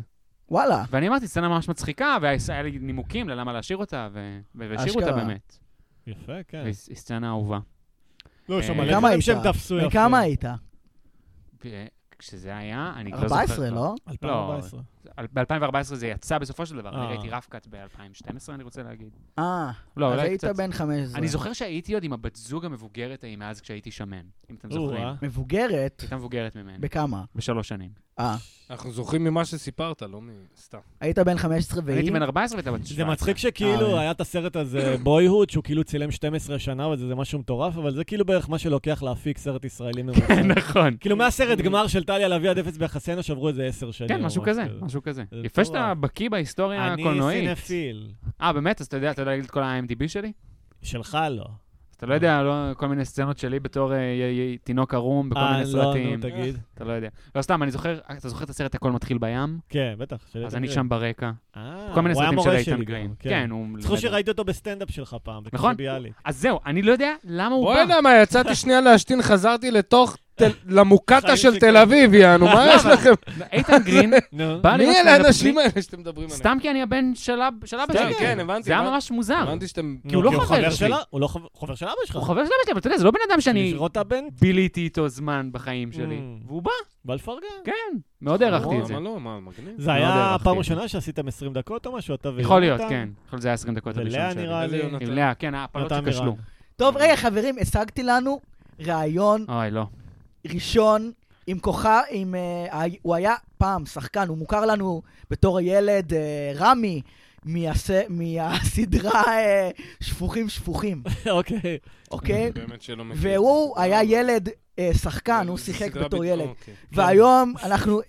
[SPEAKER 1] וואלה,
[SPEAKER 2] ואני אמרתי, סצנה ממש מצחיקה, והיה לי נימוקים ללמה להשאיר אותה, ו- והשאירו אותה
[SPEAKER 1] אשכרה.
[SPEAKER 2] באמת.
[SPEAKER 4] יפה, כן.
[SPEAKER 2] והיא היא סצנה אהובה.
[SPEAKER 4] לא, יש שם
[SPEAKER 2] אה,
[SPEAKER 4] מלא
[SPEAKER 1] כמה
[SPEAKER 4] דברים שהם
[SPEAKER 1] היית?
[SPEAKER 4] תפסו יפה.
[SPEAKER 1] וכמה היית?
[SPEAKER 2] אה, כשזה היה, אני כבר לא זוכר.
[SPEAKER 1] 14,
[SPEAKER 2] כבר.
[SPEAKER 1] לא?
[SPEAKER 4] 2014.
[SPEAKER 2] ב-2014 זה יצא בסופו של דבר,
[SPEAKER 4] אה.
[SPEAKER 2] אני ראיתי רפקת ב-2012, אני רוצה להגיד.
[SPEAKER 1] אה,
[SPEAKER 2] לא,
[SPEAKER 1] אז
[SPEAKER 2] אולי
[SPEAKER 1] היית
[SPEAKER 2] קצת...
[SPEAKER 1] בן 15.
[SPEAKER 2] אני זוכר שהייתי עוד עם הבת זוג המבוגרת ההיא מאז כשהייתי שמן, אם אתם זוכרים.
[SPEAKER 4] או-אה.
[SPEAKER 1] מבוגרת,
[SPEAKER 2] הייתה מבוגרת ממני,
[SPEAKER 1] בכמה?
[SPEAKER 2] בשלוש שנים.
[SPEAKER 1] אה,
[SPEAKER 3] אנחנו זוכרים ממה שסיפרת, לא מסתם.
[SPEAKER 1] היית בן 15 והיא?
[SPEAKER 2] הייתי בן 14 והייתה בת 17.
[SPEAKER 4] זה מצחיק
[SPEAKER 1] אה,
[SPEAKER 4] שכאילו
[SPEAKER 1] אה.
[SPEAKER 4] היה את הסרט הזה, בויהוד, שהוא כאילו צילם 12 שנה, וזה זה משהו מטורף, אבל זה כאילו בערך מה שלוקח להפיק סרט ישראלי ממוצע.
[SPEAKER 2] נכון.
[SPEAKER 4] כאילו מהסרט גמר של טליה לביא עד אפס ביחסינו שעברו איזה עשר שנים.
[SPEAKER 2] כן,
[SPEAKER 4] או
[SPEAKER 2] משהו כזה, משהו כזה.
[SPEAKER 4] זה
[SPEAKER 2] יפה שאתה
[SPEAKER 4] מטורף.
[SPEAKER 2] בקיא בהיסטוריה
[SPEAKER 4] אני
[SPEAKER 2] הקולנועית.
[SPEAKER 4] סינפיל.
[SPEAKER 2] אה, באמת? אז אתה יודע, אתה יודע להגיד את כל ה-IMDB שלי?
[SPEAKER 4] שלך לא.
[SPEAKER 2] אז אתה לא יודע, לא, כל מיני סצנות שלי בתור אה, י- י- תינוק ערום בכל
[SPEAKER 4] אה,
[SPEAKER 2] מיני
[SPEAKER 4] לא,
[SPEAKER 2] סרטים.
[SPEAKER 4] נו, תגיד.
[SPEAKER 2] אתה לא יודע. לא, סתם, אני זוכר, אתה זוכר את הסרט הכל מתחיל בים?
[SPEAKER 4] כן, בטח. של
[SPEAKER 2] אז
[SPEAKER 4] איתן
[SPEAKER 2] אני
[SPEAKER 4] גרין.
[SPEAKER 2] שם ברקע.
[SPEAKER 4] אה,
[SPEAKER 2] כל מיני
[SPEAKER 4] הוא היה
[SPEAKER 2] סרטים של
[SPEAKER 4] מורה
[SPEAKER 2] איתן
[SPEAKER 4] שלי
[SPEAKER 2] גרין.
[SPEAKER 4] גם,
[SPEAKER 2] כן, הוא...
[SPEAKER 4] זכור
[SPEAKER 2] מלמד.
[SPEAKER 4] שראיתי אותו בסטנדאפ שלך פעם, בקפה
[SPEAKER 2] נכון.
[SPEAKER 4] ביאליק.
[SPEAKER 2] אז זהו, אני לא יודע למה הוא בא.
[SPEAKER 3] בוא'נה, מה, יצאתי שנייה להשתין, חזרתי לתוך,
[SPEAKER 2] אה,
[SPEAKER 3] תל- למוקטעה
[SPEAKER 4] חיים
[SPEAKER 3] של
[SPEAKER 4] שכאלה.
[SPEAKER 3] תל אביב, יענו, מה
[SPEAKER 2] לא,
[SPEAKER 3] יש
[SPEAKER 2] אבל-
[SPEAKER 3] לכם?
[SPEAKER 2] איתן גרין
[SPEAKER 4] נו.
[SPEAKER 2] בא
[SPEAKER 3] מי
[SPEAKER 2] להיות
[SPEAKER 3] אלה
[SPEAKER 2] סטנדאפ
[SPEAKER 3] האנשים
[SPEAKER 2] שלי,
[SPEAKER 3] האלה שאתם מדברים עליהם?
[SPEAKER 2] סתם כי אני הבן של אב- של אבא
[SPEAKER 3] סתם,
[SPEAKER 2] שלי.
[SPEAKER 3] כן, הבנתי,
[SPEAKER 2] זה היה
[SPEAKER 3] הבנתי.
[SPEAKER 2] ממש מוזר.
[SPEAKER 3] הבנתי שאתם...
[SPEAKER 4] נו,
[SPEAKER 2] כי הוא לא
[SPEAKER 4] כי
[SPEAKER 2] חבר שלי.
[SPEAKER 4] שלה, הוא לא חבר- חבר של אבא שלך.
[SPEAKER 2] הוא חבר של אבא שלי, אבל אתה יודע, זה לא בן אדם שאני
[SPEAKER 4] לשרות את הבן?
[SPEAKER 2] ביליתי איתו זמן בחיים שלי.
[SPEAKER 4] Mm. נכון,
[SPEAKER 2] והוא בא,
[SPEAKER 4] בא לפרגן.
[SPEAKER 2] כן. מאוד הערכתי את זה.
[SPEAKER 3] מה לא, מה, מגניב.
[SPEAKER 4] זה
[SPEAKER 2] מאוד
[SPEAKER 4] היה
[SPEAKER 2] הערכתי.
[SPEAKER 4] פעם ראשונה שעשיתם 20 דקות או משהו, אתה ויונתן?
[SPEAKER 2] יכול להיות, כן. יכול להיות זה היה 20 דקות הראשון
[SPEAKER 4] ולאה
[SPEAKER 2] שלי.
[SPEAKER 4] נראה
[SPEAKER 3] איזה
[SPEAKER 4] לי.
[SPEAKER 3] יונתן.
[SPEAKER 2] עם לאה, כן, ההפלות
[SPEAKER 4] נתן
[SPEAKER 2] שכשלו.
[SPEAKER 4] מירן.
[SPEAKER 1] טוב, רגע, חברים, השגתי לנו ראיון
[SPEAKER 2] אוי, לא.
[SPEAKER 1] ראשון עם כוחה, עם... אה, ה- הוא היה פעם שחקן, הוא מוכר לנו בתור הילד אה, רמי. מהס- מהסדרה אה, שפוכים שפוכים,
[SPEAKER 4] אוקיי.
[SPEAKER 1] אוקיי?
[SPEAKER 3] באמת שלא מכיר.
[SPEAKER 1] והוא היה ילד אה, שחקן, הוא
[SPEAKER 3] זה
[SPEAKER 1] שיחק
[SPEAKER 3] סדרה
[SPEAKER 1] בתור
[SPEAKER 3] בית-
[SPEAKER 1] ילד.
[SPEAKER 3] אוקיי.
[SPEAKER 2] כן.
[SPEAKER 1] והיום אנחנו,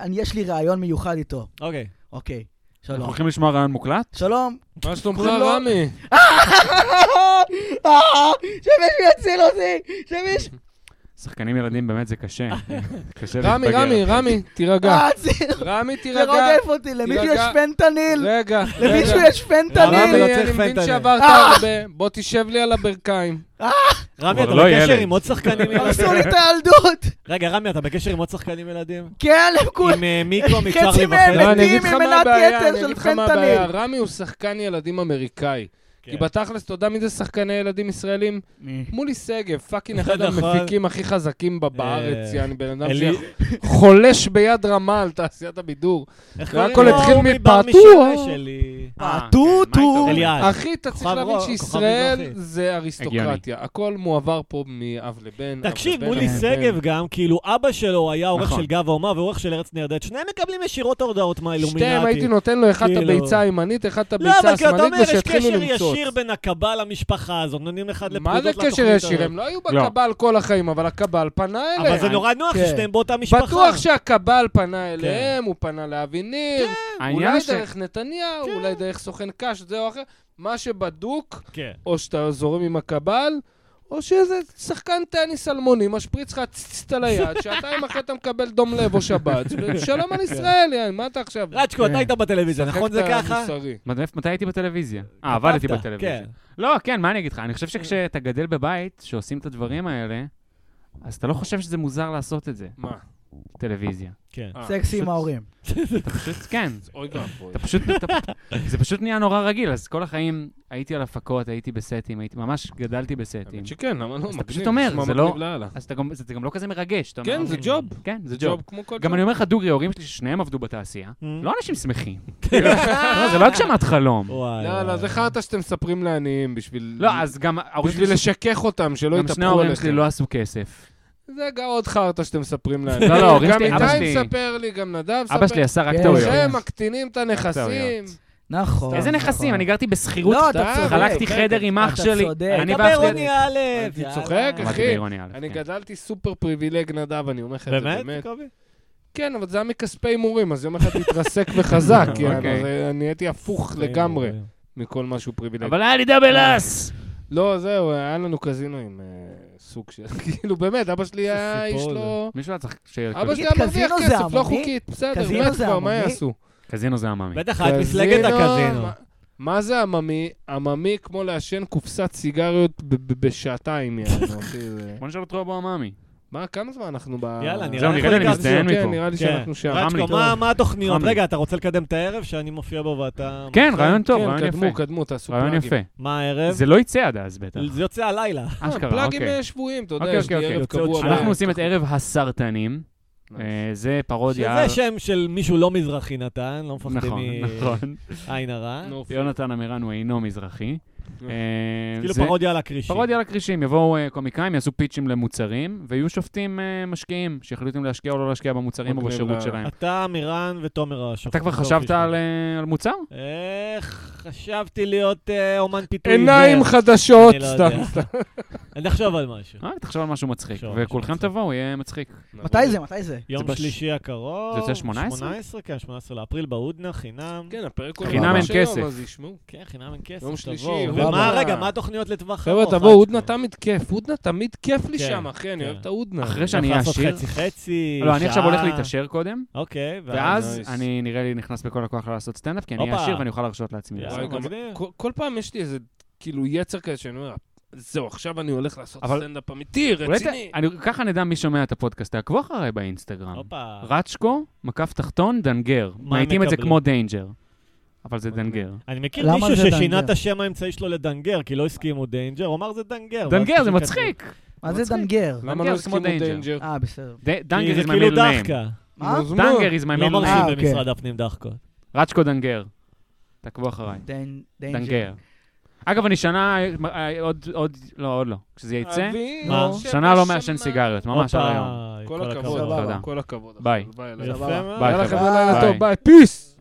[SPEAKER 1] אני- יש לי ראיון מיוחד איתו.
[SPEAKER 4] אוקיי.
[SPEAKER 1] אוקיי,
[SPEAKER 2] אנחנו
[SPEAKER 1] שלום.
[SPEAKER 2] הולכים לשמוע רעיון מוקלט?
[SPEAKER 1] שלום.
[SPEAKER 3] מה שלומך,
[SPEAKER 1] קוראים לו-
[SPEAKER 3] רמי?
[SPEAKER 1] אה, שמישהו יציל אותי! שמישהו...
[SPEAKER 2] שחקנים ילדים באמת זה קשה. קשה
[SPEAKER 3] רמי,
[SPEAKER 2] להתבגר.
[SPEAKER 3] רמי, רמי, תירגע.
[SPEAKER 1] אה, זה-
[SPEAKER 3] רמי,
[SPEAKER 1] זה
[SPEAKER 3] תירגע.
[SPEAKER 1] רודף אותי, למישהו
[SPEAKER 3] תירגע.
[SPEAKER 1] יש פנטניל!
[SPEAKER 3] רגע, רגע.
[SPEAKER 1] למישהו יש פנטניל!
[SPEAKER 4] לא
[SPEAKER 3] רמי, אני
[SPEAKER 4] צריך
[SPEAKER 3] מבין
[SPEAKER 4] פנטניל.
[SPEAKER 3] שעברת
[SPEAKER 1] אה.
[SPEAKER 3] הרבה, בוא תשב לי על הברכיים.
[SPEAKER 4] רמי,
[SPEAKER 2] כבר
[SPEAKER 4] אתה
[SPEAKER 2] לא
[SPEAKER 4] בקשר
[SPEAKER 2] ילד.
[SPEAKER 4] עם עוד שחקנים
[SPEAKER 1] הרסו לי
[SPEAKER 4] ילדים?
[SPEAKER 1] את הילדות!
[SPEAKER 4] רגע, רמי, אתה בקשר עם עוד שחקנים ילדים?
[SPEAKER 1] כן, הם כולם...
[SPEAKER 4] עם אה, מיקו
[SPEAKER 1] חצי
[SPEAKER 4] מצ'רלי
[SPEAKER 1] מהם
[SPEAKER 2] לא,
[SPEAKER 4] וחצי?
[SPEAKER 1] מתים
[SPEAKER 3] לא, אני אגיד לך
[SPEAKER 1] אה, עם
[SPEAKER 3] מה
[SPEAKER 1] מנת
[SPEAKER 3] הבעיה,
[SPEAKER 1] יתר
[SPEAKER 3] אני
[SPEAKER 1] של
[SPEAKER 3] אגיד לך מה הבעיה.
[SPEAKER 1] פנטניל.
[SPEAKER 3] רמי הוא שחקן ילדים אמריקאי.
[SPEAKER 4] כן.
[SPEAKER 3] כי בתכלס, אתה יודע מי זה שחקני ילדים ישראלים? מולי שגב, פאקינג אחד
[SPEAKER 4] נכון.
[SPEAKER 3] המפיקים הכי חזקים ב- בארץ,
[SPEAKER 4] אה,
[SPEAKER 3] יעני בן אדם
[SPEAKER 4] אלי-
[SPEAKER 3] שחולש ביד רמה על תעשיית הבידור.
[SPEAKER 4] איך
[SPEAKER 3] והכל
[SPEAKER 4] קוראים לו?
[SPEAKER 3] התחיל
[SPEAKER 4] הוא
[SPEAKER 3] מפעטוע.
[SPEAKER 4] מבר משלה שלי.
[SPEAKER 2] אה,
[SPEAKER 1] טו,
[SPEAKER 2] כן, מה
[SPEAKER 1] טו.
[SPEAKER 2] איתו?
[SPEAKER 4] אליעד.
[SPEAKER 3] אחי, אתה צריך
[SPEAKER 4] כוכב
[SPEAKER 3] להבין
[SPEAKER 4] רוע- כוכב
[SPEAKER 3] שישראל
[SPEAKER 4] מזרחי.
[SPEAKER 3] זה אריסטוקרטיה. הכל מועבר פה מאב לבן. אב
[SPEAKER 4] תקשיב,
[SPEAKER 3] לבן,
[SPEAKER 4] מולי
[SPEAKER 3] אב
[SPEAKER 4] שגב
[SPEAKER 3] לבן.
[SPEAKER 4] גם, כאילו, אבא שלו היה עורך
[SPEAKER 2] נכון.
[SPEAKER 4] של גב האומה ועורך של ארץ נהדרת. שניהם מקבלים ישירות הורדאות מהאילומינטי.
[SPEAKER 3] שתיהם הייתי נותן לו אחד את
[SPEAKER 4] כאילו.
[SPEAKER 3] הביצה הימנית, אחד את
[SPEAKER 4] לא,
[SPEAKER 3] הביצה
[SPEAKER 4] אבל כי אתה
[SPEAKER 3] השמאלית,
[SPEAKER 4] אומר, יש
[SPEAKER 3] ושיתחילו
[SPEAKER 4] קשר
[SPEAKER 3] למצוא.
[SPEAKER 4] ישיר בין הקב"א למשפחה הזאת, נותנים אחד
[SPEAKER 3] מה
[SPEAKER 4] לפקודות
[SPEAKER 3] זה
[SPEAKER 4] לתוכנית
[SPEAKER 3] קשר ישיר?
[SPEAKER 4] הזאת.
[SPEAKER 3] הם לא היו
[SPEAKER 2] לא.
[SPEAKER 3] בקבל כל החיים, אבל הקבל פנה אליהם.
[SPEAKER 4] אבל זה נורא נוח
[SPEAKER 1] כן.
[SPEAKER 4] ששתיהם באותה משפחה.
[SPEAKER 3] בטוח שהקבל פנה אליהם, הוא פנה לאבי ניר,
[SPEAKER 2] כן. העניין
[SPEAKER 3] אולי
[SPEAKER 2] הוא ש... כן.
[SPEAKER 3] דרך נתניהו, אולי דרך סוכן קש, זה או אחר. מה שבדוק,
[SPEAKER 4] כן.
[SPEAKER 3] או שאתה זורם עם הקבל, או שאיזה שחקן טניס אלמוני משפריץ לך צצצט על היד, שעתיים אחרי אתה מקבל דום לב או שבץ, ושלום
[SPEAKER 2] כן.
[SPEAKER 3] על ישראל, יעני, מה אתה עכשיו?
[SPEAKER 4] רצ'קו, אתה היית בטלוויזיה, נכון זה
[SPEAKER 3] שחקת
[SPEAKER 4] ככה?
[SPEAKER 3] מוסרי.
[SPEAKER 2] מתי- מתי הייתי בטלוויזיה? אה, עבדתי
[SPEAKER 4] כתבת,
[SPEAKER 2] בטלוויזיה.
[SPEAKER 4] כן.
[SPEAKER 2] לא, כן, מה אני אגיד לך? אני חושב
[SPEAKER 3] אה.
[SPEAKER 2] שכשאתה גדל בבית, שעושים את הדברים האלה, אז אתה לא חושב שזה מוזר לעשות את זה,
[SPEAKER 3] מה?
[SPEAKER 2] טלוויזיה.
[SPEAKER 4] כן.
[SPEAKER 3] אה,
[SPEAKER 1] סקסי עם
[SPEAKER 2] פשוט-
[SPEAKER 1] ההורים.
[SPEAKER 2] אתה פשוט, כן,
[SPEAKER 3] אוי ואבוי.
[SPEAKER 2] אתה פשוט, אתה- זה פשוט נהיה נורא רגיל, אז כל החיים הייתי על הפקות, הייתי בסטים, הייתי, ממש גדלתי בסטים.
[SPEAKER 3] האמת שכן, למה לא?
[SPEAKER 2] אתה
[SPEAKER 3] מגניב,
[SPEAKER 2] פשוט אומר,
[SPEAKER 3] נשמע
[SPEAKER 2] זה לא-
[SPEAKER 3] מגניב לאללה.
[SPEAKER 2] אז אתה גם- זה גם לא כזה מרגש. אתה אומר,
[SPEAKER 3] כן, זה
[SPEAKER 2] אוקיי.
[SPEAKER 3] ג'וב.
[SPEAKER 2] כן, זה ג'וב.
[SPEAKER 3] ג'וב כמו כל
[SPEAKER 2] גם
[SPEAKER 3] ג'וב.
[SPEAKER 2] אני אומר לך דוגרי, ההורים שלי ששניהם עבדו בתעשייה,
[SPEAKER 4] Mm.
[SPEAKER 3] Mm-hmm.
[SPEAKER 2] לא אנשים שמחים.
[SPEAKER 3] כן.
[SPEAKER 2] לא, זה לא הגשמת חלום.
[SPEAKER 4] אה? וואי.
[SPEAKER 3] לא, לא, זה חרטא שאתם מספרים לעניים בשביל...
[SPEAKER 2] לא, אז גם ההורים
[SPEAKER 3] בשביל
[SPEAKER 2] שלי-
[SPEAKER 3] לשכך אותם, שלא
[SPEAKER 2] גם שני
[SPEAKER 3] יתהפכו
[SPEAKER 2] ההורים שלי
[SPEAKER 3] עליכם.
[SPEAKER 2] לא עשו כסף.
[SPEAKER 3] זה גם עוד חרטא שאתם מספרים לעניים.
[SPEAKER 2] לא, לא, ההורים שלי-
[SPEAKER 3] גם
[SPEAKER 2] אבא
[SPEAKER 3] איתי
[SPEAKER 2] שלי-
[SPEAKER 3] מספר לי, גם נדב מספר.
[SPEAKER 2] אבא שלי עשה רק
[SPEAKER 1] כן.
[SPEAKER 2] טעויות.
[SPEAKER 1] זה
[SPEAKER 3] הם מקטינים את הנכסים.
[SPEAKER 2] טעויות.
[SPEAKER 3] כן.
[SPEAKER 1] נכון.
[SPEAKER 2] איזה נכסים? אני גרתי בשכירות,
[SPEAKER 1] לא, אתה
[SPEAKER 3] סתם,
[SPEAKER 1] צודק.
[SPEAKER 2] חלקתי
[SPEAKER 1] אתה
[SPEAKER 2] חדר עם אח שלי.
[SPEAKER 1] צודק.
[SPEAKER 2] אני
[SPEAKER 4] אתה
[SPEAKER 2] ואח שלי-
[SPEAKER 4] באירוני
[SPEAKER 2] אה,
[SPEAKER 4] א',
[SPEAKER 3] אני
[SPEAKER 4] יאללה.
[SPEAKER 3] צוחק, אחי.
[SPEAKER 2] אמרתי באירוניה, א',
[SPEAKER 3] אני
[SPEAKER 2] כן.
[SPEAKER 3] גדלתי סופר פריבילג נדב, אני אומר לך את זה
[SPEAKER 4] באמת,
[SPEAKER 3] באמת.
[SPEAKER 4] קובי?
[SPEAKER 3] כן, אבל זה היה מכספי הימורים, אז יום אחד התרסק וחזק, יענו,
[SPEAKER 2] אוקיי.
[SPEAKER 3] זה- אני הייתי הפוך
[SPEAKER 4] אה,
[SPEAKER 3] לגמרי מכל משהו פריבילג.
[SPEAKER 2] אבל היה לי
[SPEAKER 3] כן.
[SPEAKER 2] דאבל אס!
[SPEAKER 3] לא, זהו, היה לנו קזינו עם אה, סוג של... כאילו, באמת, אבא שלי היה
[SPEAKER 4] סיפור
[SPEAKER 3] איש
[SPEAKER 4] זה.
[SPEAKER 3] לא...
[SPEAKER 2] מישהו היה צריך ש...
[SPEAKER 3] אבא שלי
[SPEAKER 1] תגיד,
[SPEAKER 3] היה מרוויח
[SPEAKER 1] קזינו זה
[SPEAKER 3] כסף, לא
[SPEAKER 1] עממי?
[SPEAKER 3] חוקית, בסדר,
[SPEAKER 1] קזינו
[SPEAKER 3] מת
[SPEAKER 1] זה
[SPEAKER 3] כבר, מה
[SPEAKER 1] עממי?
[SPEAKER 3] יעשו?
[SPEAKER 2] קזינו זה עממי.
[SPEAKER 4] בטח, את מפלגת הקזינו.
[SPEAKER 3] מה- מה זה עממי? עממי כמו לעשן קופסת סיגריות ב- ב- בשעתיים, יענו, אחי. זה-
[SPEAKER 2] בוא נשאל את רובו עממי.
[SPEAKER 3] מה, כמה זמן אנחנו ב...
[SPEAKER 4] יאללה, נראה
[SPEAKER 2] זהו,
[SPEAKER 4] לי
[SPEAKER 2] נראה לי אני
[SPEAKER 4] אנחנו
[SPEAKER 2] מזדיין
[SPEAKER 4] לקראת
[SPEAKER 3] כן,
[SPEAKER 2] מפה.
[SPEAKER 3] נראה לי
[SPEAKER 4] כן.
[SPEAKER 3] שאנחנו שם.
[SPEAKER 2] רם לי
[SPEAKER 4] רצ'קו,
[SPEAKER 2] טוב.
[SPEAKER 4] מה- מה התוכניות?
[SPEAKER 2] רם לי.
[SPEAKER 4] רגע, אתה רוצה לקדם את הערב שאני מופיע בו ואתה...
[SPEAKER 2] כן,
[SPEAKER 4] מופיע?
[SPEAKER 2] רעיון טוב,
[SPEAKER 3] כן,
[SPEAKER 2] רעיון
[SPEAKER 3] קדמו,
[SPEAKER 2] יפה.
[SPEAKER 3] קדמו, תעשו
[SPEAKER 2] רעיון
[SPEAKER 3] פלאגים. כן.
[SPEAKER 2] יפה.
[SPEAKER 4] מה הערב?
[SPEAKER 2] זה לא יצא עד אז בטח.
[SPEAKER 4] זה יוצא הלילה.
[SPEAKER 3] אה,
[SPEAKER 2] אשכרה,
[SPEAKER 3] פלאגים
[SPEAKER 2] אוקיי.
[SPEAKER 3] אה, שבועיים, אתה
[SPEAKER 2] אוקיי,
[SPEAKER 3] יודע, יש לי
[SPEAKER 2] אוקיי,
[SPEAKER 3] ערב
[SPEAKER 4] אוקיי.
[SPEAKER 3] קבוע.
[SPEAKER 4] יוצא עוד
[SPEAKER 2] אנחנו
[SPEAKER 4] שעה.
[SPEAKER 3] בערב.
[SPEAKER 2] עושים את ערב הסרטנים. אה, זה פרודיה.
[SPEAKER 4] שזה שם של מישהו לא מזרחי נתן, לא מפחדים
[SPEAKER 2] נכון, נכון.
[SPEAKER 4] מעין הרע.
[SPEAKER 3] נו, אופי.
[SPEAKER 2] יונתן אמירן הוא אינו מזרחי.
[SPEAKER 3] אה.
[SPEAKER 2] אה,
[SPEAKER 4] כאילו
[SPEAKER 2] זה-
[SPEAKER 4] פרודיה על הכרישים.
[SPEAKER 2] פרודיה על הכרישים, יבואו אה, קומיקאים, יעשו פיצ'ים למוצרים, ויהיו שופטים אה, משקיעים, שיחליטו אם להשקיע או לא להשקיע במוצרים או
[SPEAKER 4] אוקיי,
[SPEAKER 3] מגניב
[SPEAKER 2] בשירות
[SPEAKER 4] לא.
[SPEAKER 3] ל-
[SPEAKER 2] שלהם.
[SPEAKER 4] אתה, מירן ותומר השופט.
[SPEAKER 2] אתה כבר חשבת על אה, על מוצר?
[SPEAKER 4] איך חשבתי להיות אה, אומן פיתוי
[SPEAKER 3] עיניים
[SPEAKER 4] עיוור.
[SPEAKER 3] חדשות,
[SPEAKER 4] אני לא
[SPEAKER 3] סתם.
[SPEAKER 4] יודע.
[SPEAKER 3] סתם.
[SPEAKER 4] נחשוב על משהו.
[SPEAKER 2] אה, תחשוב על משהו מצחיק,
[SPEAKER 4] כן. תחשוב על משהו
[SPEAKER 2] וכולכם
[SPEAKER 4] מצחיק.
[SPEAKER 2] תבואו, יהיה מצחיק.
[SPEAKER 1] מתי זה? מתי זה?
[SPEAKER 4] יום
[SPEAKER 2] בש-
[SPEAKER 4] שלישי הקרוב.
[SPEAKER 2] זה יוצא 18?
[SPEAKER 4] 18, כן, 18 לאפריל בהודנה, חינם.
[SPEAKER 3] כן, הפרק הוא
[SPEAKER 4] חינם
[SPEAKER 3] ממש
[SPEAKER 2] אין
[SPEAKER 3] היום,
[SPEAKER 2] כסף.
[SPEAKER 3] אז ישמעו.
[SPEAKER 4] כן, חינם אין כסף,
[SPEAKER 3] יום שלישי,
[SPEAKER 4] תבואו.
[SPEAKER 1] וואלה.
[SPEAKER 4] ומה, רגע, מה התוכניות לטווח
[SPEAKER 3] חבר'ה,
[SPEAKER 4] ארוך?
[SPEAKER 3] תבואו, הודנה
[SPEAKER 4] רצ'קו?
[SPEAKER 3] תמיד כיף. הודנה תמיד כיף לי
[SPEAKER 4] כן,
[SPEAKER 3] שם, אחי, אני
[SPEAKER 4] כן.
[SPEAKER 3] אוהב את ההודנה.
[SPEAKER 2] אחרי
[SPEAKER 4] אני
[SPEAKER 2] שאני
[SPEAKER 4] הולך לעשות
[SPEAKER 2] אעשיר...
[SPEAKER 4] חצי-חצי,
[SPEAKER 2] לא, אני עכשיו
[SPEAKER 4] אה, שעה.
[SPEAKER 2] הולך להתעשר קודם,
[SPEAKER 4] אוקיי,
[SPEAKER 2] ואז
[SPEAKER 3] nice.
[SPEAKER 2] אני נראה לי נכנס בכל הכוח לעשות סטנדאפ, כי אני
[SPEAKER 4] הופה.
[SPEAKER 2] אהיה עשיר ואני אוכל להרשות לעצמי.
[SPEAKER 4] יאללה.
[SPEAKER 2] לעשות.
[SPEAKER 3] וואי, גם-
[SPEAKER 4] מגניב.
[SPEAKER 3] כל- כל פעם יש לי איזה, כאילו, יצר כזה שאני אומר, זהו, עכשיו אני הולך לעשות
[SPEAKER 2] אבל-
[SPEAKER 3] סטנדאפ אמיתי,
[SPEAKER 2] אולי ת-
[SPEAKER 3] רציני.
[SPEAKER 2] אני- ככה נדע מי שומע את הפודקאסט, תעקבו אחריי באינסטגרם.
[SPEAKER 4] הופה.
[SPEAKER 2] רצ'קו, מקף תחתון, דנגר.
[SPEAKER 4] הם
[SPEAKER 2] מעיטים את זה
[SPEAKER 4] מקבלים?
[SPEAKER 2] כמו דיינג'ר. אבל זה דנגר.
[SPEAKER 4] אני מכיר
[SPEAKER 1] למה
[SPEAKER 4] מישהו
[SPEAKER 1] זה
[SPEAKER 4] ששינה
[SPEAKER 1] דנגר?
[SPEAKER 4] את השם האמצעי שלו לדנגר, כי לא הסכימו דנג'ר, הוא אמר זה דנגר.
[SPEAKER 2] דנגר
[SPEAKER 4] ואז
[SPEAKER 2] זה
[SPEAKER 4] פשוט
[SPEAKER 2] מצחיק.
[SPEAKER 1] מה זה
[SPEAKER 2] מצחיק.
[SPEAKER 1] דנגר?
[SPEAKER 3] למה
[SPEAKER 2] דנגר
[SPEAKER 3] לא
[SPEAKER 2] זה כמו
[SPEAKER 3] הסכימו
[SPEAKER 2] דיינג'ר.
[SPEAKER 3] דיינג'ר?
[SPEAKER 1] אה, בסדר.
[SPEAKER 2] ד-
[SPEAKER 4] כתבו. כי
[SPEAKER 2] דנגר
[SPEAKER 4] זה
[SPEAKER 2] is my
[SPEAKER 4] כאילו
[SPEAKER 2] middle name.
[SPEAKER 4] דחקה.
[SPEAKER 1] מה?
[SPEAKER 3] נו, אז מה?
[SPEAKER 2] דנגר is my
[SPEAKER 4] לא
[SPEAKER 2] middle
[SPEAKER 1] אה,
[SPEAKER 4] מרשים
[SPEAKER 2] name.
[SPEAKER 1] אוקיי.
[SPEAKER 4] במשרד הפנים דחקות.
[SPEAKER 2] רצ'קו דנגר. תעקבו אחריי.
[SPEAKER 1] דנ-
[SPEAKER 2] דנגר. אגב, אני שנה, אה, עוד, עוד, לא, עוד לא. כשזה יצא,
[SPEAKER 3] אבינו
[SPEAKER 4] מה?
[SPEAKER 3] שבשמיים.
[SPEAKER 2] שנה לא מעשן סיגריות, ממש
[SPEAKER 4] הופה,
[SPEAKER 2] על היום.
[SPEAKER 3] כל הכבוד,
[SPEAKER 1] סבבה.
[SPEAKER 3] כל הכבוד.
[SPEAKER 2] ביי.
[SPEAKER 3] ביי.
[SPEAKER 4] יפה
[SPEAKER 1] סבבה.
[SPEAKER 4] מאוד.
[SPEAKER 3] יאללה
[SPEAKER 2] חבר'ה.
[SPEAKER 3] חבר'ה, לילה
[SPEAKER 2] ביי.
[SPEAKER 3] טוב, ביי, פיס.